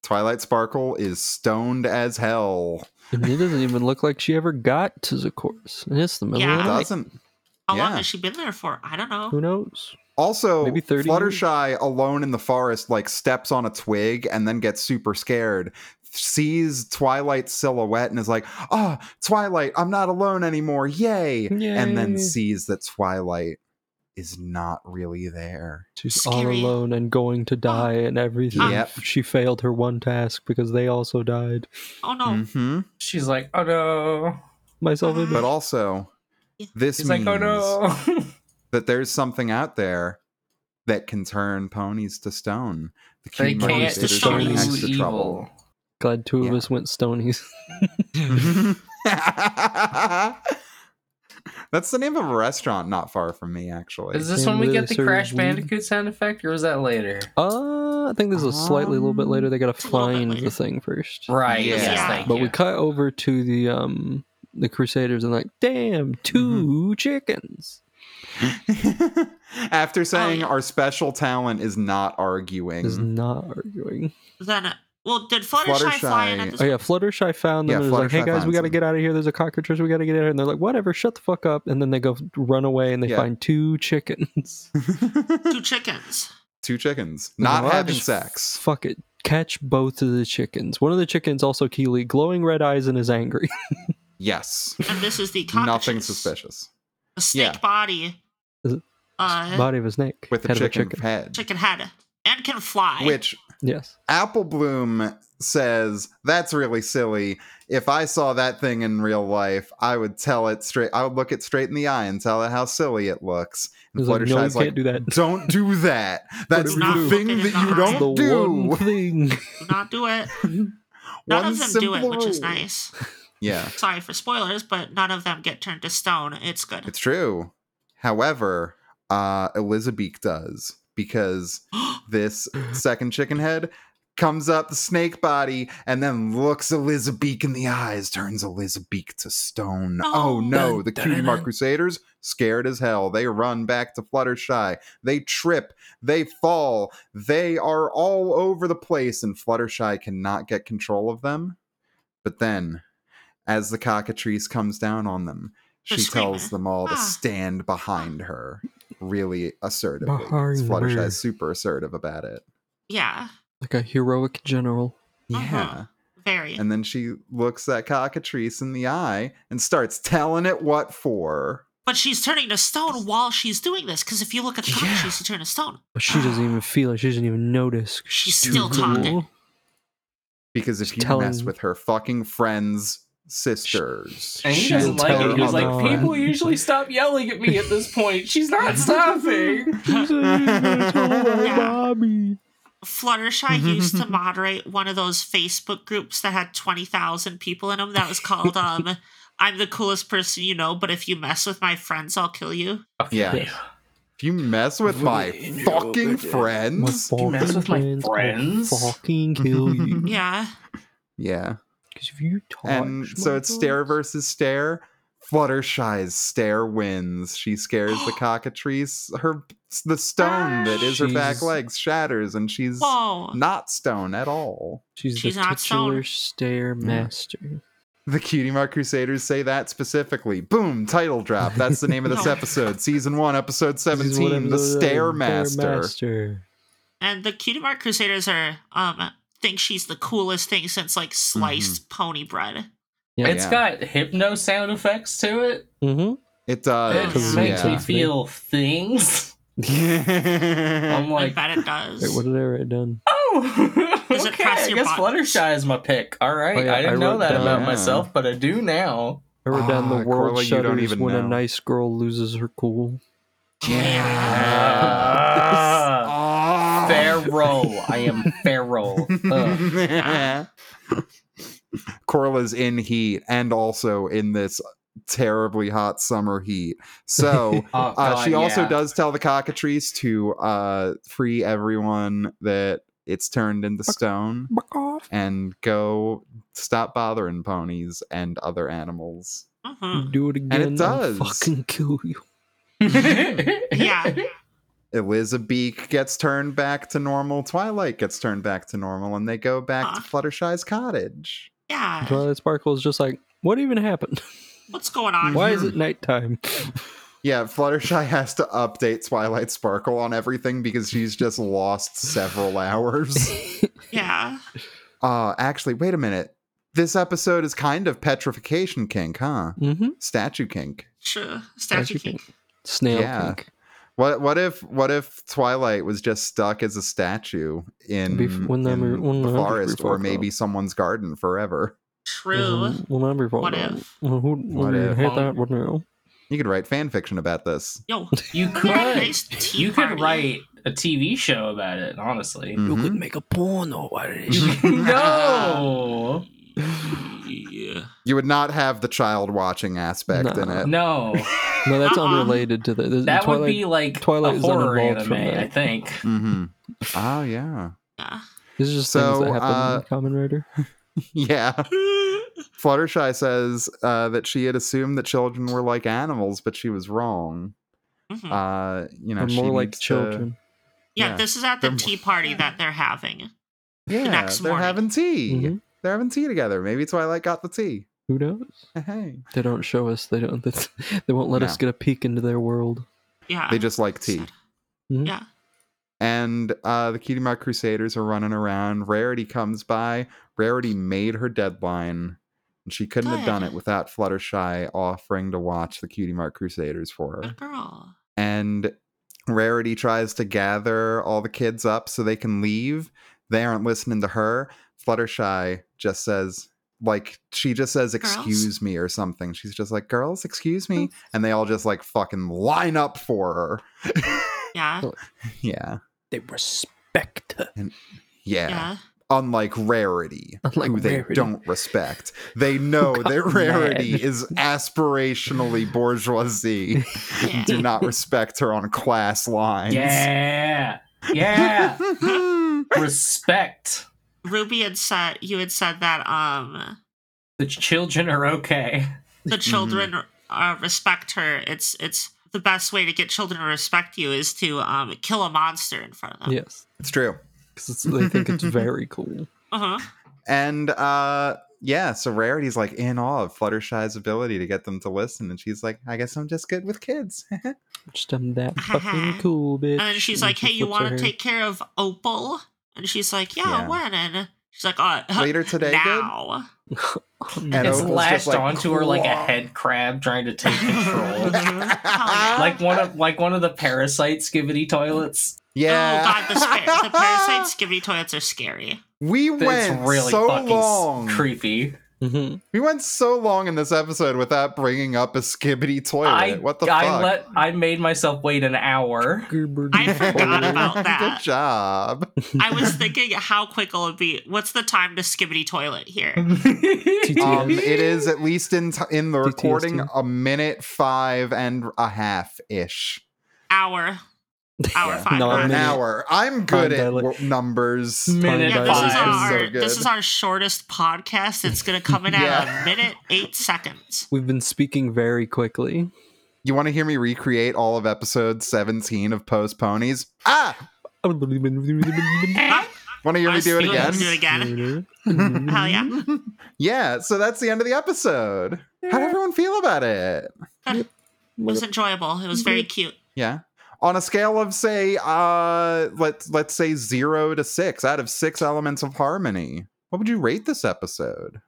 [SPEAKER 3] Twilight Sparkle is stoned as hell.
[SPEAKER 1] And it doesn't even look like she ever got to the course. And it's the middle
[SPEAKER 2] Yeah.
[SPEAKER 1] of the night.
[SPEAKER 3] Doesn't
[SPEAKER 2] How long
[SPEAKER 3] Yeah.
[SPEAKER 2] has she been there for? I don't know.
[SPEAKER 1] Who knows?
[SPEAKER 3] Also,
[SPEAKER 1] Maybe 30
[SPEAKER 3] Fluttershy alone in the forest, like steps on a twig and then gets super scared. Sees Twilight's silhouette and is like, "Oh, Twilight, I'm not alone anymore! Yay!" And
[SPEAKER 1] Yay.
[SPEAKER 3] then sees that Twilight is not really there.
[SPEAKER 1] She's
[SPEAKER 2] Scary.
[SPEAKER 1] all alone and going to die and everything.
[SPEAKER 3] Yep.
[SPEAKER 1] She failed her one task because they also died.
[SPEAKER 2] Oh no.
[SPEAKER 3] hmm
[SPEAKER 4] She's like, oh no.
[SPEAKER 1] Myself in
[SPEAKER 3] But
[SPEAKER 2] Uh,
[SPEAKER 3] also,
[SPEAKER 2] Yeah.
[SPEAKER 3] this
[SPEAKER 4] She's
[SPEAKER 3] means
[SPEAKER 4] like, oh no.
[SPEAKER 3] that there's something out there that can turn ponies to stone. The
[SPEAKER 4] they
[SPEAKER 3] Cutie
[SPEAKER 4] can't
[SPEAKER 3] Markers
[SPEAKER 2] Monsters
[SPEAKER 4] destroy
[SPEAKER 3] are in
[SPEAKER 2] turn
[SPEAKER 4] you
[SPEAKER 3] extra trouble.
[SPEAKER 4] evil.
[SPEAKER 1] Glad two of
[SPEAKER 3] Yeah.
[SPEAKER 1] us went stonies.
[SPEAKER 3] That's the name of a restaurant not far from me, actually.
[SPEAKER 4] Is this
[SPEAKER 1] They
[SPEAKER 4] when we
[SPEAKER 1] literally
[SPEAKER 4] get the
[SPEAKER 1] serve
[SPEAKER 4] Crash
[SPEAKER 1] weed.
[SPEAKER 4] Bandicoot sound effect, or was that later?
[SPEAKER 1] Uh, I think this is slightly a little bit later. They got to
[SPEAKER 2] a little bit
[SPEAKER 1] find
[SPEAKER 2] later.
[SPEAKER 1] the thing first.
[SPEAKER 4] Right.
[SPEAKER 3] Yeah.
[SPEAKER 4] Yes,
[SPEAKER 2] Yeah.
[SPEAKER 4] thank
[SPEAKER 1] But
[SPEAKER 4] you.
[SPEAKER 1] we cut over to the um the Crusaders and like,
[SPEAKER 2] Mm-hmm.
[SPEAKER 1] damn, 2 chickens.
[SPEAKER 3] After saying
[SPEAKER 2] yeah.
[SPEAKER 3] our special talent is not arguing,
[SPEAKER 1] Is not arguing.
[SPEAKER 2] Then, uh, well, did Fluttershy, fly in at
[SPEAKER 3] Fluttershy-
[SPEAKER 2] this
[SPEAKER 1] Oh yeah, Fluttershy found them.
[SPEAKER 3] Yeah,
[SPEAKER 1] and was like, "Hey
[SPEAKER 3] Fluttershy
[SPEAKER 1] guys, we
[SPEAKER 3] finds
[SPEAKER 1] got to
[SPEAKER 3] them.
[SPEAKER 1] get out of here. There's a cockatrice. We got to get out of here." And they're like, "Whatever, shut the fuck up." And then they go run away and they
[SPEAKER 3] Yeah.
[SPEAKER 1] find two chickens.
[SPEAKER 2] two chickens.
[SPEAKER 3] two chickens not
[SPEAKER 1] Well, I
[SPEAKER 3] having
[SPEAKER 1] just-
[SPEAKER 3] sex.
[SPEAKER 1] Fuck it. Catch both of the chickens. One of the chickens also Keely, glowing red eyes and is angry.
[SPEAKER 3] Yes,
[SPEAKER 2] And this is the cockatrice.
[SPEAKER 3] nothing suspicious
[SPEAKER 2] A snake
[SPEAKER 3] Yeah.
[SPEAKER 2] body.
[SPEAKER 1] Is it-
[SPEAKER 2] Uh,
[SPEAKER 1] Body of a snake.
[SPEAKER 3] with a
[SPEAKER 1] head of
[SPEAKER 3] chicken, head,
[SPEAKER 2] chicken head. And can fly.
[SPEAKER 3] which
[SPEAKER 1] Yes.
[SPEAKER 3] Apple Bloom says that's really silly. If I saw that thing in real life, I would tell it straight. I would look it straight in the eye and tell it how silly it looks. And
[SPEAKER 1] It's like, no, you
[SPEAKER 3] Fluttershy's
[SPEAKER 1] can't
[SPEAKER 3] like,
[SPEAKER 1] do that.
[SPEAKER 3] Don't do that. That's
[SPEAKER 1] What do we
[SPEAKER 3] the
[SPEAKER 1] do?
[SPEAKER 3] thing
[SPEAKER 2] Look it in
[SPEAKER 3] that you
[SPEAKER 2] the eye.
[SPEAKER 1] the
[SPEAKER 3] don't do.
[SPEAKER 1] one thing.
[SPEAKER 2] Do not do it. None
[SPEAKER 3] One
[SPEAKER 2] of them do it,
[SPEAKER 3] simple
[SPEAKER 2] which is
[SPEAKER 3] rule.
[SPEAKER 2] nice.
[SPEAKER 3] Yeah,
[SPEAKER 2] Sorry for spoilers, but none of them get turned to stone. It's good.
[SPEAKER 3] it's true. However, uh, Elizabeth does because this second chicken head comes up the snake body and then looks Elizabeth in the eyes, turns Elizabeth to stone. Oh,
[SPEAKER 2] Oh.
[SPEAKER 3] no,
[SPEAKER 1] Dun,
[SPEAKER 3] the
[SPEAKER 1] dun,
[SPEAKER 3] Cutie Mark
[SPEAKER 1] dun.
[SPEAKER 3] Crusaders, scared as hell. They run back to Fluttershy. They trip, they fall, they are all over the place, and Fluttershy cannot get control of them. But then, as the cockatrice comes down on them,
[SPEAKER 2] They're
[SPEAKER 3] she tells
[SPEAKER 2] screaming.
[SPEAKER 3] them all to
[SPEAKER 2] Ah.
[SPEAKER 3] stand behind her really assertively.
[SPEAKER 1] Behind her.
[SPEAKER 3] Fluttershy is super assertive about it.
[SPEAKER 2] yeah.
[SPEAKER 1] like a heroic general.
[SPEAKER 2] Uh-huh.
[SPEAKER 3] Yeah.
[SPEAKER 2] Very.
[SPEAKER 3] And then she looks that cockatrice in the eye and starts telling it what for.
[SPEAKER 2] but she's turning to stone while she's doing this, because if you look at the
[SPEAKER 3] Yeah.
[SPEAKER 2] cockatrice, you turn to stone.
[SPEAKER 1] But she doesn't even feel it. She doesn't even notice.
[SPEAKER 2] She's
[SPEAKER 1] Too
[SPEAKER 2] still talking.
[SPEAKER 3] Because if
[SPEAKER 1] She's
[SPEAKER 3] you mess
[SPEAKER 1] telling-
[SPEAKER 3] with her fucking friends, sisters,
[SPEAKER 4] And he
[SPEAKER 1] She'll
[SPEAKER 4] doesn't like
[SPEAKER 1] tell
[SPEAKER 4] it. He's
[SPEAKER 1] her
[SPEAKER 4] like,
[SPEAKER 1] about
[SPEAKER 4] people
[SPEAKER 1] it.
[SPEAKER 4] usually stop yelling at me at this point. She's not stopping.
[SPEAKER 1] She's like, "You're gonna tell my
[SPEAKER 2] Yeah.
[SPEAKER 1] mommy."
[SPEAKER 2] Fluttershy
[SPEAKER 3] Mm-hmm,
[SPEAKER 2] used to moderate one of those Facebook groups that had 20,000 people in them that was called um I'm the coolest person you know, but if you mess with my friends, I'll kill you.
[SPEAKER 3] Yeah.
[SPEAKER 1] Yes.
[SPEAKER 3] if you mess with my fucking friends,
[SPEAKER 1] My
[SPEAKER 4] You mess
[SPEAKER 1] fucking
[SPEAKER 4] with my
[SPEAKER 1] friends will
[SPEAKER 4] friends?
[SPEAKER 1] Fucking kill
[SPEAKER 3] Mm-hmm.
[SPEAKER 1] you.
[SPEAKER 2] Yeah.
[SPEAKER 3] yeah.
[SPEAKER 1] Because if you talk,
[SPEAKER 3] And so it's stare versus stare. Fluttershy's stare wins. She scares the cockatrice. Her the stone that is her back
[SPEAKER 1] She's-
[SPEAKER 3] legs shatters, and she's
[SPEAKER 2] Whoa.
[SPEAKER 3] not stone at all.
[SPEAKER 1] She's,
[SPEAKER 2] She's
[SPEAKER 1] the
[SPEAKER 2] not
[SPEAKER 1] titular
[SPEAKER 2] stone.
[SPEAKER 1] stare master.
[SPEAKER 3] The Cutie Mark Crusaders say that specifically. Boom! Title drop. That's the name of this
[SPEAKER 2] No.
[SPEAKER 3] episode, season one, episode
[SPEAKER 1] She's one
[SPEAKER 3] seventeen.
[SPEAKER 1] of
[SPEAKER 3] The Stairmaster.
[SPEAKER 1] Stairmaster.
[SPEAKER 2] And the Cutie Mark Crusaders are um think she's the coolest thing since like
[SPEAKER 3] Mm-hmm.
[SPEAKER 2] sliced pony bread.
[SPEAKER 1] Yeah.
[SPEAKER 4] It's
[SPEAKER 3] Yeah.
[SPEAKER 4] got hypno sound effects to it.
[SPEAKER 1] Mm-hmm.
[SPEAKER 3] It
[SPEAKER 4] It
[SPEAKER 3] does.
[SPEAKER 1] Correct.
[SPEAKER 4] makes me
[SPEAKER 1] Mm. Yeah.
[SPEAKER 4] feel things.
[SPEAKER 3] Yeah.
[SPEAKER 4] I'm
[SPEAKER 2] I
[SPEAKER 4] like,
[SPEAKER 2] bet it does.
[SPEAKER 1] Wait, what did I write down?
[SPEAKER 4] oh,
[SPEAKER 2] Does it
[SPEAKER 4] okay.
[SPEAKER 2] press
[SPEAKER 4] I
[SPEAKER 2] your
[SPEAKER 4] guess
[SPEAKER 2] buttons?
[SPEAKER 4] Fluttershy is my pick. All right,
[SPEAKER 1] Oh, yeah,
[SPEAKER 4] I didn't
[SPEAKER 1] I
[SPEAKER 4] know
[SPEAKER 1] wrote
[SPEAKER 4] that
[SPEAKER 1] down-
[SPEAKER 4] about
[SPEAKER 3] yeah.
[SPEAKER 4] myself, but I do now.
[SPEAKER 1] I wrote down
[SPEAKER 3] Ah,
[SPEAKER 1] the world
[SPEAKER 3] Corley, you don't
[SPEAKER 1] shudders
[SPEAKER 3] even
[SPEAKER 1] when
[SPEAKER 3] know.
[SPEAKER 1] a nice girl loses her cool.
[SPEAKER 4] Ah.
[SPEAKER 3] Ah.
[SPEAKER 4] Feral. I am feral.
[SPEAKER 1] Uh,
[SPEAKER 4] Ugh.
[SPEAKER 3] Corla's in heat and also in this terribly hot summer heat. So
[SPEAKER 4] Oh,
[SPEAKER 3] uh,
[SPEAKER 4] God,
[SPEAKER 3] she also
[SPEAKER 4] yeah.
[SPEAKER 3] does tell the cockatrice to uh, free everyone that it's turned into stone
[SPEAKER 1] Buck off.
[SPEAKER 3] and go stop bothering ponies and other animals.
[SPEAKER 2] Mhm.
[SPEAKER 1] Do it again.
[SPEAKER 3] Hmm. does.
[SPEAKER 1] I'll fucking kill you.
[SPEAKER 2] Yeah.
[SPEAKER 3] Elizabeth gets turned back to normal. Twilight gets turned back to normal, and they go back
[SPEAKER 4] Ah.
[SPEAKER 3] to
[SPEAKER 2] Huh.
[SPEAKER 3] Fluttershy's cottage.
[SPEAKER 2] Yeah.
[SPEAKER 1] Twilight Sparkle is just like, what even happened?
[SPEAKER 2] What's going on?
[SPEAKER 1] Why is
[SPEAKER 2] here?
[SPEAKER 1] it
[SPEAKER 3] Hmm.
[SPEAKER 1] nighttime?
[SPEAKER 3] Yeah, Fluttershy has to update Twilight Sparkle on everything because she's just lost several hours.
[SPEAKER 2] Yeah.
[SPEAKER 3] Uh, actually, wait a minute. This episode is kind of Petrification Kink, huh?
[SPEAKER 1] mm-hmm.
[SPEAKER 3] Statue Kink.
[SPEAKER 2] Sure.
[SPEAKER 1] Statue
[SPEAKER 2] Statue King.
[SPEAKER 1] Snail
[SPEAKER 3] Yeah.
[SPEAKER 1] kink.
[SPEAKER 3] What what if what if Twilight was just stuck as a statue in,
[SPEAKER 1] Bef- when the-
[SPEAKER 3] in
[SPEAKER 1] when
[SPEAKER 3] the
[SPEAKER 1] the-
[SPEAKER 3] forest or
[SPEAKER 1] before-
[SPEAKER 3] maybe someone's garden forever?
[SPEAKER 2] True.
[SPEAKER 3] Mm-hmm.
[SPEAKER 1] Well, not before
[SPEAKER 2] What
[SPEAKER 1] that.
[SPEAKER 2] if?
[SPEAKER 1] Well, who,
[SPEAKER 3] What
[SPEAKER 1] who
[SPEAKER 3] if?
[SPEAKER 1] hate that? What now?
[SPEAKER 3] You could write fan fiction about this.
[SPEAKER 2] Yo.
[SPEAKER 4] you
[SPEAKER 2] we had a
[SPEAKER 4] could.
[SPEAKER 2] nice tea
[SPEAKER 4] You could
[SPEAKER 2] party.
[SPEAKER 4] write a TV show about it, honestly.
[SPEAKER 3] Mhm.
[SPEAKER 1] make a porno out of Mm.
[SPEAKER 4] no.
[SPEAKER 2] Yeah.
[SPEAKER 3] You would not have the child watching aspect in
[SPEAKER 1] No.
[SPEAKER 3] it.
[SPEAKER 4] No.
[SPEAKER 1] No, that's
[SPEAKER 2] Uh-uh.
[SPEAKER 1] unrelated to Uh, the, the
[SPEAKER 4] That
[SPEAKER 1] Twilight.
[SPEAKER 4] would be like
[SPEAKER 1] Twilight
[SPEAKER 4] a
[SPEAKER 1] is
[SPEAKER 4] horror
[SPEAKER 1] uninvolved
[SPEAKER 4] anime,
[SPEAKER 1] from that.
[SPEAKER 4] I think.
[SPEAKER 3] Mm-hmm. Oh yeah,
[SPEAKER 2] Yeah.
[SPEAKER 1] This is just
[SPEAKER 3] So,
[SPEAKER 1] things that happen
[SPEAKER 3] uh,
[SPEAKER 1] in Common Rider.
[SPEAKER 3] yeah.
[SPEAKER 2] Mm-hmm.
[SPEAKER 3] Fluttershy says uh, that she had assumed that children were like animals, but she was wrong.
[SPEAKER 2] Mhm.
[SPEAKER 3] Uh, you know,
[SPEAKER 1] They're
[SPEAKER 3] she
[SPEAKER 1] more like
[SPEAKER 3] needs to-
[SPEAKER 1] children.
[SPEAKER 2] yeah,
[SPEAKER 3] yeah.
[SPEAKER 2] This is at the
[SPEAKER 3] They're-
[SPEAKER 2] tea party that they're having.
[SPEAKER 3] yeah,
[SPEAKER 2] next
[SPEAKER 3] they're
[SPEAKER 2] morning.
[SPEAKER 3] having tea.
[SPEAKER 1] Mhm.
[SPEAKER 3] They're having tea together. Maybe Twilight got the tea.
[SPEAKER 1] Who knows?
[SPEAKER 3] Hey,
[SPEAKER 1] They don't show us. They don't. That's, they won't let us
[SPEAKER 3] No.
[SPEAKER 1] get a peek into their world.
[SPEAKER 2] Yeah.
[SPEAKER 3] they just like tea.
[SPEAKER 1] Mhm.
[SPEAKER 2] Yeah.
[SPEAKER 3] And uh, the Cutie Mark Crusaders are running around. Rarity comes by. Rarity made her deadline, and she couldn't have done
[SPEAKER 2] Good.
[SPEAKER 3] it without Fluttershy offering to watch the Cutie Mark Crusaders for her.
[SPEAKER 2] Good girl.
[SPEAKER 3] and Rarity tries to gather all the kids up so they can leave. They aren't listening to her. Fluttershy just says, like, she just says, excuse me or something. She's just like, girls, excuse me. And they all just like fucking line up for her.
[SPEAKER 2] Yeah.
[SPEAKER 3] Oh, yeah.
[SPEAKER 1] They respect her.
[SPEAKER 3] Yeah.
[SPEAKER 2] Yeah.
[SPEAKER 3] Unlike Rarity,
[SPEAKER 1] Unlike
[SPEAKER 3] who they
[SPEAKER 1] Rarity.
[SPEAKER 3] don't respect. They know
[SPEAKER 1] got
[SPEAKER 3] that Rarity
[SPEAKER 1] mad.
[SPEAKER 3] is aspirationally bourgeoisie.
[SPEAKER 2] Yeah.
[SPEAKER 3] Do not respect her on class lines.
[SPEAKER 4] Yeah. Yeah.
[SPEAKER 3] Mhm.
[SPEAKER 4] Respect.
[SPEAKER 2] Ruby had said you had said that um
[SPEAKER 4] The children are okay.
[SPEAKER 2] the children uh, respect her. It's it's the best way to get children to respect you is to um kill a monster in front of them.
[SPEAKER 1] Yes,
[SPEAKER 3] it's true.
[SPEAKER 1] because they think it's very cool.
[SPEAKER 2] Uh-huh.
[SPEAKER 3] And uh yeah, so Rarity's like in awe of Fluttershy's ability to get them to listen, and she's like, I guess I'm just good with kids.
[SPEAKER 1] Just I'm that fucking cool bitch.
[SPEAKER 2] And then she's like,
[SPEAKER 1] she
[SPEAKER 2] "Hey, you
[SPEAKER 1] flips her
[SPEAKER 2] want to
[SPEAKER 1] hair.
[SPEAKER 2] take care of Opal?" And she's like, "Yeah,
[SPEAKER 3] Yeah.
[SPEAKER 2] when?" And she's like, "Uh,
[SPEAKER 3] Later today,
[SPEAKER 2] now."
[SPEAKER 3] And
[SPEAKER 4] it's
[SPEAKER 3] Opal's just
[SPEAKER 4] lashed
[SPEAKER 3] like,
[SPEAKER 4] onto her like a
[SPEAKER 3] "Claw."
[SPEAKER 4] head crab trying to take control.
[SPEAKER 2] yeah.
[SPEAKER 4] like one of like one of the parasite skibbity toilets.
[SPEAKER 3] yeah.
[SPEAKER 2] Oh god, the, spa- the parasite skivvy toilets are scary.
[SPEAKER 3] We
[SPEAKER 4] That's
[SPEAKER 3] went
[SPEAKER 4] really
[SPEAKER 3] so
[SPEAKER 4] fucking s-
[SPEAKER 3] long.
[SPEAKER 4] creepy.
[SPEAKER 1] Mhm.
[SPEAKER 3] we went so long in this episode without bringing up a skibbity toilet.
[SPEAKER 4] I
[SPEAKER 3] what the
[SPEAKER 4] I
[SPEAKER 3] fuck?
[SPEAKER 4] let I made myself wait an hour.
[SPEAKER 1] Gerber-
[SPEAKER 2] I forgot
[SPEAKER 1] Oh.
[SPEAKER 2] about that.
[SPEAKER 3] Good job.
[SPEAKER 2] I was thinking how quick it'll be. What's the time to skivvy toilet here?
[SPEAKER 1] TTS.
[SPEAKER 3] Um, it is at least in t- in the recording
[SPEAKER 1] PTSD.
[SPEAKER 3] a minute five and a half ish.
[SPEAKER 2] Hour. Hour
[SPEAKER 3] Yeah.
[SPEAKER 2] five.
[SPEAKER 1] No,
[SPEAKER 3] Or
[SPEAKER 1] I'm
[SPEAKER 2] hour
[SPEAKER 3] an
[SPEAKER 1] minute-
[SPEAKER 3] hour. I'm good
[SPEAKER 1] Time
[SPEAKER 3] at
[SPEAKER 1] dilate-
[SPEAKER 3] wor- numbers.
[SPEAKER 4] Minute
[SPEAKER 2] Yeah,
[SPEAKER 1] Five.
[SPEAKER 2] this is
[SPEAKER 4] five.
[SPEAKER 2] our
[SPEAKER 3] So good.
[SPEAKER 2] this is our shortest podcast. It's gonna come in at
[SPEAKER 3] Yeah.
[SPEAKER 2] a minute eight seconds.
[SPEAKER 1] We've been speaking very quickly.
[SPEAKER 3] You want to hear me recreate all of episode 17 of Post Ponies? Ah! Want to hear me do it
[SPEAKER 2] Let's
[SPEAKER 3] again?
[SPEAKER 2] Do it
[SPEAKER 3] Mm-hmm.
[SPEAKER 2] again. Hell
[SPEAKER 1] Hell
[SPEAKER 2] yeah.
[SPEAKER 3] Yeah, so that's the end of the episode. How'd everyone feel about it?
[SPEAKER 2] It
[SPEAKER 3] Mm-hmm.
[SPEAKER 2] was enjoyable. It was very cute.
[SPEAKER 3] Yeah. On a scale of say, uh let's let's say zero to six out of six elements of harmony. What would you rate this episode?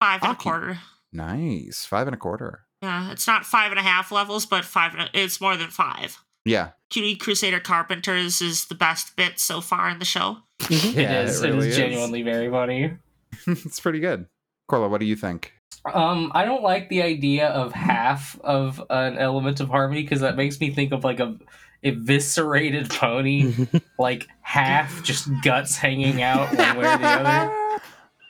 [SPEAKER 2] Five and a
[SPEAKER 3] Aki.
[SPEAKER 2] quarter.
[SPEAKER 3] Nice. Five and a quarter.
[SPEAKER 2] Yeah, it's not five and a half levels, but five. And a, it's more than five.
[SPEAKER 3] Yeah.
[SPEAKER 2] Cutie Crusader Carpenters is the best bit so far in the show.
[SPEAKER 3] Yeah,
[SPEAKER 4] it is.
[SPEAKER 3] it
[SPEAKER 4] It,
[SPEAKER 3] really is.
[SPEAKER 4] is genuinely very funny.
[SPEAKER 3] it's pretty good. Corla, what do you think?
[SPEAKER 4] Um, I don't like the idea of half of an element of harmony because that makes me think of like a eviscerated pony, like half just guts hanging out one way or the other.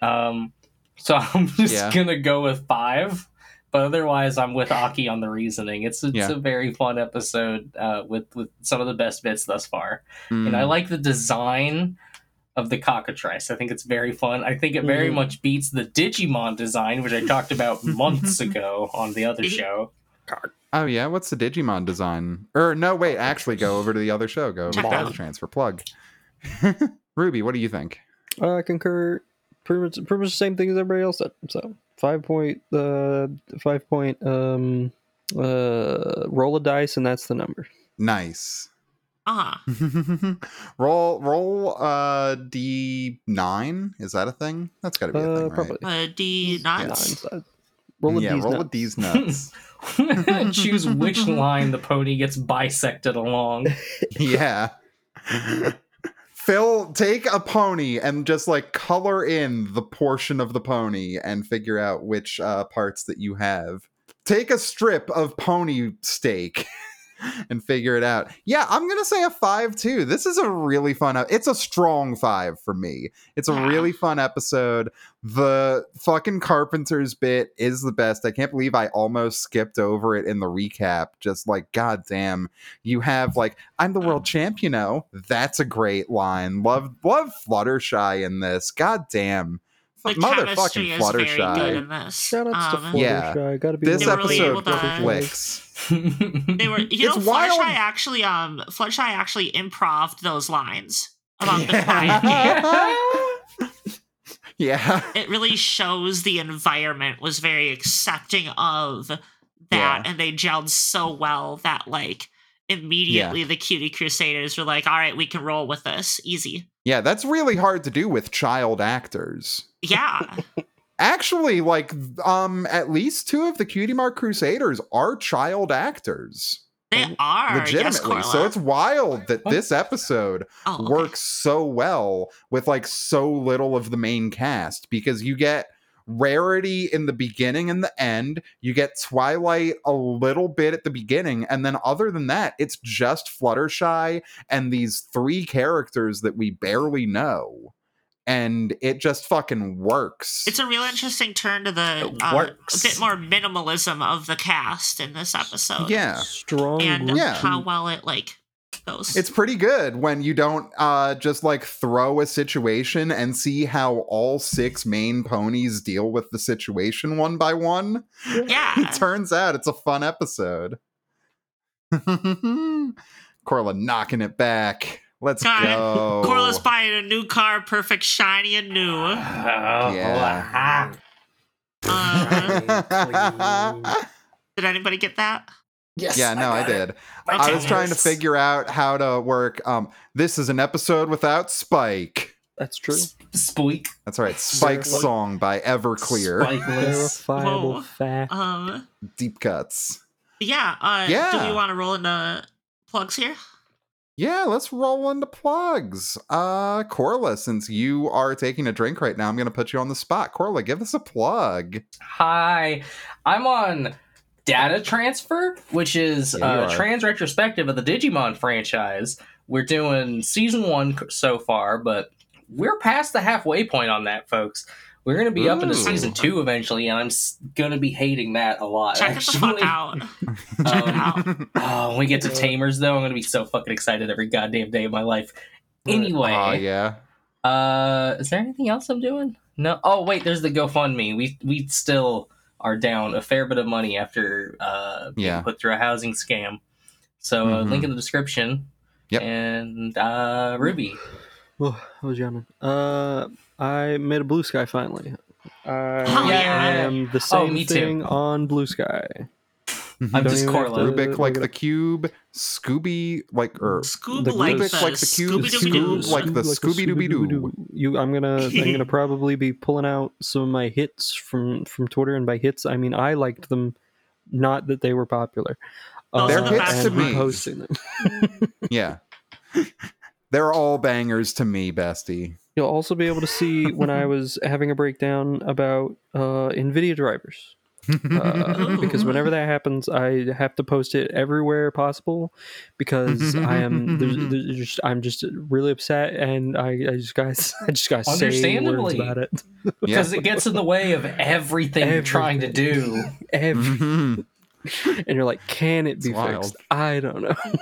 [SPEAKER 4] Um, so I'm just
[SPEAKER 3] Yeah.
[SPEAKER 4] gonna go with five. But otherwise, I'm with Aki on the reasoning. It's it's
[SPEAKER 3] Yeah.
[SPEAKER 4] a very fun episode uh, with with some of the best bits thus far,
[SPEAKER 3] Mm.
[SPEAKER 4] and I like the design of the cockatrice. I think it's very fun. I think it very
[SPEAKER 1] Mhm.
[SPEAKER 4] much beats the Digimon design, which I talked about months ago on the other show.
[SPEAKER 3] Oh yeah, what's the Digimon design? Or no, wait, actually go over to the other show. Go over to
[SPEAKER 2] Check it
[SPEAKER 3] File
[SPEAKER 2] out.
[SPEAKER 3] Transfer Plug. Ruby, what do you think?
[SPEAKER 1] Uh, I concur. Pretty much, pretty much the same thing as everybody else said. So five point, uh, five point, um, uh, roll a dice, and that's the number.
[SPEAKER 3] Nice.
[SPEAKER 2] Uh huh.
[SPEAKER 3] roll roll uh D nine. Is that a thing? That's gotta be a
[SPEAKER 1] Uh,
[SPEAKER 3] thing, right?
[SPEAKER 1] probably
[SPEAKER 2] Uh, D
[SPEAKER 1] nine.
[SPEAKER 2] nuts.
[SPEAKER 1] so- Roll a
[SPEAKER 3] yeah,
[SPEAKER 1] D's
[SPEAKER 3] roll
[SPEAKER 1] now.
[SPEAKER 3] with these nuts.
[SPEAKER 4] Choose which line the pony gets bisected along.
[SPEAKER 3] yeah. Phil, take a pony and just like color in the portion of the pony and figure out which uh, parts that you have. Take a strip of pony steak and figure it out. Yeah, I'm going to say a 5 too. This is a really fun e- it's a strong 5 for me. It's a
[SPEAKER 2] Yeah.
[SPEAKER 3] really fun episode. The fucking carpenters bit is the best. I can't believe I almost skipped over it in the recap. Just like goddamn, you have like I'm the world champ, you know. That's a great line. Love love Fluttershy in this. God damn.
[SPEAKER 2] The chemistry
[SPEAKER 3] Motherfucking
[SPEAKER 2] is very good
[SPEAKER 3] Fluttershy.
[SPEAKER 2] in this.
[SPEAKER 1] Shout outs
[SPEAKER 2] Um,
[SPEAKER 1] to Fluttershy.
[SPEAKER 3] Yeah.
[SPEAKER 1] Gotta be
[SPEAKER 3] This
[SPEAKER 2] They were really
[SPEAKER 3] episode
[SPEAKER 2] able to-
[SPEAKER 3] clicks.
[SPEAKER 2] They were, you
[SPEAKER 3] It's
[SPEAKER 2] know,
[SPEAKER 3] wild.
[SPEAKER 2] Fluttershy actually, um, Fluttershy actually improved those lines about the client.
[SPEAKER 3] Yeah. yeah.
[SPEAKER 2] It really shows the environment was very accepting of that,
[SPEAKER 3] Yeah.
[SPEAKER 2] and they gelled so well that like immediately the Cutie Crusaders were like, "All right, we can roll with this, easy."
[SPEAKER 3] Yeah, that's really hard to do with child actors.
[SPEAKER 2] Yeah,
[SPEAKER 3] Actually, like um at least two of the Cutie Mark Crusaders are child actors.
[SPEAKER 2] they are Yes,
[SPEAKER 3] legitimately.
[SPEAKER 2] Corla.
[SPEAKER 3] so it's wild that this episode
[SPEAKER 2] oh, okay.
[SPEAKER 3] works so well with like so little of the main cast because you get rarity in the beginning and the end you get twilight a little bit at the beginning and then other than that it's just fluttershy and these three characters that we barely know and it just fucking works
[SPEAKER 2] It's a real interesting turn to the
[SPEAKER 3] It
[SPEAKER 2] uh,
[SPEAKER 3] works.
[SPEAKER 2] a bit more minimalism of the cast in this episode.
[SPEAKER 3] yeah Oh,
[SPEAKER 1] Strong.
[SPEAKER 2] and
[SPEAKER 1] root
[SPEAKER 3] Yeah.
[SPEAKER 2] how well it like goes.
[SPEAKER 3] It's pretty good when you don't uh, just like throw a situation and see how all six main ponies deal with the situation one by one.
[SPEAKER 2] yeah.
[SPEAKER 3] It turns out it's a fun episode. Corla knocking it back. Let's
[SPEAKER 2] Got it.
[SPEAKER 3] go.
[SPEAKER 2] Corliss buying a new car, perfect, shiny, and
[SPEAKER 4] Oh,
[SPEAKER 2] new.
[SPEAKER 3] Yeah.
[SPEAKER 2] Uh, did anybody get that?
[SPEAKER 4] yes.
[SPEAKER 3] yeah, no, I
[SPEAKER 4] got it.
[SPEAKER 3] did.
[SPEAKER 4] My
[SPEAKER 3] I was trying
[SPEAKER 4] ten
[SPEAKER 3] to
[SPEAKER 4] minutes.
[SPEAKER 3] figure out how to work. Um, this is an episode without Spike.
[SPEAKER 1] That's true.
[SPEAKER 4] Squeak.
[SPEAKER 3] That's right. Spike's
[SPEAKER 1] Seriously?
[SPEAKER 3] song by Everclear.
[SPEAKER 4] Spikeless.
[SPEAKER 1] Verifiable
[SPEAKER 2] Whoa.
[SPEAKER 1] fact.
[SPEAKER 2] Um,
[SPEAKER 3] Deep cuts.
[SPEAKER 2] yeah. Uh, Do
[SPEAKER 3] Yeah.
[SPEAKER 2] we want to roll into plugs here?
[SPEAKER 3] Yeah, let's roll into plugs. Uh Corla, since you are taking a drink right now, I'm gonna put you on the spot. Corla, give us a plug.
[SPEAKER 4] Hi, I'm on Data Transfer, which is
[SPEAKER 3] Yeah, you
[SPEAKER 4] a
[SPEAKER 3] are.
[SPEAKER 4] trans retrospective of the Digimon franchise. We're doing season one c- so far, but we're past the halfway point on that, folks. We're gonna be up into
[SPEAKER 3] Ooh.
[SPEAKER 4] season two eventually, and I'm s- gonna be hating that a lot.
[SPEAKER 2] Check
[SPEAKER 4] actually. Um,
[SPEAKER 2] it the fuck out. Check it out.
[SPEAKER 4] Oh, when we get to Tamers though, I'm gonna be so fucking excited every goddamn day of my life. Anyway,
[SPEAKER 3] Oh yeah.
[SPEAKER 4] uh, is there anything else I'm doing? No. Oh wait, there's the GoFundMe. We we still are down a fair bit of money after uh being
[SPEAKER 3] Yeah.
[SPEAKER 4] put through a housing scam. So uh,
[SPEAKER 3] Mhm.
[SPEAKER 4] link in the description.
[SPEAKER 3] Yep.
[SPEAKER 4] And uh, Ruby,
[SPEAKER 1] Oh, I was yawning. Uh, I made a blue sky finally. I
[SPEAKER 2] Oh, yeah.
[SPEAKER 1] am the same
[SPEAKER 4] Oh, me too.
[SPEAKER 1] thing on blue sky.
[SPEAKER 4] I'm
[SPEAKER 1] Don't
[SPEAKER 4] just
[SPEAKER 1] even have to-
[SPEAKER 4] Corlin.
[SPEAKER 1] Uh,
[SPEAKER 3] Rubik like
[SPEAKER 1] look it
[SPEAKER 3] the
[SPEAKER 1] up.
[SPEAKER 3] cube, Scooby like er, or
[SPEAKER 2] Scoob
[SPEAKER 1] The
[SPEAKER 2] like the
[SPEAKER 1] Rubik
[SPEAKER 3] likes the cube,
[SPEAKER 2] Scooby Dooby
[SPEAKER 3] Scoob
[SPEAKER 2] Doo.
[SPEAKER 3] like the Scooby-Dooby-Doo.
[SPEAKER 1] You, I'm gonna, I'm gonna probably be pulling out some of my hits from from Twitter, and by hits, I mean I liked them, not that they were popular. Um,
[SPEAKER 2] Those
[SPEAKER 3] are the They're hits to
[SPEAKER 1] and
[SPEAKER 3] me.
[SPEAKER 1] reposting them.
[SPEAKER 3] yeah. They're all bangers to me, bestie.
[SPEAKER 1] You'll also be able to see when I was having a breakdown about uh, NVIDIA drivers. uh, because whenever that happens, I have to post it everywhere possible because
[SPEAKER 3] Mm-hmm,
[SPEAKER 1] I am there's, there's just, I'm just really upset and I, I just guys I just got to say words
[SPEAKER 4] Understandably.
[SPEAKER 1] about it.
[SPEAKER 3] yeah.
[SPEAKER 4] because it gets in the way of everything you're trying to do.
[SPEAKER 1] Every,
[SPEAKER 3] Mhm.
[SPEAKER 1] and you're like, can it be
[SPEAKER 3] It's wild.
[SPEAKER 1] fixed? I don't know.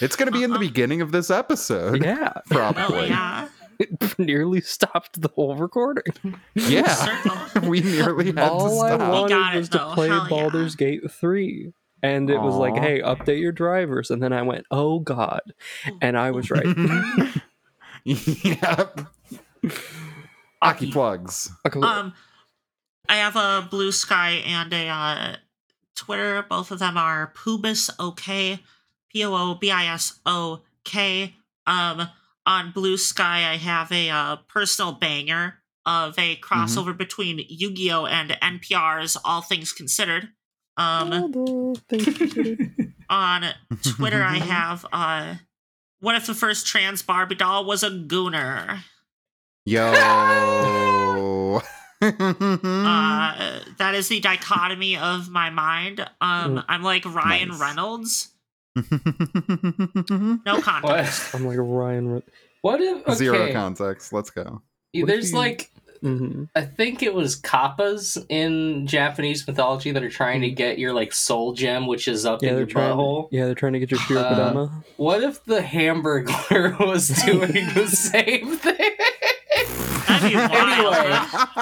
[SPEAKER 3] It's gonna be in the beginning of this episode.
[SPEAKER 1] yeah,
[SPEAKER 2] Oh
[SPEAKER 3] Probably.
[SPEAKER 2] yeah.
[SPEAKER 1] it nearly stopped the whole recording.
[SPEAKER 3] Yeah.
[SPEAKER 2] Circle.
[SPEAKER 3] we nearly had
[SPEAKER 1] All I
[SPEAKER 3] to stop.
[SPEAKER 1] wanted
[SPEAKER 2] got it,
[SPEAKER 1] was to
[SPEAKER 2] though.
[SPEAKER 1] play
[SPEAKER 2] Hell yeah.
[SPEAKER 1] Baldur's Gate three. And it was like,
[SPEAKER 3] Aw.
[SPEAKER 1] hey, update your drivers. And then I went, oh God. And I was right.
[SPEAKER 3] yep. Aki plugs.
[SPEAKER 1] Okay,
[SPEAKER 2] Um, I have a blue sky and a uh, Twitter. Both of them are Poobis OK, P O O B I S O K. Um, on blue sky, I have a uh, personal banger of a crossover between Yu-Gi-Oh and NPR's All Things Considered. Um,
[SPEAKER 1] Oh. Although, thank you, Judith.
[SPEAKER 2] on Twitter, I have uh, what if the first trans Barbie doll was a gooner?
[SPEAKER 3] Yo.
[SPEAKER 1] Mm-hmm.
[SPEAKER 2] Uh, that is the dichotomy of my mind.
[SPEAKER 1] Mm.
[SPEAKER 2] Um, I'm like Ryan
[SPEAKER 3] Nice.
[SPEAKER 2] Reynolds. No context.
[SPEAKER 4] What?
[SPEAKER 1] I'm like Ryan. Re-
[SPEAKER 4] What if okay,
[SPEAKER 3] Zero context. Let's go.
[SPEAKER 1] What if
[SPEAKER 4] There's
[SPEAKER 1] you-
[SPEAKER 4] like
[SPEAKER 1] Mhm.
[SPEAKER 4] I think it was kappas in Japanese mythology that are trying to get your like soul gem, which is up
[SPEAKER 1] Yeah,
[SPEAKER 4] in
[SPEAKER 1] they're
[SPEAKER 4] your
[SPEAKER 1] trying.
[SPEAKER 4] butthole.
[SPEAKER 1] yeah, they're trying to get your Shirakodama.
[SPEAKER 4] What if the hamburger was doing the same thing?
[SPEAKER 2] That'd be wild.
[SPEAKER 4] Anyway.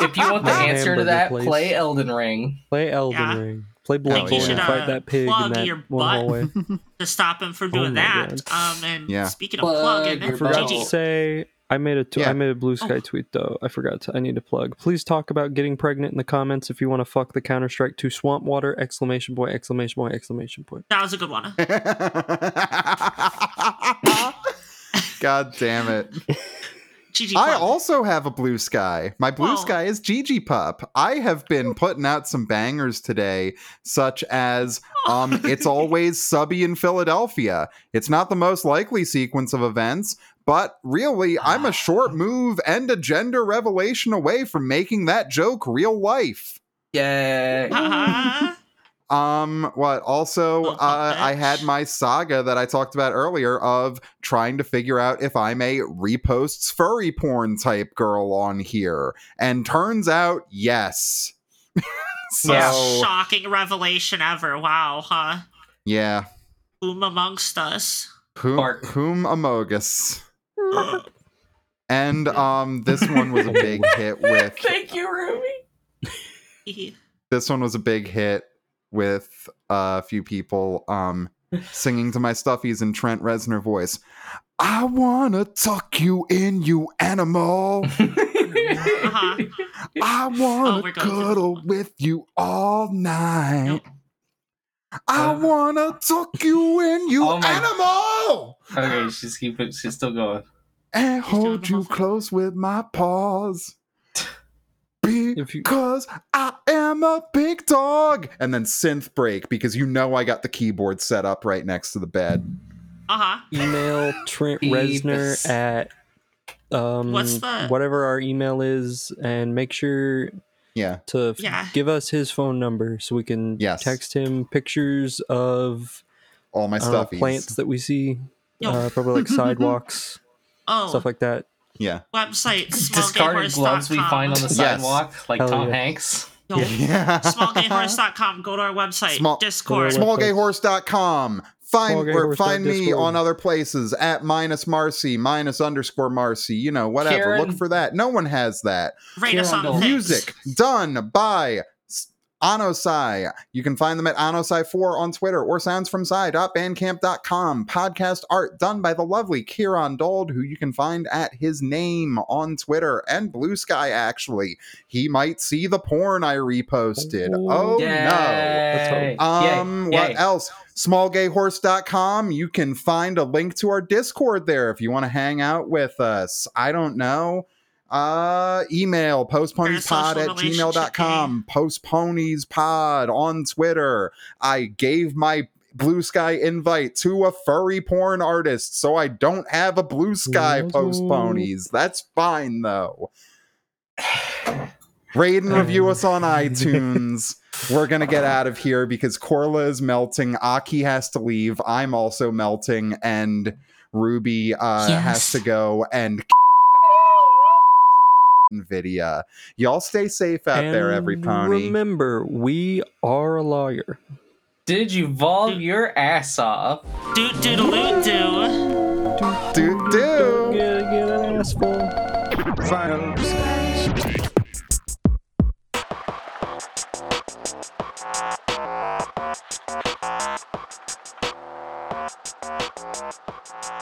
[SPEAKER 4] if you want the
[SPEAKER 1] The
[SPEAKER 4] answer to
[SPEAKER 1] hamburger
[SPEAKER 4] that,
[SPEAKER 1] place.
[SPEAKER 4] play Elden Ring.
[SPEAKER 1] play Elden
[SPEAKER 2] Yeah.
[SPEAKER 1] Ring. Play
[SPEAKER 3] Like,
[SPEAKER 1] Bloodborne.
[SPEAKER 3] you should,
[SPEAKER 1] and
[SPEAKER 3] uh,
[SPEAKER 1] fight that pig in
[SPEAKER 2] plug
[SPEAKER 1] that
[SPEAKER 2] your
[SPEAKER 1] one
[SPEAKER 2] butt.
[SPEAKER 1] hallway.
[SPEAKER 2] To stop him from doing
[SPEAKER 1] Oh my
[SPEAKER 2] that.
[SPEAKER 1] God.
[SPEAKER 2] Um, and
[SPEAKER 3] Yeah.
[SPEAKER 2] speaking of
[SPEAKER 4] Plug
[SPEAKER 2] plugging,
[SPEAKER 4] your
[SPEAKER 1] I forgot to
[SPEAKER 4] Bro.
[SPEAKER 2] GG.
[SPEAKER 1] say I made a tw-
[SPEAKER 3] Yeah.
[SPEAKER 1] I made a blue sky
[SPEAKER 2] Oh.
[SPEAKER 1] tweet though. I forgot to I need to plug. Please talk about getting pregnant in the comments if you want to fuck the Counter Strike 2 Swamp Water exclamation point exclamation point exclamation point.
[SPEAKER 2] that was a good one.
[SPEAKER 3] God damn it.
[SPEAKER 2] GG.
[SPEAKER 3] I
[SPEAKER 2] plug.
[SPEAKER 3] also have a blue sky. My blue
[SPEAKER 2] Wow.
[SPEAKER 3] sky is Gigi Pup. I have been putting out some bangers today, such as
[SPEAKER 2] Oh
[SPEAKER 3] um, It's Always Subby in Philadelphia. It's not the most likely sequence of events, but really, I'm a short move and a gender revelation away from making that joke real life.
[SPEAKER 4] Yay.
[SPEAKER 2] Uh-huh.
[SPEAKER 3] Um, what also,
[SPEAKER 2] Little
[SPEAKER 3] uh, I
[SPEAKER 2] bitch.
[SPEAKER 3] had my saga that I talked about earlier of trying to figure out if I'm a reposts furry porn type girl on here, and turns out, yes.
[SPEAKER 2] Most
[SPEAKER 3] so, yeah,
[SPEAKER 2] shocking revelation ever. Wow, huh? Boom amongst us.
[SPEAKER 3] whom,
[SPEAKER 4] Bark.
[SPEAKER 3] whom amogus. And um, this one was a big hit with
[SPEAKER 4] Thank you, Ruby.
[SPEAKER 3] this one was a big hit with a few people um singing to my stuffies in Trent Reznor voice. I wanna tuck you in, you animal.
[SPEAKER 2] Uh-huh.
[SPEAKER 3] I
[SPEAKER 2] Oh,
[SPEAKER 3] wanna
[SPEAKER 2] we're going through this
[SPEAKER 3] cuddle
[SPEAKER 2] one.
[SPEAKER 3] with you all night.
[SPEAKER 2] Nope.
[SPEAKER 3] I
[SPEAKER 4] Uh.
[SPEAKER 2] Uh-huh.
[SPEAKER 3] wanna tuck you in, you
[SPEAKER 4] Oh my-
[SPEAKER 3] animal,
[SPEAKER 4] okay, she's keep it, she's still going.
[SPEAKER 3] and
[SPEAKER 2] She's doing
[SPEAKER 3] hold
[SPEAKER 2] the
[SPEAKER 3] you
[SPEAKER 2] whole thing.
[SPEAKER 3] close with my paws. Be
[SPEAKER 1] If you
[SPEAKER 3] Cause I am a big dog. And then synth break because you know I got the keyboard set up right next to the bed.
[SPEAKER 2] Uh huh.
[SPEAKER 1] email Trent
[SPEAKER 4] Beavis.
[SPEAKER 1] Reznor at um
[SPEAKER 2] What's the-
[SPEAKER 1] whatever our email is and make sure
[SPEAKER 3] Yeah.
[SPEAKER 1] to f-
[SPEAKER 2] Yeah.
[SPEAKER 1] give us his phone number so we can
[SPEAKER 3] Yes.
[SPEAKER 1] text him pictures of
[SPEAKER 3] All
[SPEAKER 1] Uh,
[SPEAKER 3] my
[SPEAKER 1] I don't know,
[SPEAKER 3] stuffies.
[SPEAKER 1] plants that we see,
[SPEAKER 2] Yo.
[SPEAKER 1] uh, probably like sidewalks,
[SPEAKER 2] Oh,
[SPEAKER 1] stuff like that.
[SPEAKER 3] Yeah.
[SPEAKER 2] Website
[SPEAKER 4] Discarded gloves we find on
[SPEAKER 2] smallgayhorse.com.
[SPEAKER 4] the
[SPEAKER 3] Yes.
[SPEAKER 4] sidewalk, like
[SPEAKER 1] Hell
[SPEAKER 4] Tom
[SPEAKER 1] yeah.
[SPEAKER 4] Hanks.
[SPEAKER 2] Yo,
[SPEAKER 3] Yeah.
[SPEAKER 2] smallgayhorse.com. Go to our website.
[SPEAKER 3] Small-
[SPEAKER 2] Discord.
[SPEAKER 1] Small-
[SPEAKER 3] smallgayhorse.com find or
[SPEAKER 1] Smallgayhorse dot
[SPEAKER 3] find me
[SPEAKER 1] Discord.
[SPEAKER 3] on other places at minus marcy minus underscore marcy you know whatever
[SPEAKER 4] Karen-
[SPEAKER 3] look for that no one has that
[SPEAKER 2] Rate us on
[SPEAKER 4] Candle.
[SPEAKER 2] things.
[SPEAKER 3] music done by S- anosai you can find them at anosai4 on twitter or soundsfromsci.bandcamp.com podcast art done by the lovely kieran dold who you can find at his name on twitter and blue sky actually he might see the porn i reposted
[SPEAKER 1] Ooh.
[SPEAKER 3] oh no
[SPEAKER 4] Yay.
[SPEAKER 3] um,
[SPEAKER 4] Yay.
[SPEAKER 3] what
[SPEAKER 4] Yay.
[SPEAKER 3] else? Smallgayhorse.com. You can find a link to our Discord there if you want to hang out with us. I don't know. Uh, email postponypod at
[SPEAKER 2] Parasocial relationship
[SPEAKER 3] gmail.com, postponiespod on Twitter. I gave my blue sky invite to a furry porn artist, so I don't have a blue sky
[SPEAKER 1] Ooh.
[SPEAKER 3] postponies. That's fine though. Rate and review
[SPEAKER 1] Um,
[SPEAKER 3] us on iTunes. We're gonna get out of here because Corla is melting. Aki has to leave. I'm also melting, and Ruby uh,
[SPEAKER 2] Yes.
[SPEAKER 3] has to go. And Nvidia, y'all stay safe out there, every
[SPEAKER 1] And
[SPEAKER 3] pony.
[SPEAKER 1] Remember, we are a lawyer.
[SPEAKER 4] Did you volve your ass off?
[SPEAKER 2] Doot doodaloo doo.
[SPEAKER 3] do do.
[SPEAKER 1] Get, get an ass full.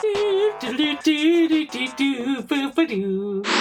[SPEAKER 4] Do, do, do, do, do, do, do, boo, boo, doo.